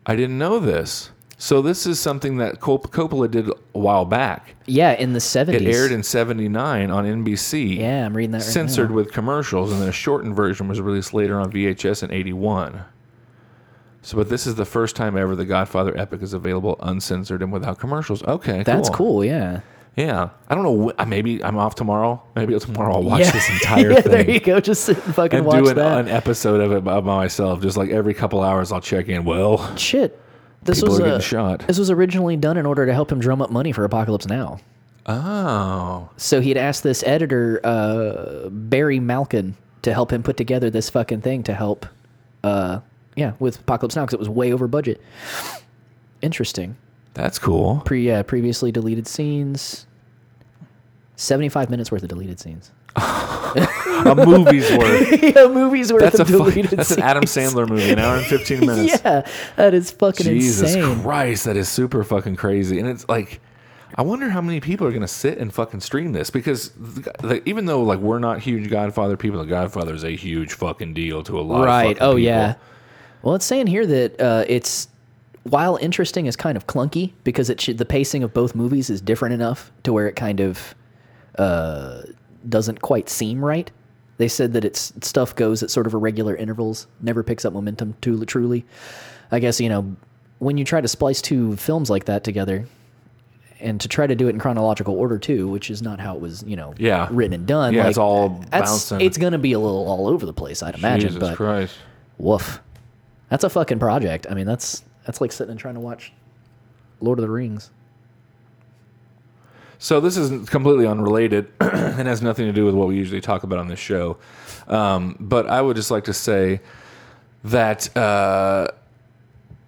Speaker 3: I didn't know this. So this is something that Cop- Coppola did a while back.
Speaker 1: Yeah, in the
Speaker 3: It
Speaker 1: seventies.
Speaker 3: aired in '79 on NBC
Speaker 1: yeah, I'm reading that. Right
Speaker 3: censored
Speaker 1: Now.
Speaker 3: with commercials, and then a shortened version was released later on VHS in '81. So, but this is the first time ever the Godfather epic is available uncensored and without commercials. Okay,
Speaker 1: That's cool. Yeah.
Speaker 3: Yeah, I don't know. Wh- uh, maybe I'm off tomorrow. Maybe [laughs] tomorrow I'll watch
Speaker 1: yeah. [laughs]
Speaker 3: this
Speaker 1: [laughs]
Speaker 3: entire
Speaker 1: yeah,
Speaker 3: thing
Speaker 1: There you go. Just sit and fucking
Speaker 3: and
Speaker 1: watch
Speaker 3: do an,
Speaker 1: that.
Speaker 3: an episode of it by by myself. Just like every couple hours, I'll check in. Well,
Speaker 1: Shit. This
Speaker 3: People
Speaker 1: was
Speaker 3: are getting
Speaker 1: uh,
Speaker 3: shot.
Speaker 1: This was originally done in order to help him drum up money for Apocalypse Now.
Speaker 3: oh,
Speaker 1: So he'd asked this editor, uh, Barry Malkin, to help him put together this fucking thing to help, uh, yeah, with Apocalypse Now because it was way over budget. Interesting.
Speaker 3: that's cool.
Speaker 1: Pre yeah, previously deleted scenes. Seventy-five minutes worth of deleted scenes. [laughs]
Speaker 3: a movie's worth.
Speaker 1: yeah, movies worth
Speaker 3: That's a
Speaker 1: of
Speaker 3: fu-
Speaker 1: deleted
Speaker 3: [laughs] that's
Speaker 1: scenes.
Speaker 3: an Adam Sandler movie, an hour and fifteen minutes.
Speaker 1: [laughs] Yeah, that is fucking
Speaker 3: Jesus
Speaker 1: insane.
Speaker 3: Christ, that is super fucking crazy. And it's like, I wonder how many people are going to sit and fucking stream this because the, the, even though like we're not huge Godfather people, the Godfather is a huge fucking deal to a lot.
Speaker 1: right.
Speaker 3: Of fucking
Speaker 1: oh
Speaker 3: people.
Speaker 1: yeah. Well, it's saying here that uh, it's while interesting is kind of clunky because it should, the pacing of both movies is different enough to where it kind of uh, doesn't quite seem right. They said that it's stuff goes at sort of irregular intervals, never picks up momentum too truly. I guess you know when you try to splice two films like that together. And to try to do it in chronological order too, which is not how it was, you know,
Speaker 3: Yeah.
Speaker 1: written and done.
Speaker 3: Yeah,
Speaker 1: like,
Speaker 3: it's all
Speaker 1: that's-
Speaker 3: bouncing.
Speaker 1: It's going to be a little all over the place, I'd imagine.
Speaker 3: Jesus
Speaker 1: but
Speaker 3: Christ.
Speaker 1: Woof. That's a fucking project. I mean, that's that's like sitting and trying to watch Lord of the Rings. [laughs]
Speaker 3: So this is completely unrelated [clears throat] and has nothing to do with what we usually talk about on this show. Um, but I would just like to say that uh,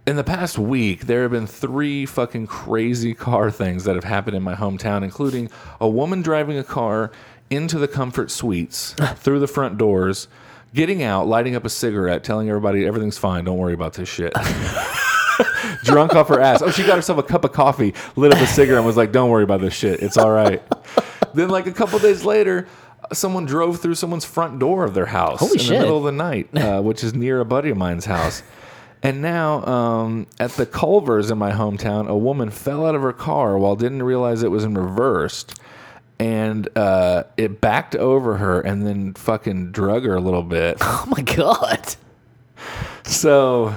Speaker 3: in the past week, there have been three fucking crazy car things that have happened in my hometown, including a woman driving a car into the comfort suites through the front doors, getting out, lighting up a cigarette, telling everybody everything's fine, don't worry about this shit. Drunk off her ass. Oh, she got herself a cup of coffee, lit up a cigarette, and was like, don't worry about this shit. It's all right. then, like a couple days later, someone drove through someone's front door of their house
Speaker 1: Holy
Speaker 3: in
Speaker 1: shit.
Speaker 3: the middle of the night, uh, which is near a buddy of mine's house. And now, um, at the Culvers in my hometown, a woman fell out of her car while didn't realize it was in reversed, and uh, it backed over her and then fucking drug her a little bit.
Speaker 1: Oh my god.
Speaker 3: so,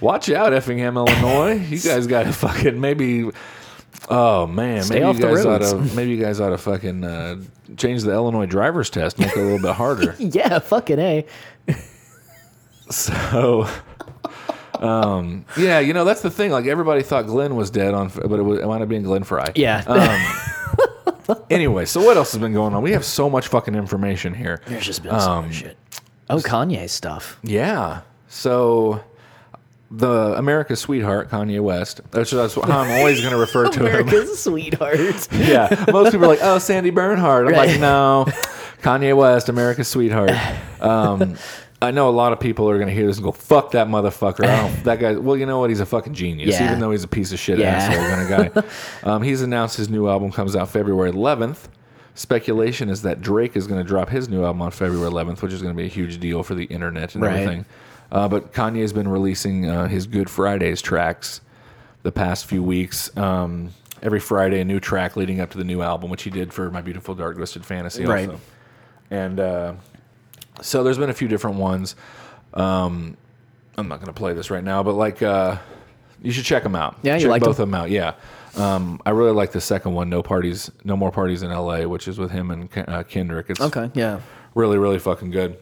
Speaker 3: watch out, Effingham, Illinois.
Speaker 1: [laughs]
Speaker 3: You guys got to fucking maybe. Oh man,
Speaker 1: Stay
Speaker 3: maybe
Speaker 1: off
Speaker 3: you
Speaker 1: the
Speaker 3: guys ought
Speaker 1: roads.
Speaker 3: to [laughs] maybe you guys ought to fucking uh, change the Illinois driver's test, make it a little bit
Speaker 1: [laughs]
Speaker 3: harder.
Speaker 1: Yeah, fucking A.
Speaker 3: So, um, yeah, you know that's the thing. Like everybody thought Glenn was dead on, but it, was, it wound up being Glenn Fry. Um,
Speaker 1: Yeah.
Speaker 3: Anyway, so what else has been going on? We have so much fucking information here.
Speaker 1: There's just been so
Speaker 3: Um,
Speaker 1: much shit. Oh, Kanye
Speaker 3: [laughs]
Speaker 1: stuff.
Speaker 3: Yeah. So the America's sweetheart, Kanye West. That's, that's how I'm always going to refer to him.
Speaker 1: [laughs] America's
Speaker 3: [laughs]
Speaker 1: sweetheart.
Speaker 3: yeah. Most people are like, oh, Sandy Bernhardt. I'm
Speaker 1: Right.
Speaker 3: like, no, Kanye West, America's sweetheart. Um, I know a lot of people are going to hear this and go, "Fuck that motherfucker!" I don't, that guy. Well, you know what? He's a fucking genius,
Speaker 1: Yeah.
Speaker 3: even though he's a piece of shit
Speaker 1: Yeah.
Speaker 3: asshole kind of
Speaker 1: [laughs]
Speaker 3: guy. um, he's announced his new album comes out February 11th. Speculation is that Drake is going to drop his new album on February 11th, which is going to be a huge deal for the internet and
Speaker 1: Right.
Speaker 3: everything. Uh, but Kanye's been releasing uh, his Good Fridays tracks the past few weeks. Um, every Friday, a new track leading up to the new album, which he did for My Beautiful Dark Twisted Fantasy,
Speaker 1: Right.
Speaker 3: also. And uh, so there's been a few different ones. Um, I'm not going to play this right now, but like, uh, you should check them out.
Speaker 1: Yeah, you
Speaker 3: check
Speaker 1: liked
Speaker 3: both
Speaker 1: them?
Speaker 3: of them out. Yeah. Um, I really like the second one, No Parties, No More Parties in L.A., which is with him and Ke- uh, Kendrick. It's
Speaker 1: Okay. Yeah.
Speaker 3: really, really fucking good.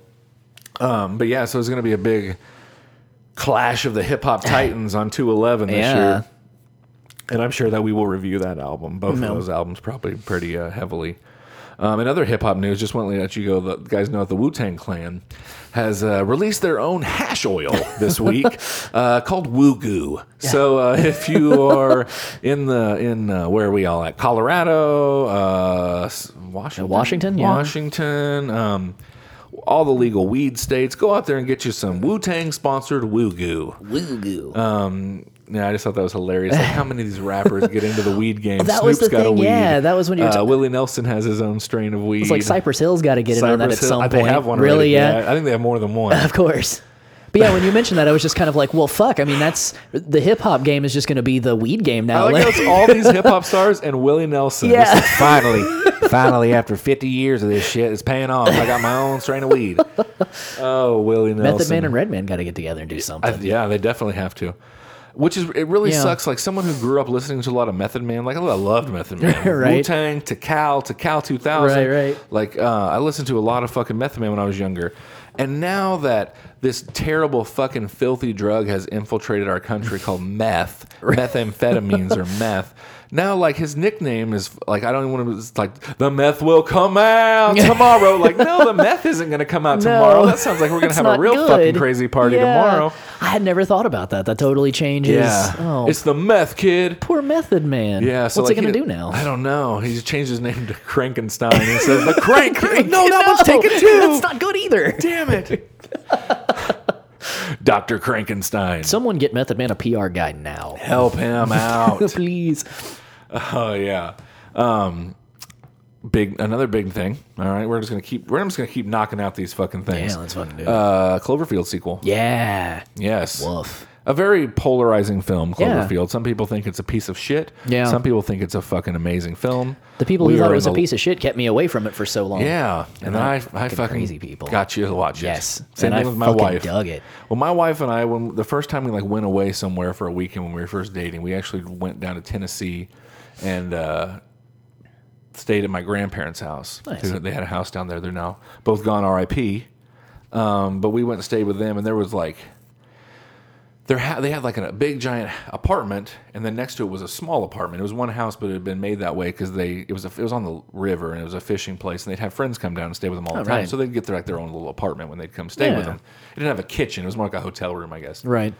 Speaker 3: Um, but yeah, so it's going to be a big clash of the hip
Speaker 1: [laughs]
Speaker 3: hop titans on 211 this
Speaker 1: Yeah.
Speaker 3: year. And I'm sure that we will review that album, both
Speaker 1: No.
Speaker 3: of those albums, probably pretty uh, heavily. Um, in other hip hop news, just want to let you go. The guys know that the Wu Tang Clan has uh, released their own hash oil
Speaker 1: [laughs]
Speaker 3: this week uh, called Woo Goo. So uh, if you are in the in uh, where are we all at Colorado, uh, s- Washington,
Speaker 1: Washington, yeah.
Speaker 3: Washington, um, all the legal weed states, go out there and get you some Wu Tang sponsored Woo Goo.
Speaker 1: Woo-goo.
Speaker 3: Yeah, I just thought that was hilarious. Like, how many of these rappers get into
Speaker 1: [laughs]
Speaker 3: the weed game?
Speaker 1: that
Speaker 3: Snoop's
Speaker 1: was the
Speaker 3: got a
Speaker 1: thing,
Speaker 3: weed.
Speaker 1: yeah, that was when you were
Speaker 3: uh,
Speaker 1: ta-
Speaker 3: Willie Nelson has his own strain of weed.
Speaker 1: it's like Cypress Hill's got to get in on that at
Speaker 3: Cypress Hill-
Speaker 1: some
Speaker 3: I-
Speaker 1: point.
Speaker 3: They have one
Speaker 1: really?
Speaker 3: already.
Speaker 1: yeah.
Speaker 3: I think they have more than
Speaker 1: [laughs]
Speaker 3: one.
Speaker 1: Of course. But yeah, when you mentioned that, I was just kind of like, well, fuck. I mean, that's the hip hop game is just going to be the weed game now. [laughs]
Speaker 3: I like how
Speaker 1: Like-
Speaker 3: it's all these hip hop stars and Willie Nelson.
Speaker 1: Yeah.
Speaker 3: It's like,
Speaker 1: [laughs]
Speaker 3: finally, finally, after 50 years of this shit, it's paying off. I got my own strain of
Speaker 1: [laughs]
Speaker 3: weed. Oh, Willie Nelson.
Speaker 1: Method Man and Redman got to get together and do
Speaker 3: I-
Speaker 1: something.
Speaker 3: yeah, they definitely have to. Which is it really
Speaker 1: Yeah.
Speaker 3: sucks. Like someone who grew up listening to a lot of Method Man, like I loved Method Man,
Speaker 1: [laughs] Right.
Speaker 3: Wu Tang to Cal to Cal two thousand,
Speaker 1: Right, right.
Speaker 3: Like uh, I listened to a lot of fucking Method Man when I was younger, and now that this terrible fucking filthy drug has infiltrated our
Speaker 1: [laughs]
Speaker 3: country called meth, methamphetamines or meth. Now, like his nickname is like I don't even want to. It's like the meth will
Speaker 1: [laughs]
Speaker 3: come out tomorrow. like no, the meth isn't going to come out tomorrow. That sounds like we're going
Speaker 1: it's
Speaker 3: to have a
Speaker 1: not
Speaker 3: real fucking
Speaker 1: good.
Speaker 3: crazy party
Speaker 1: Yeah.
Speaker 3: tomorrow.
Speaker 1: I had never thought about that. That totally changes.
Speaker 3: Yeah.
Speaker 1: Oh,
Speaker 3: It's the meth kid.
Speaker 1: poor Method Man.
Speaker 3: Yeah. So
Speaker 1: what's
Speaker 3: like
Speaker 1: he going
Speaker 3: he-
Speaker 1: to do now?
Speaker 3: I don't know. He's changed his name to Krankenstein. He says the
Speaker 1: [laughs]
Speaker 3: crank. No, that
Speaker 1: No,
Speaker 3: one's taken too.
Speaker 1: That's not good either. [laughs]
Speaker 3: Damn it. Doctor Krankenstein.
Speaker 1: Someone get Method Man a PR guy
Speaker 3: [laughs]
Speaker 1: now,
Speaker 3: Help
Speaker 1: [laughs]
Speaker 3: him out.
Speaker 1: please.
Speaker 3: oh yeah. Um. Big another big thing. All right, we're just gonna keep we're just gonna keep knocking out these fucking things.
Speaker 1: Yeah, let's fucking do it.
Speaker 3: Uh, Cloverfield sequel.
Speaker 1: yeah.
Speaker 3: Yes.
Speaker 1: Woof.
Speaker 3: A very polarizing film,
Speaker 1: Yeah.
Speaker 3: Cloverfield. Some people think it's a piece of shit.
Speaker 1: Yeah.
Speaker 3: Some people think it's a fucking amazing film.
Speaker 1: The people
Speaker 3: We
Speaker 1: who thought it
Speaker 3: were in
Speaker 1: was a
Speaker 3: the-
Speaker 1: piece of shit kept me away from it for so long.
Speaker 3: Yeah, and, then I, I fucking
Speaker 1: crazy people.
Speaker 3: got you to watch it.
Speaker 1: Yes.
Speaker 3: same
Speaker 1: and
Speaker 3: thing
Speaker 1: I
Speaker 3: with my
Speaker 1: fucking
Speaker 3: wife.
Speaker 1: dug it.
Speaker 3: Well, my wife and I, when the first time we like went away somewhere for a weekend when we were first dating, we actually went down to Tennessee and uh, stayed at my grandparents' house.
Speaker 1: Nice.
Speaker 3: They- They had a house down there. They're now both gone, R.I.P. Um, but we went and stayed with them, and there was like. There ha- they had like a big giant apartment, and then next to it was a small apartment. It was one house, but it had been made that way because they it was a, it was on the river and it was a fishing place, and they'd have friends come down and stay with them all the
Speaker 1: Oh,
Speaker 3: time.
Speaker 1: right.
Speaker 3: So they'd get their like their own little apartment when they'd come stay with
Speaker 1: Yeah.
Speaker 3: them. It didn't have a kitchen; it was more like a hotel room, I guess.
Speaker 1: Right.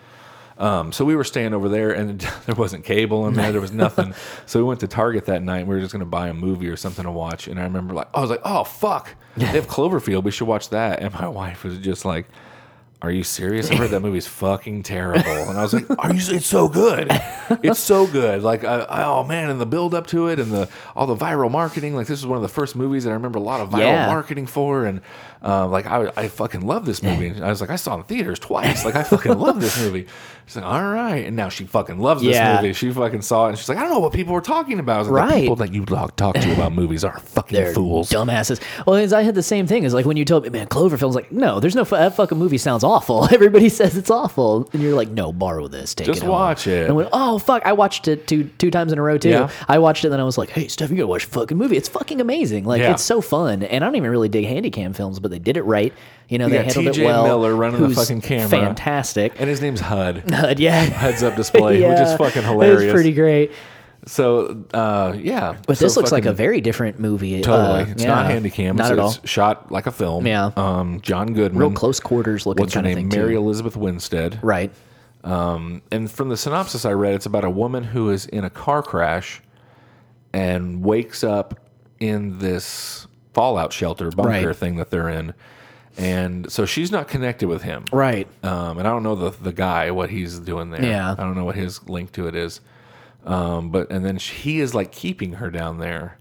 Speaker 3: Um, so we were staying over there, and [laughs] there wasn't cable in there. There
Speaker 1: [laughs]
Speaker 3: was nothing. so we went to Target that night. And we were just going to buy a movie or something to watch. And I remember, like, I was like, "Oh fuck, they have Cloverfield. We should watch that." And my wife was just like, "Are you serious? I heard that movie's fucking terrible." And I was like, "Are you? It's so good. It's so good. Like, I, I- oh man, and the build up to it, and the all the viral marketing. Like, this is one of the first movies that I remember a lot of viral
Speaker 1: Yeah.
Speaker 3: marketing for. And uh, like, I, I fucking love this movie. And I was like, I saw it in theaters twice. Like, I fucking love this movie. She's like, all right. And now she fucking loves
Speaker 1: Yeah.
Speaker 3: this movie. She fucking saw it. And she's like, I don't know what people were talking about. I was like, the
Speaker 1: Right.
Speaker 3: people that you talk, talk to about movies are fucking
Speaker 1: They're
Speaker 3: fools.
Speaker 1: dumbasses. Well, as I had the same thing. Is like when you told me, man, Cloverfield's like, no, there's no fu- that fucking movie sounds awful. [laughs] Everybody says it's awful, and you're like, no, borrow this, take
Speaker 3: Just
Speaker 1: it, home."
Speaker 3: watch it.
Speaker 1: And I went, oh fuck, I watched it two two times in a row too.
Speaker 3: Yeah.
Speaker 1: I watched it, and then I was like, hey, Steph, you gotta watch the fucking movie. It's fucking amazing. Like
Speaker 3: Yeah.
Speaker 1: it's so fun, and I don't even really dig handycam films, but they did it right. You know, they
Speaker 3: got
Speaker 1: handled
Speaker 3: T.J.
Speaker 1: it well.
Speaker 3: Miller running the
Speaker 1: who's
Speaker 3: fucking camera.
Speaker 1: fantastic. [laughs]
Speaker 3: And his name's Hud. [laughs]
Speaker 1: yeah,
Speaker 3: Heads up display, which is
Speaker 1: Yeah.
Speaker 3: fucking
Speaker 1: It
Speaker 3: hilarious.
Speaker 1: was pretty great.
Speaker 3: so, uh, yeah.
Speaker 1: But
Speaker 3: So
Speaker 1: this looks like
Speaker 3: fucking-
Speaker 1: a very different movie.
Speaker 3: Totally.
Speaker 1: Uh,
Speaker 3: it's not
Speaker 1: yeah.
Speaker 3: handycam.
Speaker 1: Not
Speaker 3: it's,
Speaker 1: at all.
Speaker 3: It's shot like a film.
Speaker 1: Yeah.
Speaker 3: Um, John Goodman.
Speaker 1: Real close quarters looking
Speaker 3: What's her
Speaker 1: kind of
Speaker 3: name?
Speaker 1: thing.
Speaker 3: Mary
Speaker 1: too.
Speaker 3: Elizabeth Winstead.
Speaker 1: Right.
Speaker 3: Um, and from the synopsis I read, it's about a woman who is in a car crash and wakes up in this fallout shelter bunker
Speaker 1: Right.
Speaker 3: thing that they're in. And so she's not connected with him.
Speaker 1: Right.
Speaker 3: Um, and I don't know the the guy what he's doing there.
Speaker 1: Yeah.
Speaker 3: I don't know what his link to it is. Um, but and then she, he is like keeping her down there,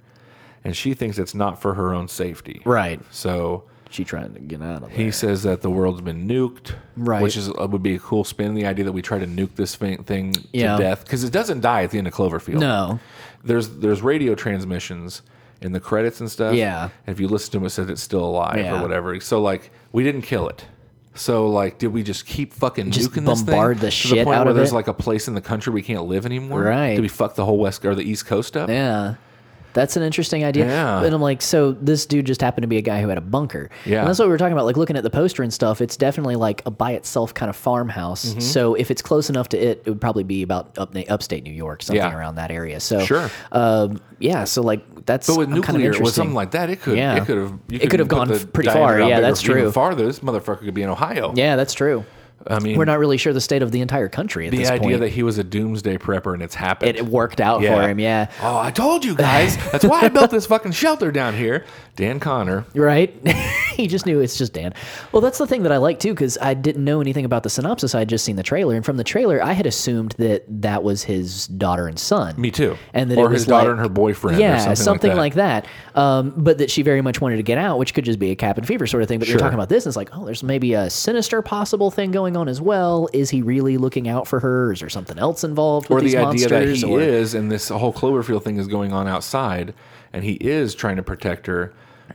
Speaker 3: and she thinks it's not for her own safety.
Speaker 1: Right.
Speaker 3: So
Speaker 1: She trying to get out of
Speaker 3: he
Speaker 1: there.
Speaker 3: says that the world's been nuked,
Speaker 1: Right.
Speaker 3: Which is uh, would be a cool spin. The idea that we try to nuke this thing, thing
Speaker 1: Yeah.
Speaker 3: to death because it doesn't die at the end of Cloverfield.
Speaker 1: No.
Speaker 3: there's there's radio transmissions in the credits and stuff.
Speaker 1: Yeah.
Speaker 3: And if you listen to them, it says it's still alive
Speaker 1: Yeah.
Speaker 3: or whatever. So like we didn't kill it. So like, did we just keep fucking
Speaker 1: Just
Speaker 3: nuking this
Speaker 1: bombard
Speaker 3: thing
Speaker 1: the
Speaker 3: to the
Speaker 1: shit
Speaker 3: point
Speaker 1: out
Speaker 3: where
Speaker 1: of
Speaker 3: there's
Speaker 1: it?
Speaker 3: like a place in the country we can't live anymore?
Speaker 1: Right.
Speaker 3: Did we fuck the whole west or the east coast up?
Speaker 1: Yeah. That's an interesting idea.
Speaker 3: Yeah.
Speaker 1: And I'm like, so this dude just happened to be a guy who had a bunker.
Speaker 3: Yeah.
Speaker 1: And that's what we were talking about. Like looking at the poster and stuff, it's definitely like a by itself kind of farmhouse.
Speaker 3: Mm-hmm.
Speaker 1: So if it's close enough to it, it would probably be about up, upstate New York, something
Speaker 3: Yeah.
Speaker 1: around that area. So
Speaker 3: Sure.
Speaker 1: Um, yeah. So like that's
Speaker 3: But with
Speaker 1: kind of
Speaker 3: nuclear or
Speaker 1: interesting.
Speaker 3: something like that, it could
Speaker 1: Yeah.
Speaker 3: it could have you
Speaker 1: It could have
Speaker 3: put
Speaker 1: gone
Speaker 3: the
Speaker 1: f- pretty
Speaker 3: diameter
Speaker 1: far.
Speaker 3: out
Speaker 1: Yeah,
Speaker 3: bigger,
Speaker 1: that's
Speaker 3: even
Speaker 1: true.
Speaker 3: farther, this motherfucker could be in Ohio.
Speaker 1: yeah, that's true.
Speaker 3: I mean,
Speaker 1: We're not really sure the state of the entire country at
Speaker 3: the
Speaker 1: this
Speaker 3: idea
Speaker 1: point.
Speaker 3: that he was a doomsday prepper and it's happened.
Speaker 1: it, it worked out
Speaker 3: Yeah.
Speaker 1: for him. Yeah.
Speaker 3: [laughs] Oh, I told you
Speaker 1: [laughs]
Speaker 3: guys. That's why I built this fucking shelter down here. Dan Connor.
Speaker 1: [laughs] right? he just knew it's just Dan. Well, that's the thing that I like too, because I didn't know anything about the synopsis. I had just seen the trailer, and from the trailer, I had assumed that that was his daughter and son.
Speaker 3: Me too.
Speaker 1: And that
Speaker 3: or
Speaker 1: it was
Speaker 3: his daughter
Speaker 1: like-
Speaker 3: and her boyfriend. or
Speaker 1: Yeah,
Speaker 3: something, like, that.
Speaker 1: Um, but that she very much wanted to get out, which could just be a cap and fever sort of thing. But you're
Speaker 3: Sure.
Speaker 1: talking about this, and it's like, oh, there's maybe a sinister possible thing going on as well. Is he really looking out for her? Is there something else involved with
Speaker 3: Or
Speaker 1: these
Speaker 3: the idea that
Speaker 1: monsters?
Speaker 3: he
Speaker 1: or,
Speaker 3: is, and this whole Cloverfield thing is going on outside, and he is trying to protect her,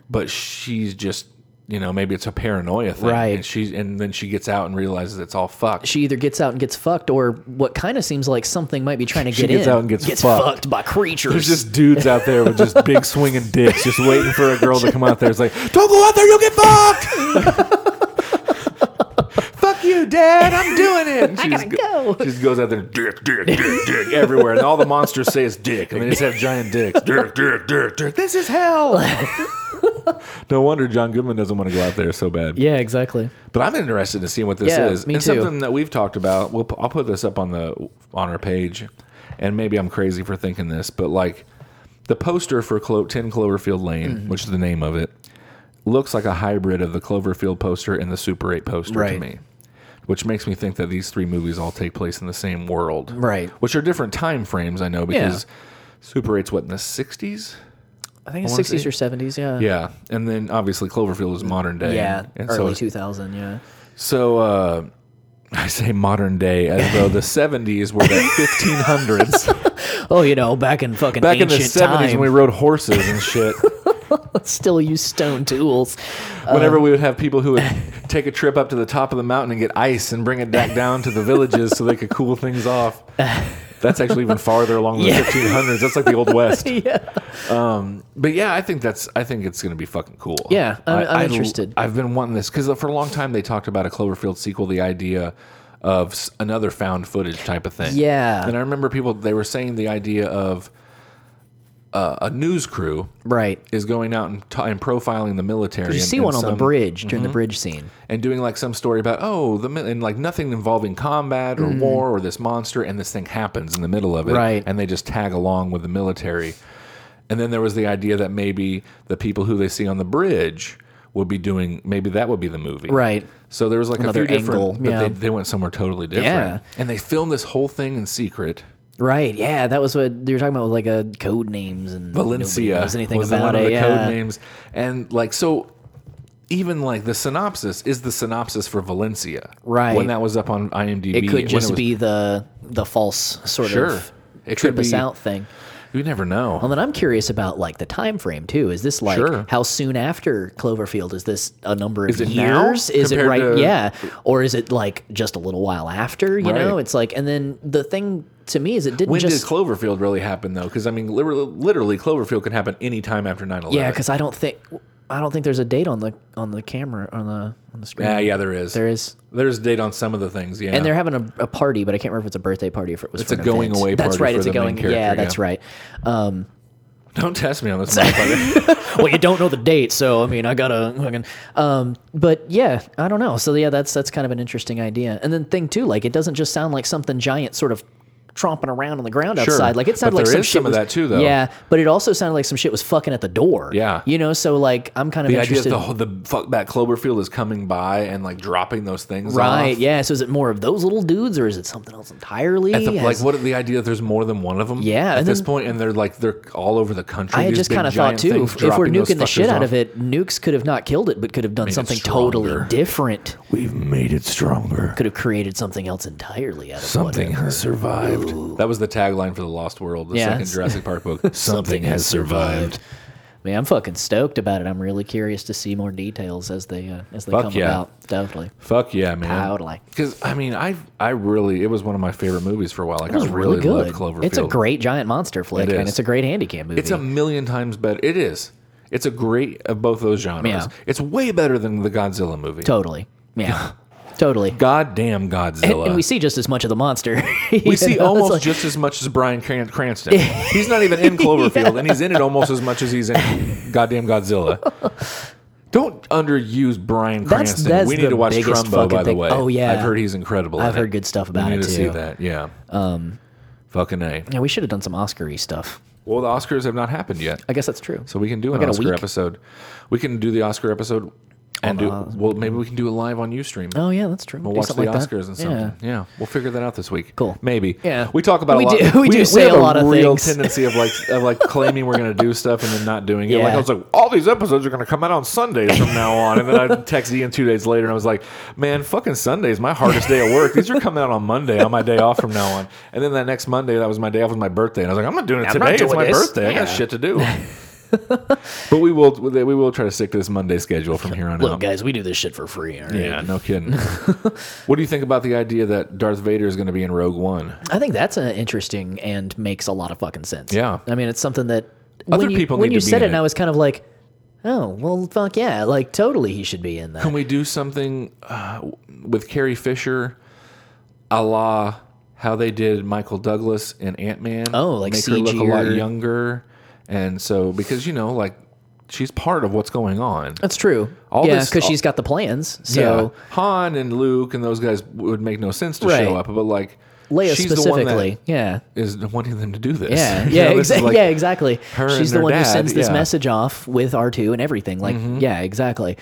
Speaker 3: but she's just, you know, maybe it's a paranoia thing,
Speaker 1: Right.
Speaker 3: And she's, and then she gets out and realizes it's all fucked.
Speaker 1: she either gets out and gets fucked, or what kind of seems like something might be trying to
Speaker 3: She
Speaker 1: get
Speaker 3: gets
Speaker 1: in
Speaker 3: out and gets
Speaker 1: fucked.
Speaker 3: fucked.
Speaker 1: by creatures.
Speaker 3: There's just dudes out there with just big swinging dicks, just waiting for a girl to come out there. It's like, don't go out there, you'll get fucked. [laughs] Fuck you, Dad. I'm doing it. And
Speaker 1: I
Speaker 3: she's
Speaker 1: gotta go.
Speaker 3: She just goes out there, dick, dick, dick, dick, everywhere, and all the monsters say is dick, and they just have giant dicks. [laughs] Dick, dick, dick, dick. This is
Speaker 1: [laughs]
Speaker 3: hell. no wonder John Goodman doesn't want to go out there so bad.
Speaker 1: yeah, exactly.
Speaker 3: But I'm interested to see what this
Speaker 1: Yeah,
Speaker 3: is.
Speaker 1: me
Speaker 3: and
Speaker 1: too.
Speaker 3: something that we've talked about. We'll, pu- I'll put this up on the on our page, and maybe I'm crazy for thinking this, but like the poster for Clo- Ten Cloverfield Lane,
Speaker 1: Mm-hmm.
Speaker 3: which is the name of it, looks like a hybrid of the Cloverfield poster and the Super Eight poster
Speaker 1: Right.
Speaker 3: to me. Which makes me think that these three movies all take place in the same world,
Speaker 1: Right.
Speaker 3: Which are different time frames, I know, because Super 8's what in the '60s,
Speaker 1: I think it's
Speaker 3: wanna
Speaker 1: 60s
Speaker 3: see.
Speaker 1: or 70s, yeah.
Speaker 3: yeah. And then obviously Cloverfield is modern day,
Speaker 1: Yeah,
Speaker 3: and so
Speaker 1: early
Speaker 3: it's-
Speaker 1: 2000, yeah.
Speaker 3: so uh, [laughs] I say modern day as
Speaker 1: [laughs]
Speaker 3: though the 70s were the 1500s.
Speaker 1: Oh, you know, back in fucking
Speaker 3: Back in
Speaker 1: ancient
Speaker 3: the 70s
Speaker 1: time,
Speaker 3: when we rode horses
Speaker 1: [laughs]
Speaker 3: and shit.
Speaker 1: still use stone
Speaker 3: [laughs]
Speaker 1: tools.
Speaker 3: Whenever we would have
Speaker 1: [laughs]
Speaker 3: people who would take a trip up to the top of the mountain and get ice and bring it back down to the villages so they could cool
Speaker 1: [laughs]
Speaker 3: things off. That's actually even farther along the
Speaker 1: Yeah.
Speaker 3: 1500s. That's like
Speaker 1: [laughs]
Speaker 3: the old west.
Speaker 1: yeah.
Speaker 3: But yeah, I think that's I think it's going to be fucking cool.
Speaker 1: Yeah, I'm-
Speaker 3: I-
Speaker 1: I'm
Speaker 3: I-
Speaker 1: interested.
Speaker 3: I've been wanting this because for a long time they talked about a Cloverfield sequel, the idea of s- another found footage type of thing.
Speaker 1: Yeah.
Speaker 3: and I remember people they were saying the idea of uh, a news crew
Speaker 1: Right.
Speaker 3: is going out and, t- and profiling the military.
Speaker 1: Did you
Speaker 3: and-
Speaker 1: see
Speaker 3: and
Speaker 1: one on the
Speaker 3: some-
Speaker 1: bridge during the bridge scene?
Speaker 3: and doing like some story about oh the mi- and like nothing involving combat or war or this monster and this thing happens in the middle of it
Speaker 1: Mm. Right.
Speaker 3: and they just tag along with the military and then there was the idea that maybe the people who they see on the bridge would be doing maybe that would be the movie
Speaker 1: Right.
Speaker 3: so there was like
Speaker 1: Another
Speaker 3: a few
Speaker 1: angle,
Speaker 3: different but
Speaker 1: yeah.
Speaker 3: they, they went somewhere totally different
Speaker 1: Yeah.
Speaker 3: and they filmed this whole thing in secret
Speaker 1: Right, yeah, that was what you were talking about with like uh, code names and
Speaker 3: Valencia
Speaker 1: nobody knows anything
Speaker 3: was the
Speaker 1: about
Speaker 3: one
Speaker 1: it.
Speaker 3: of the
Speaker 1: yeah.
Speaker 3: code names, and like so, even like the synopsis is the synopsis for Valencia,
Speaker 1: Right.
Speaker 3: When that was up on IMDb,
Speaker 1: It
Speaker 3: when
Speaker 1: could just
Speaker 3: was-
Speaker 1: be the the false sort
Speaker 3: Sure.
Speaker 1: of
Speaker 3: It
Speaker 1: trip
Speaker 3: could
Speaker 1: us
Speaker 3: be-
Speaker 1: out thing.
Speaker 3: You never know.
Speaker 1: Well, then I'm curious about like the time frame too. Is this like
Speaker 3: Sure.
Speaker 1: how soon after Cloverfield is this a number of
Speaker 3: Is it now
Speaker 1: years? Is it right?
Speaker 3: compared to-
Speaker 1: yeah, or is it like just a little while after? You know,
Speaker 3: Right.
Speaker 1: it's like, and then the thing to me is it didn't
Speaker 3: when
Speaker 1: just
Speaker 3: did Cloverfield really happen though? Because I mean, literally, literally, Cloverfield could happen any time after 9-11.
Speaker 1: yeah, because I don't think I don't think there's a date on the on the camera on the on the screen.
Speaker 3: yeah, yeah, there is.
Speaker 1: there is.
Speaker 3: There's a date on some of the things. Yeah,
Speaker 1: And they're having a, a party, but I can't remember if it's a birthday party or if it was.
Speaker 3: It's
Speaker 1: for
Speaker 3: a
Speaker 1: an
Speaker 3: going
Speaker 1: event.
Speaker 3: away
Speaker 1: That's
Speaker 3: party
Speaker 1: right.
Speaker 3: for
Speaker 1: it's a
Speaker 3: the main
Speaker 1: going.
Speaker 3: character,
Speaker 1: yeah,
Speaker 3: yeah.
Speaker 1: that's right. Um,
Speaker 3: don't test me on
Speaker 1: [laughs]
Speaker 3: this. motherfucker.
Speaker 1: well, you don't know the date, so I mean, I gotta. fucking- Um, but yeah, I don't know. So yeah, that's that's kind of an interesting idea. And then thing too, like it doesn't just sound like something giant sort of tromping around on the ground
Speaker 3: Sure.
Speaker 1: outside. Like it
Speaker 3: But
Speaker 1: sounded like
Speaker 3: there
Speaker 1: some
Speaker 3: is
Speaker 1: shit
Speaker 3: some of
Speaker 1: was-
Speaker 3: that, too, though.
Speaker 1: Yeah, but it also sounded like some shit was fucking at the door.
Speaker 3: Yeah.
Speaker 1: you know. So like I'm kind of
Speaker 3: The idea
Speaker 1: interested.
Speaker 3: that the whole, the fuck that Cloverfield is coming by and like dropping those things
Speaker 1: right?
Speaker 3: off.
Speaker 1: Yeah. So is it more of those little dudes, or is it something else entirely?
Speaker 3: At the, like
Speaker 1: Has-
Speaker 3: what the idea that there's more than one of them?
Speaker 1: Yeah,
Speaker 3: at
Speaker 1: and
Speaker 3: this
Speaker 1: then-
Speaker 3: point, and they're like they're all over the country.
Speaker 1: I had
Speaker 3: these
Speaker 1: just
Speaker 3: big
Speaker 1: kind of thought
Speaker 3: giant
Speaker 1: too.
Speaker 3: things
Speaker 1: If we're
Speaker 3: dropping those
Speaker 1: nuking the shit
Speaker 3: fuckers
Speaker 1: out
Speaker 3: off.
Speaker 1: of it, nukes could have not killed it, but could have done
Speaker 3: it's
Speaker 1: something
Speaker 3: stronger.
Speaker 1: totally different.
Speaker 3: we've made it stronger.
Speaker 1: Could have created something else entirely out of
Speaker 3: Something
Speaker 1: whatever.
Speaker 3: has survived. That was the tagline for the Lost World, the
Speaker 1: Yeah.
Speaker 3: second Jurassic Park book. [laughs] Something has survived.
Speaker 1: Man, I'm fucking stoked about it. I'm really curious to see more details as they uh, as they
Speaker 3: Fuck
Speaker 1: come
Speaker 3: yeah.
Speaker 1: about. Definitely.
Speaker 3: Fuck yeah, man.
Speaker 1: Totally.
Speaker 3: Because I mean, I I really it was one of my favorite movies for a while. Like
Speaker 1: It was
Speaker 3: I really,
Speaker 1: really good.
Speaker 3: loved Cloverfield.
Speaker 1: It's a great giant monster flick,
Speaker 3: It
Speaker 1: and
Speaker 3: is.
Speaker 1: it's a great handicap movie.
Speaker 3: It's a million times better. It is. It's a great of both those genres.
Speaker 1: Yeah.
Speaker 3: It's way better than the Godzilla movie.
Speaker 1: totally,
Speaker 3: [laughs]
Speaker 1: yeah, totally.
Speaker 3: Goddamn
Speaker 1: And,
Speaker 3: Godzilla.
Speaker 1: and we see just as much of the monster. [laughs]
Speaker 3: We see almost just as much as Brian Cran- Cranston. he's not even
Speaker 1: [laughs]
Speaker 3: in Cloverfield, and he's in it almost as much as he's in
Speaker 1: [laughs]
Speaker 3: Goddamn Godzilla. Don't underuse Brian
Speaker 1: That's-
Speaker 3: Cranston.
Speaker 1: that's
Speaker 3: we need
Speaker 1: the
Speaker 3: to watch
Speaker 1: biggest
Speaker 3: Trumbo, by
Speaker 1: fucking
Speaker 3: the
Speaker 1: thing.
Speaker 3: way.
Speaker 1: Oh, yeah.
Speaker 3: I've heard he's incredible.
Speaker 1: I've
Speaker 3: in it.
Speaker 1: heard good stuff
Speaker 3: We
Speaker 1: about
Speaker 3: need
Speaker 1: it
Speaker 3: to see
Speaker 1: too. Um,
Speaker 3: that. Yeah. Fucking a.
Speaker 1: Yeah, we should have done some Oscary stuff.
Speaker 3: Well, the Oscars have not happened yet,
Speaker 1: I guess that's true.
Speaker 3: so we can do an
Speaker 1: got a
Speaker 3: Oscar
Speaker 1: week.
Speaker 3: episode. We can do the Oscar episode, and do
Speaker 1: uh,
Speaker 3: well. Maybe we can do it live on UStream.
Speaker 1: oh yeah, that's true.
Speaker 3: We'll
Speaker 1: Do
Speaker 3: watch the
Speaker 1: something like that.
Speaker 3: Oscars and something.
Speaker 1: Yeah.
Speaker 3: Yeah. we'll figure that out this week.
Speaker 1: Cool.
Speaker 3: Maybe.
Speaker 1: Yeah.
Speaker 3: we talk about
Speaker 1: We
Speaker 3: a lot.
Speaker 1: do- [laughs] we do say
Speaker 3: have
Speaker 1: a lot of
Speaker 3: real
Speaker 1: things. [laughs]
Speaker 3: tendency of like of like claiming we're gonna do stuff and then not doing it. Like
Speaker 1: Yeah.
Speaker 3: I was like, all these episodes are gonna come out on Sundays from now on, and then I text Ian two days later and I was like, man, fucking Sunday's my hardest day at work. These are coming out on Monday on my day off from now on. And then that next Monday, that was my day off was my birthday, and I was like, I'm not doing it
Speaker 1: I'm not
Speaker 3: today. It's
Speaker 1: doing
Speaker 3: my
Speaker 1: this.
Speaker 3: birthday. I got shit
Speaker 1: [laughs]
Speaker 3: to do. but we will we will try to stick to this Monday schedule from here on
Speaker 1: Look,
Speaker 3: out.
Speaker 1: guys, we do this shit for free. all right?
Speaker 3: Yeah, no [laughs] kidding. what do you think about the idea that Darth Vader is going to be in Rogue One?
Speaker 1: I think that's uh, interesting and makes a lot of fucking sense.
Speaker 3: Yeah.
Speaker 1: I mean, it's something that
Speaker 3: Other
Speaker 1: when you,
Speaker 3: people
Speaker 1: when
Speaker 3: need
Speaker 1: you
Speaker 3: to be
Speaker 1: said
Speaker 3: in
Speaker 1: it, and
Speaker 3: it.
Speaker 1: I was kind of like, oh, well, fuck yeah. Like, totally he should be in that.
Speaker 3: Can we do something uh, with Carrie Fisher, a la how they did Michael Douglas in Ant Man?
Speaker 1: Oh, like
Speaker 3: make her look a lot
Speaker 1: CG'er.
Speaker 3: younger, and so because you know, like she's part of what's going on.
Speaker 1: [laughs] That's true.
Speaker 3: All
Speaker 1: yeah,
Speaker 3: this-
Speaker 1: because
Speaker 3: all-
Speaker 1: she's got the plans. Uh, So
Speaker 3: yeah. Han and Luke and those guys would make no sense to show
Speaker 1: Right.
Speaker 3: up, but like
Speaker 1: Leia
Speaker 3: she's the one
Speaker 1: specifically.
Speaker 3: that [laughs]
Speaker 1: yeah.
Speaker 3: is wanting them to do this.
Speaker 1: Yeah,
Speaker 3: [laughs] You
Speaker 1: yeah,
Speaker 3: know, this is
Speaker 1: exa-
Speaker 3: like-
Speaker 1: yeah, exactly.
Speaker 3: her and
Speaker 1: She's the
Speaker 3: their
Speaker 1: one who
Speaker 3: dad,
Speaker 1: sends this
Speaker 3: yeah. Mm-hmm.
Speaker 1: message off with R2 and everything. Like, yeah, exactly.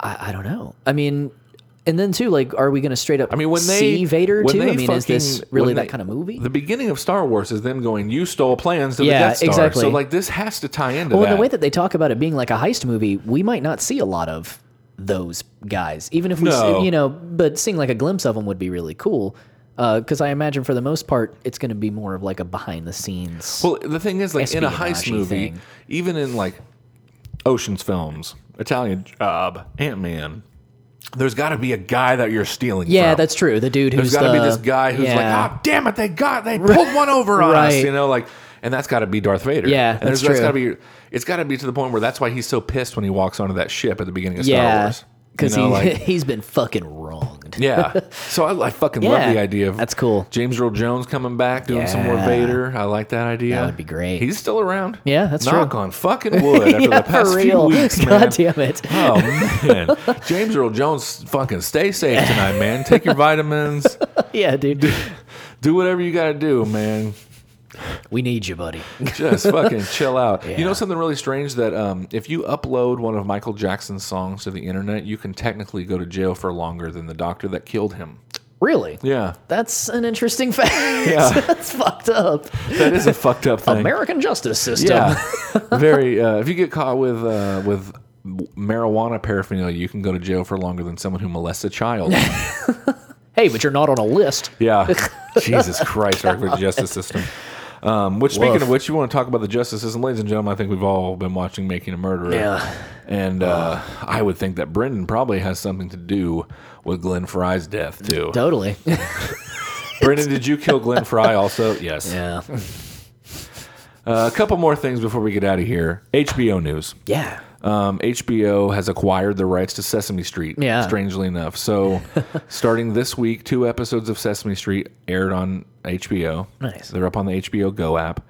Speaker 1: I, I don't know. I mean, and then too, like, are we going to straight up
Speaker 3: I mean, when they
Speaker 1: see Vader
Speaker 3: when
Speaker 1: too? I
Speaker 3: they
Speaker 1: mean, is this
Speaker 3: fucking-
Speaker 1: really
Speaker 3: when
Speaker 1: that
Speaker 3: they-
Speaker 1: kind of movie?
Speaker 3: The beginning of Star Wars is them going, "You stole plans to
Speaker 1: Yeah,
Speaker 3: the Death Star."
Speaker 1: exactly.
Speaker 3: So like this has to tie into
Speaker 1: Well,
Speaker 3: that.
Speaker 1: in the way that they talk about it being like a heist movie, we might not see a lot of those guys. Even if we,
Speaker 3: No.
Speaker 1: see, you know, but seeing like a glimpse of them would be really cool. Because I imagine for the most part, it's going to be more of like a behind the scenes.
Speaker 3: well, the thing is, like in a heist
Speaker 1: espionage-y
Speaker 3: movie,
Speaker 1: thing.
Speaker 3: even in like Ocean's films, Italian Job, Ant Man, there's got to be a guy that you're stealing.
Speaker 1: yeah,
Speaker 3: from.
Speaker 1: that's true. The dude
Speaker 3: There's
Speaker 1: who's
Speaker 3: got to
Speaker 1: the,
Speaker 3: be this guy who's like,
Speaker 1: yeah.
Speaker 3: ah, damn it, they got, they pulled one over on us,
Speaker 1: Right.
Speaker 3: you know, like, and that's got to be Darth Vader.
Speaker 1: Yeah,
Speaker 3: and
Speaker 1: that's
Speaker 3: there's- That's
Speaker 1: true.
Speaker 3: got to be, it's got to be to the point where that's why he's so pissed when he walks onto that ship at the beginning of Star
Speaker 1: yeah,
Speaker 3: Wars. You
Speaker 1: because
Speaker 3: know,
Speaker 1: he [laughs]
Speaker 3: like-
Speaker 1: he's been fucking wronged.
Speaker 3: [laughs] yeah. So I, I fucking love
Speaker 1: Yeah.
Speaker 3: the idea of
Speaker 1: That's cool.
Speaker 3: James Earl Jones coming back doing some more
Speaker 1: Yeah.
Speaker 3: Vader. I like that idea.
Speaker 1: That would be great.
Speaker 3: He's still around.
Speaker 1: Yeah, that's
Speaker 3: Knock
Speaker 1: true.
Speaker 3: on
Speaker 1: [laughs]
Speaker 3: fucking wood after
Speaker 1: Yeah,
Speaker 3: the past
Speaker 1: for
Speaker 3: few
Speaker 1: real. [laughs]
Speaker 3: weeks, man.
Speaker 1: God damn it.
Speaker 3: Oh man, James Earl Jones, fucking stay safe tonight, man. Take your vitamins.
Speaker 1: yeah, dude,
Speaker 3: Do whatever you got to do, man.
Speaker 1: we need you, buddy.
Speaker 3: Just fucking chill out. You
Speaker 1: Yeah.
Speaker 3: know something really strange that um, if you upload one of Michael Jackson's songs to the internet, you can technically go to jail for longer than the doctor that killed him.
Speaker 1: Really?
Speaker 3: Yeah,
Speaker 1: That's an interesting [laughs] fact.
Speaker 3: Yeah.
Speaker 1: [laughs] that's fucked up.
Speaker 3: that is a fucked up thing.
Speaker 1: American justice system.
Speaker 3: Yeah, [laughs] very. Uh, if you get caught with uh, with marijuana paraphernalia, you can go to jail for longer than someone who molests a child.
Speaker 1: Hey, but you're not on a list.
Speaker 3: yeah, [laughs] Jesus Christ, our justice system. Um, which, speaking
Speaker 1: Woof.
Speaker 3: of which, you want to talk about the justice system, ladies and gentlemen. I think we've all been watching Making a Murderer.
Speaker 1: Yeah.
Speaker 3: and uh, I would think that Brendan probably has something to do with Glenn Fry's death too. [laughs]
Speaker 1: Totally.
Speaker 3: Brendan, did you kill Glenn Fry? Also, yes.
Speaker 1: Yeah.
Speaker 3: Uh, a couple more things before we get out of here. HBO news.
Speaker 1: Yeah.
Speaker 3: um, HBO has acquired the rights to Sesame Street.
Speaker 1: Yeah.
Speaker 3: Strangely
Speaker 1: [laughs]
Speaker 3: enough, so starting this week, two episodes of Sesame Street aired on HBO.
Speaker 1: Nice.
Speaker 3: They're up on the HBO Go app.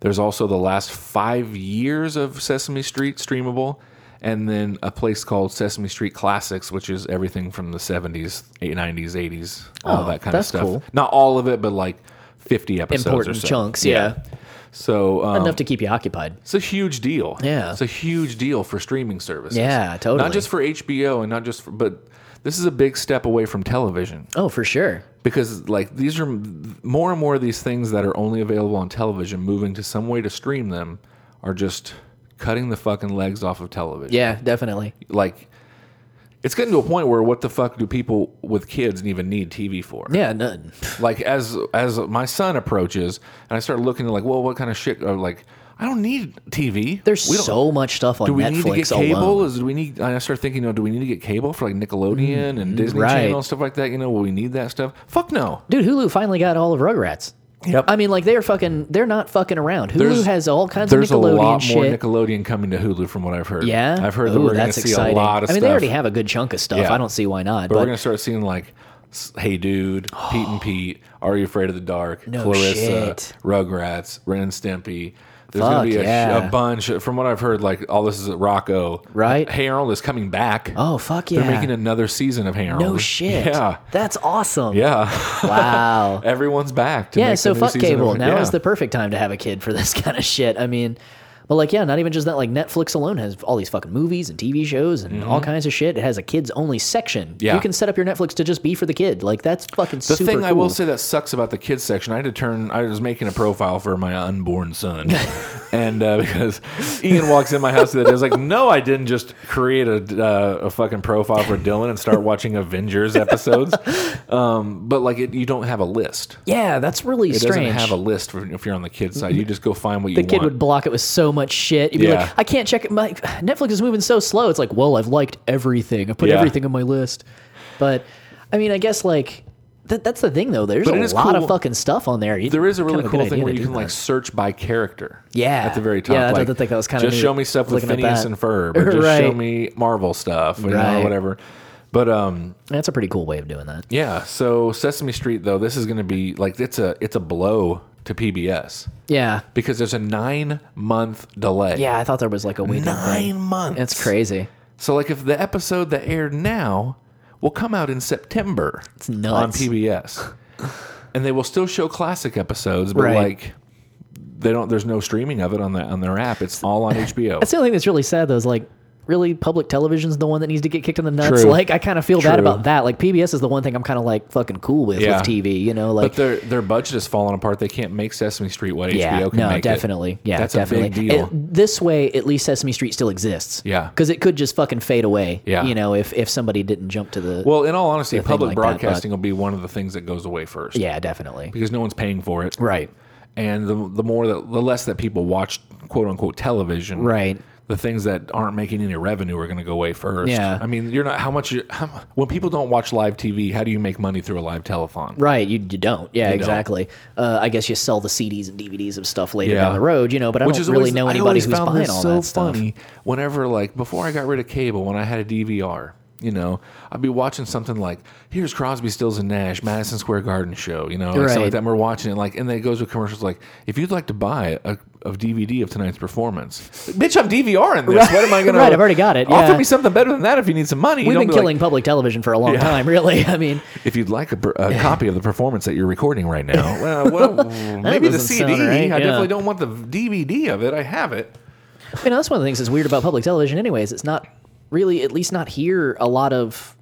Speaker 3: There's also the last five years of Sesame Street streamable, and then a place called Sesame Street Classics, which is everything from the 70s, 90s, 80s, all
Speaker 1: Oh,
Speaker 3: that kind
Speaker 1: that's
Speaker 3: of stuff.
Speaker 1: cool.
Speaker 3: Not all of it, but like 50 episodes
Speaker 1: important
Speaker 3: or so.
Speaker 1: chunks. Yeah.
Speaker 3: So um,
Speaker 1: Enough to keep you occupied.
Speaker 3: it's a huge deal.
Speaker 1: Yeah.
Speaker 3: It's a huge deal for streaming services.
Speaker 1: Yeah, totally.
Speaker 3: Not just for HBO and not just for, but this is a big step away from television
Speaker 1: Oh, for sure.
Speaker 3: because like these are more and more of these things that are only available on television moving to some way to stream them are just cutting the fucking legs off of television.
Speaker 1: Yeah, definitely.
Speaker 3: Like it's getting to a point where what the fuck do people with kids even need TV for?
Speaker 1: Yeah, none.
Speaker 3: like as as my son approaches and I start looking like, well, what kind of shit? Or like, I don't need TV.
Speaker 1: There's
Speaker 3: We don't-
Speaker 1: so much stuff on
Speaker 3: Do we
Speaker 1: Netflix
Speaker 3: need to get cable?
Speaker 1: alone.
Speaker 3: Is do we need? and I start thinking, you know, do we need to get cable for like Nickelodeon and Disney
Speaker 1: Mm, right.
Speaker 3: Channel and stuff like that? You know, will we need that stuff? Fuck no.
Speaker 1: Dude, Hulu finally got all of Rugrats.
Speaker 3: Yep.
Speaker 1: I mean, like they are fucking. They're not fucking around. Hulu
Speaker 3: There's-
Speaker 1: has all kinds of
Speaker 3: There's a
Speaker 1: Nickelodeon
Speaker 3: lot
Speaker 1: shit.
Speaker 3: more Nickelodeon coming to Hulu, from what I've heard.
Speaker 1: yeah,
Speaker 3: I've heard that
Speaker 1: Ooh,
Speaker 3: we're going to
Speaker 1: that's
Speaker 3: see
Speaker 1: exciting.
Speaker 3: a lot of
Speaker 1: I mean,
Speaker 3: stuff.
Speaker 1: they already have a good chunk of stuff.
Speaker 3: Yeah.
Speaker 1: I don't see why not.
Speaker 3: But,
Speaker 1: But,
Speaker 3: we're going to start seeing like, s- Hey Dude, Pete
Speaker 1: [gasps]
Speaker 3: and Pete, Are You Afraid of the Dark,
Speaker 1: No
Speaker 3: Clarissa,
Speaker 1: shit.
Speaker 3: Rugrats, Ren and Stimpy. There's
Speaker 1: Fuck,
Speaker 3: going to be a, sh-
Speaker 1: yeah.
Speaker 3: a bunch. From what I've heard, like all this is at Rocco.
Speaker 1: Right.
Speaker 3: Hey Arnold is coming back.
Speaker 1: oh fuck yeah,
Speaker 3: They're making another season of Hey Arnold.
Speaker 1: no shit.
Speaker 3: Yeah.
Speaker 1: that's awesome.
Speaker 3: Yeah. [laughs]
Speaker 1: Wow.
Speaker 3: Everyone's back. To
Speaker 1: yeah,
Speaker 3: make
Speaker 1: so
Speaker 3: the new
Speaker 1: fuck
Speaker 3: season of-
Speaker 1: cable. now
Speaker 3: yeah.
Speaker 1: is the perfect time to have a kid for this [laughs] kind of shit. I mean, but like, yeah, not even just that. Like Netflix alone has all these fucking movies and TV shows and all kinds of shit. It has a kids only section.
Speaker 3: Mm-hmm. Yeah.
Speaker 1: you can set up your Netflix to just be for the kid. Like that's fucking
Speaker 3: The
Speaker 1: super
Speaker 3: thing I will
Speaker 1: cool.
Speaker 3: say that sucks about the kids section, I had to turn. I was making a profile for my
Speaker 1: [laughs]
Speaker 3: unborn son, and uh, because Ian walks in my house the other day, I was like, "No, I didn't just create a, uh, a fucking profile for Dylan and start watching
Speaker 1: [laughs]
Speaker 3: Avengers episodes." Um, but like, it, you don't have a list.
Speaker 1: Yeah, that's really
Speaker 3: It
Speaker 1: strange.
Speaker 3: doesn't have a list for, if you're on the kids side. You just go find what
Speaker 1: the
Speaker 3: you
Speaker 1: kid
Speaker 3: want.
Speaker 1: would block it with so much shit. You'd be
Speaker 3: Yeah.
Speaker 1: like, I can't check it. My [sighs] Netflix is moving so slow. It's like, well, I've liked everything. I put
Speaker 3: Yeah.
Speaker 1: everything on my list. But I mean, I guess like that, that's the thing though. There's
Speaker 3: But it
Speaker 1: a
Speaker 3: is
Speaker 1: lot of
Speaker 3: cool.
Speaker 1: fucking stuff on there. You-
Speaker 3: There is a really
Speaker 1: kind of
Speaker 3: cool
Speaker 1: good
Speaker 3: thing
Speaker 1: idea
Speaker 3: where
Speaker 1: to
Speaker 3: you
Speaker 1: do
Speaker 3: can like
Speaker 1: that.
Speaker 3: search by character.
Speaker 1: Yeah.
Speaker 3: at the very top.
Speaker 1: Yeah, I
Speaker 3: like,
Speaker 1: didn't think that was kinda
Speaker 3: Just
Speaker 1: neat,
Speaker 3: show me stuff with
Speaker 1: looking at
Speaker 3: Phineas
Speaker 1: that.
Speaker 3: and
Speaker 1: [laughs]
Speaker 3: Ferb, or just show
Speaker 1: Right.
Speaker 3: me Marvel stuff, or
Speaker 1: Right.
Speaker 3: whatever. But um,
Speaker 1: That's a pretty cool way of doing that.
Speaker 3: yeah. So Sesame Street, though, this is going to be like it's a it's a blow to PBS
Speaker 1: Yeah.
Speaker 3: because there's a nine month delay.
Speaker 1: Yeah, I thought there was like a waiting thing.
Speaker 3: nine months.
Speaker 1: That's crazy.
Speaker 3: So like, if the episode that aired now will come out in September, it's
Speaker 1: nuts.
Speaker 3: on PBS, [laughs] and they will still show classic episodes, but
Speaker 1: Right.
Speaker 3: like. They don't. There's no streaming of it on the on their app. It's
Speaker 1: [laughs]
Speaker 3: all on HBO.
Speaker 1: That's the only thing that's really sad though is like really public television's the one that needs to get kicked in the nuts.
Speaker 3: True.
Speaker 1: Like I kind of feel bad
Speaker 3: True.
Speaker 1: about that. Like PBS is the one thing I'm kind of like fucking cool with
Speaker 3: Yeah.
Speaker 1: with TV, you know, like
Speaker 3: but their their budget is falling apart. They can't make Sesame Street what
Speaker 1: yeah,
Speaker 3: HBO can
Speaker 1: no,
Speaker 3: make. it.
Speaker 1: definitely. Yeah,
Speaker 3: That's a
Speaker 1: definitely.
Speaker 3: big deal.
Speaker 1: It- this way, at least Sesame Street still exists.
Speaker 3: Yeah.
Speaker 1: because it could just fucking fade away.
Speaker 3: Yeah.
Speaker 1: you know, if if somebody didn't jump to the
Speaker 3: well, in all honesty,
Speaker 1: thing
Speaker 3: public
Speaker 1: like that, but-
Speaker 3: broadcasting will be one of the things that goes away first.
Speaker 1: yeah, definitely.
Speaker 3: because no one's paying for it.
Speaker 1: Right.
Speaker 3: And the the more that the less that people watch quote unquote television.
Speaker 1: Right.
Speaker 3: The things that aren't making any revenue are going to go away first.
Speaker 1: Yeah.
Speaker 3: I mean, you're not how much you, how, mu- when people don't watch live TV. How do you make money through a live telethon?
Speaker 1: Right, you, you don't. Yeah,
Speaker 3: don't.
Speaker 1: exactly. Uh, I guess you sell the CDs and DVDs of stuff later
Speaker 3: Yeah.
Speaker 1: down the road, you know. But I don't really
Speaker 3: always-
Speaker 1: know
Speaker 3: I
Speaker 1: anybody
Speaker 3: always
Speaker 1: who's
Speaker 3: found
Speaker 1: buying
Speaker 3: this
Speaker 1: all
Speaker 3: so
Speaker 1: that stuff.
Speaker 3: funny whenever like before I got rid of cable when I had a DVR, you know, I'd be watching something like here's Crosby, Stills and Nash Madison Square Garden show, you know, like something
Speaker 1: Right.
Speaker 3: like that. And we're watching it like, and then it goes with commercials like, if you'd like to buy a, a DVD of tonight's performance, like, bitch, I'm DVRing this. What am I gonna?
Speaker 1: [laughs] Right, I've already got it,
Speaker 3: Offer
Speaker 1: yeah.
Speaker 3: me something better than that if you need some money. You
Speaker 1: We've
Speaker 3: don't
Speaker 1: been
Speaker 3: be like,
Speaker 1: killing public television for a long time, [laughs] really. I
Speaker 3: [laughs]
Speaker 1: mean,
Speaker 3: if you'd like a, per- a copy of the performance that you're recording
Speaker 1: [laughs]
Speaker 3: right now, well, well maybe the
Speaker 1: doesn't
Speaker 3: CD.
Speaker 1: sound right,
Speaker 3: I
Speaker 1: yeah.
Speaker 3: definitely don't want the DVD of it. I have it.
Speaker 1: you know, that's one of the things that's weird about public television, anyways. It's not really, at least not here, a lot of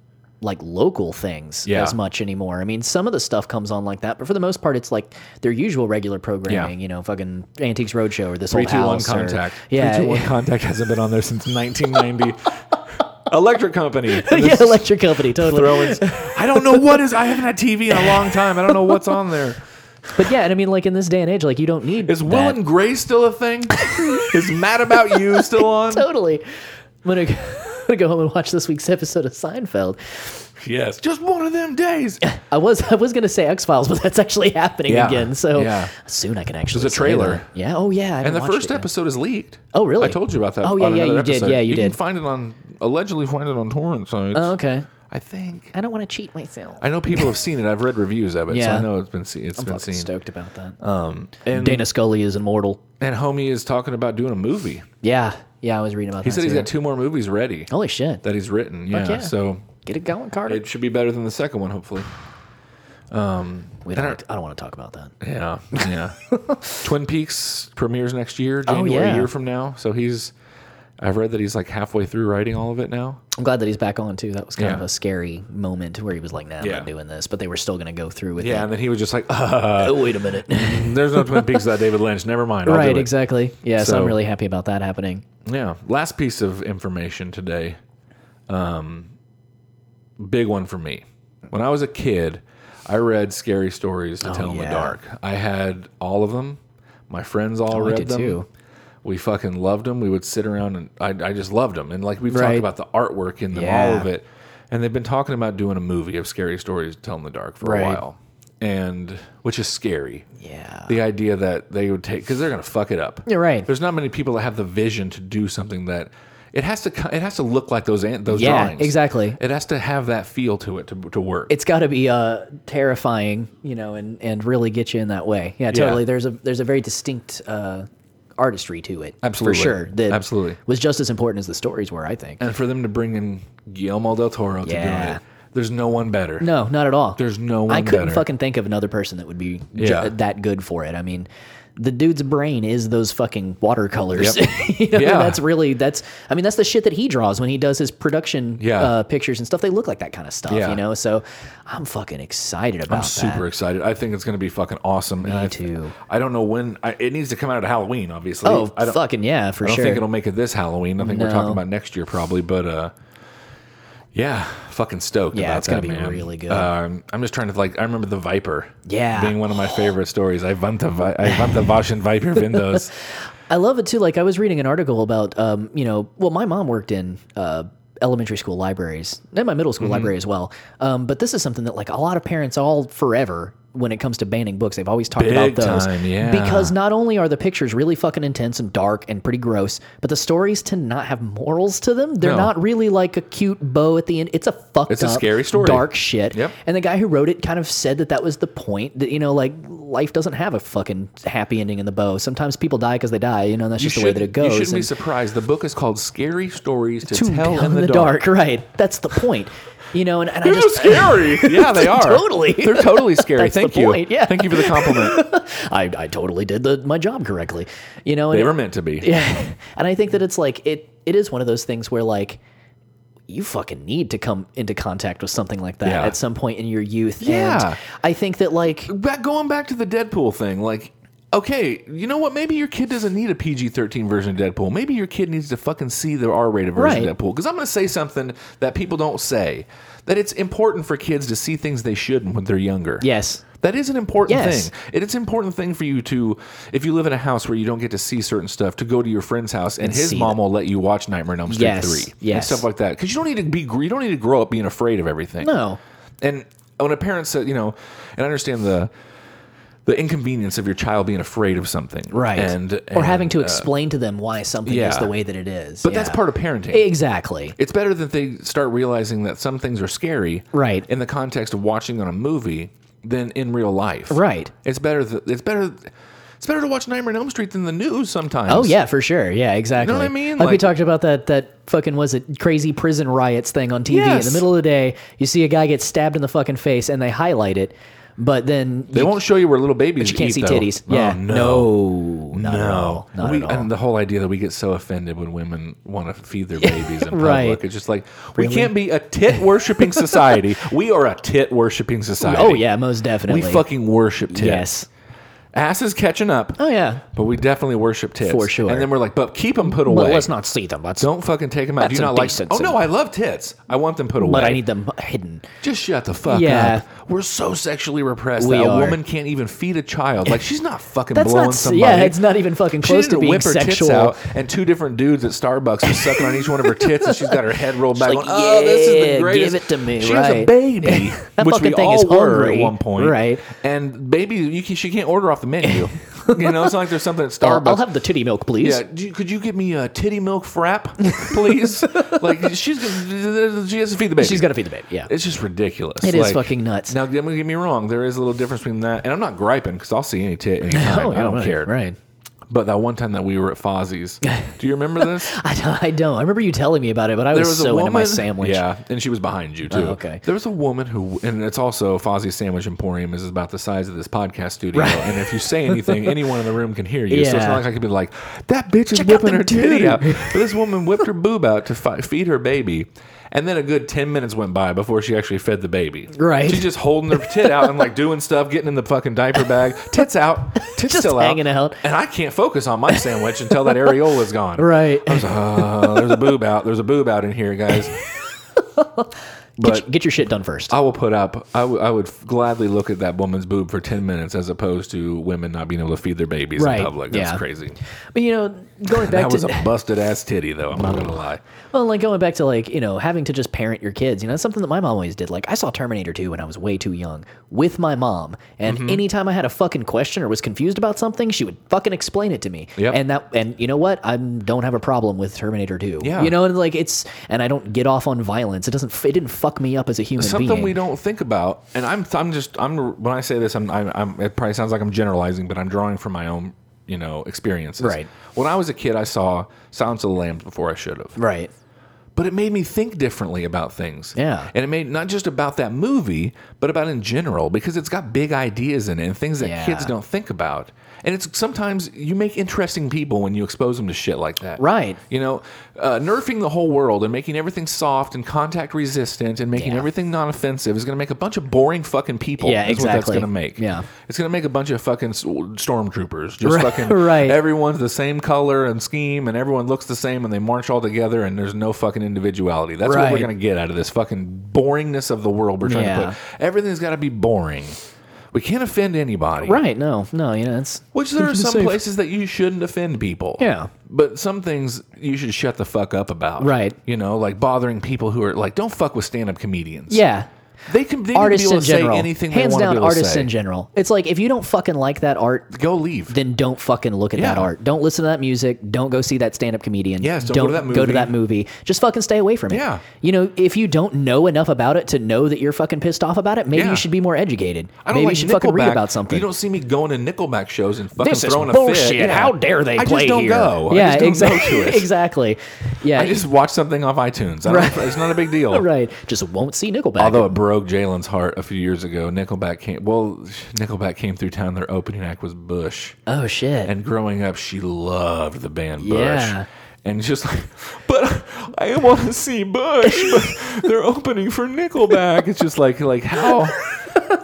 Speaker 1: like local things
Speaker 3: Yeah.
Speaker 1: as much anymore. I mean, some of the stuff comes on like that, but for the most part, it's like their usual regular programming. You know, fucking Antiques Roadshow or this
Speaker 3: Three
Speaker 1: old
Speaker 3: two one
Speaker 1: house. or-
Speaker 3: contact.
Speaker 1: yeah,
Speaker 3: Three two one contact hasn't been on there since 1990.
Speaker 1: [laughs]
Speaker 3: Electric company.
Speaker 1: [laughs] yeah, electric company, totally.
Speaker 3: Throwing. I don't know what is. I haven't had TV in a long time. I don't know what's on there.
Speaker 1: But yeah, and I mean, like in this day and age, like you don't need
Speaker 3: Is Will
Speaker 1: that.
Speaker 3: and Grace still
Speaker 1: [laughs]
Speaker 3: a thing? is Mad About You still on?
Speaker 1: totally. I'm gonna, [laughs] I'm gonna go home and watch this week's episode of Seinfeld.
Speaker 3: Yes. Just one of them days.
Speaker 1: I was I was gonna say X Files, but that's actually happening
Speaker 3: Yeah,
Speaker 1: again. So
Speaker 3: yeah.
Speaker 1: soon I can actually.
Speaker 3: There's a
Speaker 1: say
Speaker 3: trailer.
Speaker 1: that. Yeah. Oh yeah. I haven't
Speaker 3: And the
Speaker 1: watched
Speaker 3: first
Speaker 1: it yet.
Speaker 3: episode is leaked.
Speaker 1: Oh, really?
Speaker 3: I told you about that.
Speaker 1: Oh, yeah,
Speaker 3: on
Speaker 1: yeah,
Speaker 3: another
Speaker 1: you did.
Speaker 3: episode.
Speaker 1: Yeah, you
Speaker 3: can
Speaker 1: did.
Speaker 3: find it on allegedly find it on torrent sites.
Speaker 1: Oh, okay.
Speaker 3: I think.
Speaker 1: I don't want to cheat myself.
Speaker 3: I know people have seen it. I've read reviews of it, so
Speaker 1: Yeah.
Speaker 3: I know it's been seen. It's
Speaker 1: I'm
Speaker 3: been
Speaker 1: fucking
Speaker 3: seen.
Speaker 1: stoked about that. Um, Dana Scully is immortal.
Speaker 3: And homie is talking about doing a movie.
Speaker 1: Yeah. Yeah. I was reading about.
Speaker 3: He
Speaker 1: that
Speaker 3: said he's
Speaker 1: too.
Speaker 3: got two more movies ready
Speaker 1: Holy shit!
Speaker 3: that he's written. Yeah,
Speaker 1: Oh. yeah.
Speaker 3: so
Speaker 1: Get it going, Carter.
Speaker 3: it should be better than the second one, hopefully.
Speaker 1: We don't, I don't want to talk about that.
Speaker 3: Yeah,
Speaker 1: [laughs]
Speaker 3: yeah. Twin Peaks premieres next year, January
Speaker 1: Oh, yeah.
Speaker 3: a year from now. So he's, I've read that he's like halfway through writing all of it now.
Speaker 1: I'm glad that he's back on too. That was kind of
Speaker 3: Yeah.
Speaker 1: a scary moment where he was like, "Nah, I'm
Speaker 3: Yeah.
Speaker 1: not doing this," but they were still going to go through with
Speaker 3: Yeah,
Speaker 1: it.
Speaker 3: and then he was just like, [laughs] uh,
Speaker 1: Oh, wait a minute.
Speaker 3: "There's no Twin Peaks without David Lynch. Never mind." I'll do
Speaker 1: right,
Speaker 3: it."
Speaker 1: exactly. Yeah, so, I'm
Speaker 3: So-
Speaker 1: really happy about that happening.
Speaker 3: Yeah. Last piece of information today. Um, big one for me. When I was a kid, I read scary stories to tell in the
Speaker 1: Oh, yeah.
Speaker 3: dark. I had all of them. My friends all
Speaker 1: Oh, I
Speaker 3: read
Speaker 1: did
Speaker 3: them.
Speaker 1: too.
Speaker 3: We fucking loved them. We would sit around and I, I just loved them. And like we've
Speaker 1: Right.
Speaker 3: talked about the artwork in them, all
Speaker 1: Yeah.
Speaker 3: of it. And they've been talking about doing a movie of scary stories to tell in the dark for
Speaker 1: Right.
Speaker 3: a while, and which is scary
Speaker 1: Yeah.
Speaker 3: the idea that they would take because they're going to fuck it up.
Speaker 1: You're right.
Speaker 3: There's not many people that have the vision to do something that it has to. co- It has to look like those an- those
Speaker 1: Yeah,
Speaker 3: drawings.
Speaker 1: exactly.
Speaker 3: It has to have that feel to it to, to work.
Speaker 1: it's got to be uh, terrifying, you know, and, and really get you in that way. Yeah, totally. There's a there's a very distinct uh, artistry to it,
Speaker 3: Absolutely.
Speaker 1: for sure. That
Speaker 3: Absolutely.
Speaker 1: was just as important as the stories were. I think.
Speaker 3: and for them to bring in Guillermo del Toro to do
Speaker 1: Yeah.
Speaker 3: it, there's no one better.
Speaker 1: No, not at all.
Speaker 3: There's no one
Speaker 1: I couldn't
Speaker 3: better.
Speaker 1: fucking think of another person that would be ju-
Speaker 3: Yeah.
Speaker 1: that good for it. I mean, the dude's brain is those fucking watercolors.
Speaker 3: Yep.
Speaker 1: [laughs] You know,
Speaker 3: Yeah.
Speaker 1: that's really that's. I mean, that's the shit that he draws when he does his production
Speaker 3: Yeah.
Speaker 1: uh, pictures and stuff. They look like that kind of stuff,
Speaker 3: Yeah.
Speaker 1: you know. So I'm fucking excited about
Speaker 3: I'm super
Speaker 1: that.
Speaker 3: excited. I think it's going to be fucking awesome. Me and I,
Speaker 1: too.
Speaker 3: I don't know when I, it needs to come out at Halloween. Obviously.
Speaker 1: Oh,
Speaker 3: I don't,
Speaker 1: fucking yeah, for
Speaker 3: I don't
Speaker 1: sure.
Speaker 3: think it'll make it this Halloween. I think we're talking
Speaker 1: No.
Speaker 3: about next year probably, but uh yeah, fucking stoked
Speaker 1: Yeah,
Speaker 3: about
Speaker 1: it's
Speaker 3: that,
Speaker 1: gonna be
Speaker 3: man.
Speaker 1: really good.
Speaker 3: Um, I'm just trying to like I remember the Viper.
Speaker 1: Yeah.
Speaker 3: Being one of my favorite stories. I want the Vi- I want the Vaschen
Speaker 1: [laughs]
Speaker 3: Viper windows.
Speaker 1: I love it too. Like I was reading an article about, um, you know, well, my mom worked in uh, elementary school libraries and my middle
Speaker 3: Mm-hmm.
Speaker 1: school library as well. Um, but this is something that like a lot of parents all forever when it comes to banning books, they've always talked
Speaker 3: Big
Speaker 1: about those
Speaker 3: time, yeah.
Speaker 1: because not only are the pictures really fucking intense and dark and pretty gross, but the stories tend to not have morals to them. They're
Speaker 3: No.
Speaker 1: not really like a cute bow at the end. It's a fucked
Speaker 3: It's a
Speaker 1: up,
Speaker 3: scary story.
Speaker 1: dark shit.
Speaker 3: Yep.
Speaker 1: And the guy who wrote it kind of said that that was the point that, you know, like life doesn't have a fucking happy ending in the bow. Sometimes people die because they die, you know, and that's just the way that it goes.
Speaker 3: You shouldn't be
Speaker 1: and
Speaker 3: surprised. The book is called Scary Stories to,
Speaker 1: to
Speaker 3: Tell in the,
Speaker 1: [laughs]
Speaker 3: Dark.
Speaker 1: right. That's the point. You know, and, and I
Speaker 3: They're
Speaker 1: just,
Speaker 3: scary. yeah, they are.
Speaker 1: Totally.
Speaker 3: They're totally scary.
Speaker 1: [laughs] That's the
Speaker 3: Thank you.
Speaker 1: point, yeah.
Speaker 3: Thank you for
Speaker 1: [laughs]
Speaker 3: the compliment.
Speaker 1: [laughs] I, I totally did the, my job correctly, you know, and
Speaker 3: they
Speaker 1: it-
Speaker 3: were meant to be.
Speaker 1: [laughs] Yeah. And I think that it's like it it is one of those things where like you fucking need to come into contact with something like that
Speaker 3: Yeah.
Speaker 1: at some point in your youth.
Speaker 3: Yeah.
Speaker 1: And I think that like
Speaker 3: back going back to the Deadpool thing, like okay, you know what? Maybe your kid doesn't need a PG thirteen version of Deadpool. Maybe your kid needs to fucking see the R rated version
Speaker 1: Right.
Speaker 3: of Deadpool. Because I'm going to say something that people don't say that it's important for kids to see things they shouldn't when they're younger.
Speaker 1: yes.
Speaker 3: That is an important
Speaker 1: Yes.
Speaker 3: thing. It is an important thing for you to, if you live in a house where you don't get to see certain stuff, to go to your friend's house and, his
Speaker 1: see
Speaker 3: mom will let you watch Nightmare on Elm Street
Speaker 1: Yes.
Speaker 3: three and
Speaker 1: Yes.
Speaker 3: stuff like that. Because you don't need to be, you don't need to grow up being afraid of everything.
Speaker 1: No.
Speaker 3: And when a parent said, you know, and I understand the the inconvenience of your child being afraid of something,
Speaker 1: Right.
Speaker 3: And,
Speaker 1: or having
Speaker 3: and,
Speaker 1: to
Speaker 3: uh,
Speaker 1: explain to them why something is
Speaker 3: yeah.
Speaker 1: the way that it is.
Speaker 3: but that's part of parenting.
Speaker 1: Exactly.
Speaker 3: it's better that they start realizing that some things are scary,
Speaker 1: Right.
Speaker 3: In the context of watching on a movie than in real life,
Speaker 1: Right.
Speaker 3: It's better that it's better. It's better to watch Nightmare on Elm Street than the news sometimes.
Speaker 1: Oh yeah, for sure. Yeah, exactly.
Speaker 3: I mean?
Speaker 1: Like, we
Speaker 3: Like-
Speaker 1: talked about that that fucking was it crazy prison riots thing on TV in
Speaker 3: Yes.
Speaker 1: the middle of the day. You see a guy get stabbed in the fucking face, and they highlight it, but then
Speaker 3: They
Speaker 1: you,
Speaker 3: won't show you where little babies.
Speaker 1: but you can't
Speaker 3: eat,
Speaker 1: see
Speaker 3: though.
Speaker 1: titties.
Speaker 3: Oh,
Speaker 1: yeah,
Speaker 3: no.
Speaker 1: no, not at all. Not
Speaker 3: we,
Speaker 1: at all.
Speaker 3: And the whole idea that we get so offended when women want to feed their babies in public.
Speaker 1: Right.
Speaker 3: It's just like, we can't be
Speaker 1: [laughs]
Speaker 3: a tit worshipping society. we are a tit worshipping society.
Speaker 1: oh yeah, most definitely.
Speaker 3: We fucking worship tits.
Speaker 1: yes.
Speaker 3: Ass is catching up,
Speaker 1: Oh yeah.
Speaker 3: but we definitely worship tits.
Speaker 1: For sure.
Speaker 3: And then we're like, but keep them put away.
Speaker 1: Well, let's not see them. Let's,
Speaker 3: Don't fucking take them out. Do
Speaker 1: That's
Speaker 3: you not like
Speaker 1: indecency.
Speaker 3: Oh, no, I love tits. I want them put away.
Speaker 1: but I need them hidden.
Speaker 3: Just shut the fuck
Speaker 1: Yeah.
Speaker 3: up. We're so sexually repressed
Speaker 1: We
Speaker 3: that
Speaker 1: are.
Speaker 3: a woman can't even feed a child. Like, she's not fucking
Speaker 1: That's
Speaker 3: blowing
Speaker 1: not.
Speaker 3: somebody.
Speaker 1: Yeah, it's not even fucking
Speaker 3: She
Speaker 1: close
Speaker 3: needed
Speaker 1: to being
Speaker 3: whip her
Speaker 1: sexual.
Speaker 3: tits out, and two different dudes at Starbucks are sucking on each one of her tits, and she's got her head rolled back.
Speaker 1: like,
Speaker 3: going, oh, this is
Speaker 1: "Yeah,
Speaker 3: the greatest.
Speaker 1: give it to me,"
Speaker 3: She was a
Speaker 1: right.
Speaker 3: baby,
Speaker 1: [laughs] That
Speaker 3: which
Speaker 1: fucking
Speaker 3: we
Speaker 1: thing
Speaker 3: all
Speaker 1: is
Speaker 3: were
Speaker 1: hungry,
Speaker 3: at one point,
Speaker 1: right.
Speaker 3: And baby, you can, she can't order off
Speaker 1: [laughs]
Speaker 3: the menu. you know, it's not like there's something at
Speaker 1: I'll,
Speaker 3: Starbucks.
Speaker 1: I'll have the titty milk, please.
Speaker 3: yeah, do you- could you give me a titty milk frap,
Speaker 1: [laughs]
Speaker 3: please? like she's gonna- she has to feed the baby.
Speaker 1: She's got to feed the baby. Yeah.
Speaker 3: It's just ridiculous.
Speaker 1: It is fucking nuts.
Speaker 3: Now,
Speaker 1: [laughs]
Speaker 3: don't get me wrong. There is a little difference between that, and I'm not griping because I'll see any tit anytime. I don't
Speaker 1: Oh, right,
Speaker 3: care.
Speaker 1: Right.
Speaker 3: But that one time that we were at Fozzie's, do you remember this?
Speaker 1: I don't, I don't. I remember you telling me about it, but I was, so into my sandwich.
Speaker 3: Yeah, and she was behind you too.
Speaker 1: Oh, okay.
Speaker 3: There was a woman who, and it's also Fozzie's Sandwich Emporium is about the size of this podcast studio. And if you
Speaker 1: [laughs]
Speaker 3: say anything, anyone in the room can hear you. So it's
Speaker 1: Yeah.
Speaker 3: not like I could be like, that bitch is
Speaker 1: Check out
Speaker 3: whipping
Speaker 1: their
Speaker 3: her titty
Speaker 1: titty."
Speaker 3: out. But this woman whipped her boob out to fi- feed her baby. And then a good 10 minutes went by before she actually fed the baby.
Speaker 1: Right.
Speaker 3: She's just holding her tit out and like doing stuff, getting in the fucking diaper bag. Tits out, tits
Speaker 1: Just
Speaker 3: still
Speaker 1: hanging out.
Speaker 3: And I can't focus on my sandwich until that areola's gone.
Speaker 1: Right.
Speaker 3: Uh, there's a boob out. There's a boob out in here, guys.
Speaker 1: Get,
Speaker 3: But
Speaker 1: your- get your shit done first.
Speaker 3: I will put up. I would- I would gladly look at that woman's boob for ten minutes, as opposed to women not being able to feed their babies
Speaker 1: Right,
Speaker 3: in public. That's
Speaker 1: yeah.
Speaker 3: crazy.
Speaker 1: but you know, going back
Speaker 3: [laughs] That was
Speaker 1: to
Speaker 3: a busted ass titty, though. I'm not gonna lie.
Speaker 1: Well, like going back to like, you know, having to just parent your kids, you know, that's something that my mom always did. Like I saw Terminator 2 when I was way too young with my mom, and
Speaker 3: Mm-hmm.
Speaker 1: anytime I had a fucking question or was confused about something, she would fucking explain it to me.
Speaker 3: Yep.
Speaker 1: And that and you know what? I don't have a problem with Terminator 2.
Speaker 3: Yeah.
Speaker 1: You know, and like it's and I don't get off on violence. It doesn't it didn't fuck me up as a human
Speaker 3: Something
Speaker 1: being.
Speaker 3: we don't think about, and I'm I'm just I'm when I say this, I'm, I'm I'm it probably sounds like I'm generalizing, but I'm drawing from my own you know experiences.
Speaker 1: Right.
Speaker 3: When I was a kid, I saw Silence of the Lambs before I should have.
Speaker 1: Right.
Speaker 3: but it made me think differently about things.
Speaker 1: Yeah.
Speaker 3: And it made not just about that movie, but about in general because it's got big ideas in it and things that
Speaker 1: Yeah.
Speaker 3: kids don't think about. And it's sometimes you make interesting people when you expose them to shit like that.
Speaker 1: Right.
Speaker 3: You know, uh, nerfing the whole world and making everything soft and contact resistant and making
Speaker 1: Yeah.
Speaker 3: everything non offensive is going to make a bunch of boring fucking people.
Speaker 1: Yeah,
Speaker 3: is what that's
Speaker 1: exactly.
Speaker 3: going to make.
Speaker 1: Yeah.
Speaker 3: It's going to make a bunch of fucking s- stormtroopers. Just
Speaker 1: [laughs] Right,
Speaker 3: fucking
Speaker 1: right.
Speaker 3: everyone's the same color and scheme and everyone looks the same and they march all together and there's no fucking individuality. That's what
Speaker 1: Right.
Speaker 3: we're going to get out of this fucking boringness of the world we're trying
Speaker 1: Yeah.
Speaker 3: to put. Everything's got to be boring. We can't offend anybody.
Speaker 1: Right. No. No, you know, it's [laughs]
Speaker 3: Which there are
Speaker 1: Keep it
Speaker 3: some
Speaker 1: safe.
Speaker 3: places that you shouldn't offend people.
Speaker 1: Yeah.
Speaker 3: But some things you should shut the fuck up about.
Speaker 1: Right.
Speaker 3: You know, like bothering people who are like, don't fuck with stand up comedians.
Speaker 1: Yeah.
Speaker 3: They can they
Speaker 1: Artists in
Speaker 3: need to be able to
Speaker 1: general.
Speaker 3: say anything they
Speaker 1: Hands
Speaker 3: want
Speaker 1: down
Speaker 3: to be able to
Speaker 1: artists
Speaker 3: say.
Speaker 1: in general. It's like if you don't fucking like that art,
Speaker 3: Go leave.
Speaker 1: then don't fucking look at that
Speaker 3: Yeah.
Speaker 1: art. Don't listen to that music. Don't go see that stand-up comedian.
Speaker 3: Yes, don't go to that movie.
Speaker 1: movie. Just fucking stay away from it.
Speaker 3: Yeah.
Speaker 1: You know, if you don't know enough about it to know that you're fucking pissed off about it, maybe
Speaker 3: Yeah.
Speaker 1: you should be more educated.
Speaker 3: I don't
Speaker 1: maybe
Speaker 3: like
Speaker 1: you should fucking read
Speaker 3: Nickelback.
Speaker 1: about something.
Speaker 3: You don't see me going to Nickelback shows and fucking
Speaker 1: this is
Speaker 3: throwing a
Speaker 1: bullshit.
Speaker 3: fit. Yeah.
Speaker 1: How dare they
Speaker 3: I just
Speaker 1: play
Speaker 3: don't
Speaker 1: here?
Speaker 3: go. I
Speaker 1: Yeah,
Speaker 3: just
Speaker 1: [laughs]
Speaker 3: don't
Speaker 1: exactly.
Speaker 3: go to it.
Speaker 1: exactly. Yeah.
Speaker 3: [laughs] I just watch something off iTunes. I don't,
Speaker 1: Right.
Speaker 3: It's not a big deal.
Speaker 1: [laughs] right. Just won't see Nickelback.
Speaker 3: Although it broke Jalen's heart a few years ago, Nickelback came. Well, Nickelback came through town. Their opening act was Bush,
Speaker 1: oh shit.
Speaker 3: and growing up, she loved the band Bush.
Speaker 1: Yeah.
Speaker 3: And just like, [laughs] but I want to see Bush.
Speaker 1: [laughs]
Speaker 3: But they're opening for Nickelback. It's just like, like how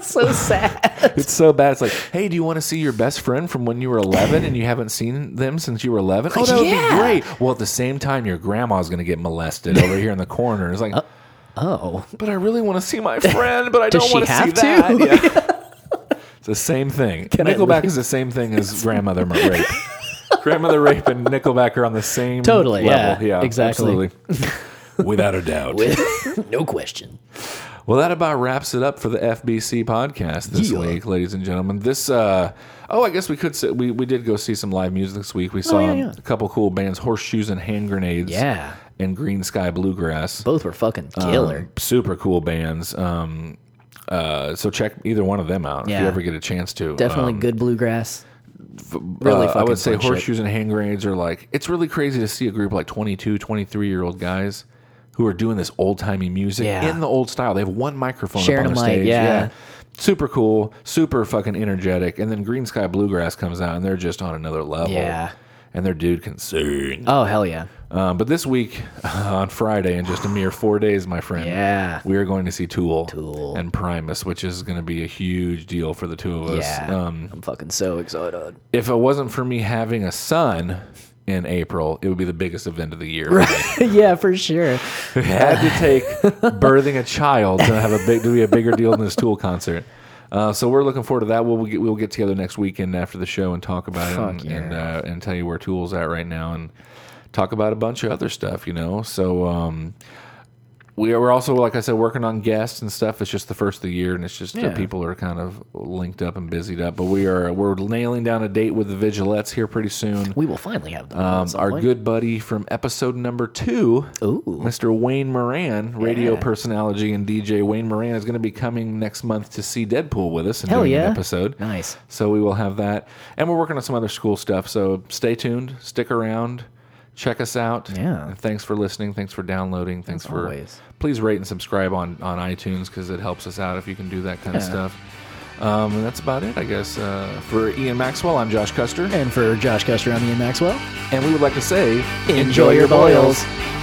Speaker 1: so sad. [laughs]
Speaker 3: It's so bad. It's like, hey, do you want to see your best friend from when you were 11 and you haven't seen them since you were 11? Oh, that would
Speaker 1: Yeah.
Speaker 3: be great. Well, at the same time, your grandma's going to get molested over here in the corner. It's like,
Speaker 1: Oh.
Speaker 3: but I really want to see my friend, but I
Speaker 1: Uh, Does
Speaker 3: don't
Speaker 1: she
Speaker 3: want to see
Speaker 1: have to? [laughs]
Speaker 3: that. Yeah. it's the same thing.
Speaker 1: I
Speaker 3: Nickelback
Speaker 1: leave?
Speaker 3: is the same thing as grandmother rape. grandmother rape and Nickelback are on the same
Speaker 1: Totally, yeah.
Speaker 3: level. Yeah,
Speaker 1: Exactly.
Speaker 3: absolutely. Without a doubt.
Speaker 1: [laughs] no question.
Speaker 3: Well, that about wraps it up for the FBC podcast this
Speaker 1: Yeah.
Speaker 3: week, ladies and gentlemen. This, uh, oh, I guess we could say we, we did go see some live music this week. We saw
Speaker 1: Oh, yeah, yeah.
Speaker 3: a couple cool bands, Horseshoes and Hand Grenades,
Speaker 1: Yeah.
Speaker 3: and Green Sky Bluegrass.
Speaker 1: Both were fucking
Speaker 3: Um,
Speaker 1: killer.
Speaker 3: Super cool bands. Um, uh, so check either one of them out if
Speaker 1: Yeah.
Speaker 3: you ever get a chance to.
Speaker 1: Definitely
Speaker 3: Um,
Speaker 1: good bluegrass. really
Speaker 3: uh, I
Speaker 1: fucking
Speaker 3: would say
Speaker 1: fun shit.
Speaker 3: Horseshoes and Hand Grenades are like, it's really crazy to see a group of like 22, 23 year old guys who are doing this old timey music
Speaker 1: Yeah.
Speaker 3: in the old style. They have one microphone
Speaker 1: Sharing
Speaker 3: up on
Speaker 1: a
Speaker 3: the
Speaker 1: mic,
Speaker 3: stage.
Speaker 1: yeah.
Speaker 3: Super cool, super fucking energetic. And then Green Sky Bluegrass comes out and they're just on another level.
Speaker 1: Yeah.
Speaker 3: And their dude can sing.
Speaker 1: Oh hell yeah.
Speaker 3: Um, but this week, [laughs] on Friday, in just a mere four days, my friend,
Speaker 1: Yeah.
Speaker 3: we are going to see Tool,
Speaker 1: Tool.
Speaker 3: and Primus, which is going to be a huge deal for the two of us.
Speaker 1: Yeah.
Speaker 3: Um,
Speaker 1: I'm fucking so excited.
Speaker 3: if it wasn't for me having a son in April, it would be the biggest event of the year.
Speaker 1: yeah, for sure.
Speaker 3: It had to take birthing a child to have a big to be a bigger deal than this Tool concert. Uh, so we're looking forward to that. We'll we'll get, we'll get together next weekend after the show and talk about
Speaker 1: Fuck
Speaker 3: it and
Speaker 1: yeah.
Speaker 3: and, uh, and tell you where Tool's at right now and talk about a bunch of other stuff. You know, so. Um, we are also, like I said, working on guests and stuff. It's just the first of the year, and it's just uh,
Speaker 1: Yeah.
Speaker 3: people are kind of linked up and busied up. But we are we're nailing down a date with the Vigilettes here pretty soon.
Speaker 1: We will finally have them. at
Speaker 3: Um,
Speaker 1: some
Speaker 3: our
Speaker 1: point.
Speaker 3: good buddy from episode number two,
Speaker 1: Ooh.
Speaker 3: Mr. Wayne Moran, radio
Speaker 1: Yeah.
Speaker 3: personality and DJ Wayne Moran, is going to be coming next month to see Deadpool with us and
Speaker 1: Hell
Speaker 3: doing
Speaker 1: yeah.
Speaker 3: an episode.
Speaker 1: Nice.
Speaker 3: So we will have that, and we're working on some other school stuff. So stay tuned, stick around, check us out.
Speaker 1: Yeah.
Speaker 3: And thanks for listening. Thanks for downloading. Thanks for
Speaker 1: always.
Speaker 3: please rate and subscribe on on iTunes because it helps us out if you can do that kind of stuff. Um, and that's about it, I guess. Uh, for Ian Maxwell, I'm Josh Custer,
Speaker 1: And for Josh Custer, I'm Ian Maxwell.
Speaker 3: and we would like to say,
Speaker 1: Enjoy your boils.
Speaker 3: boils.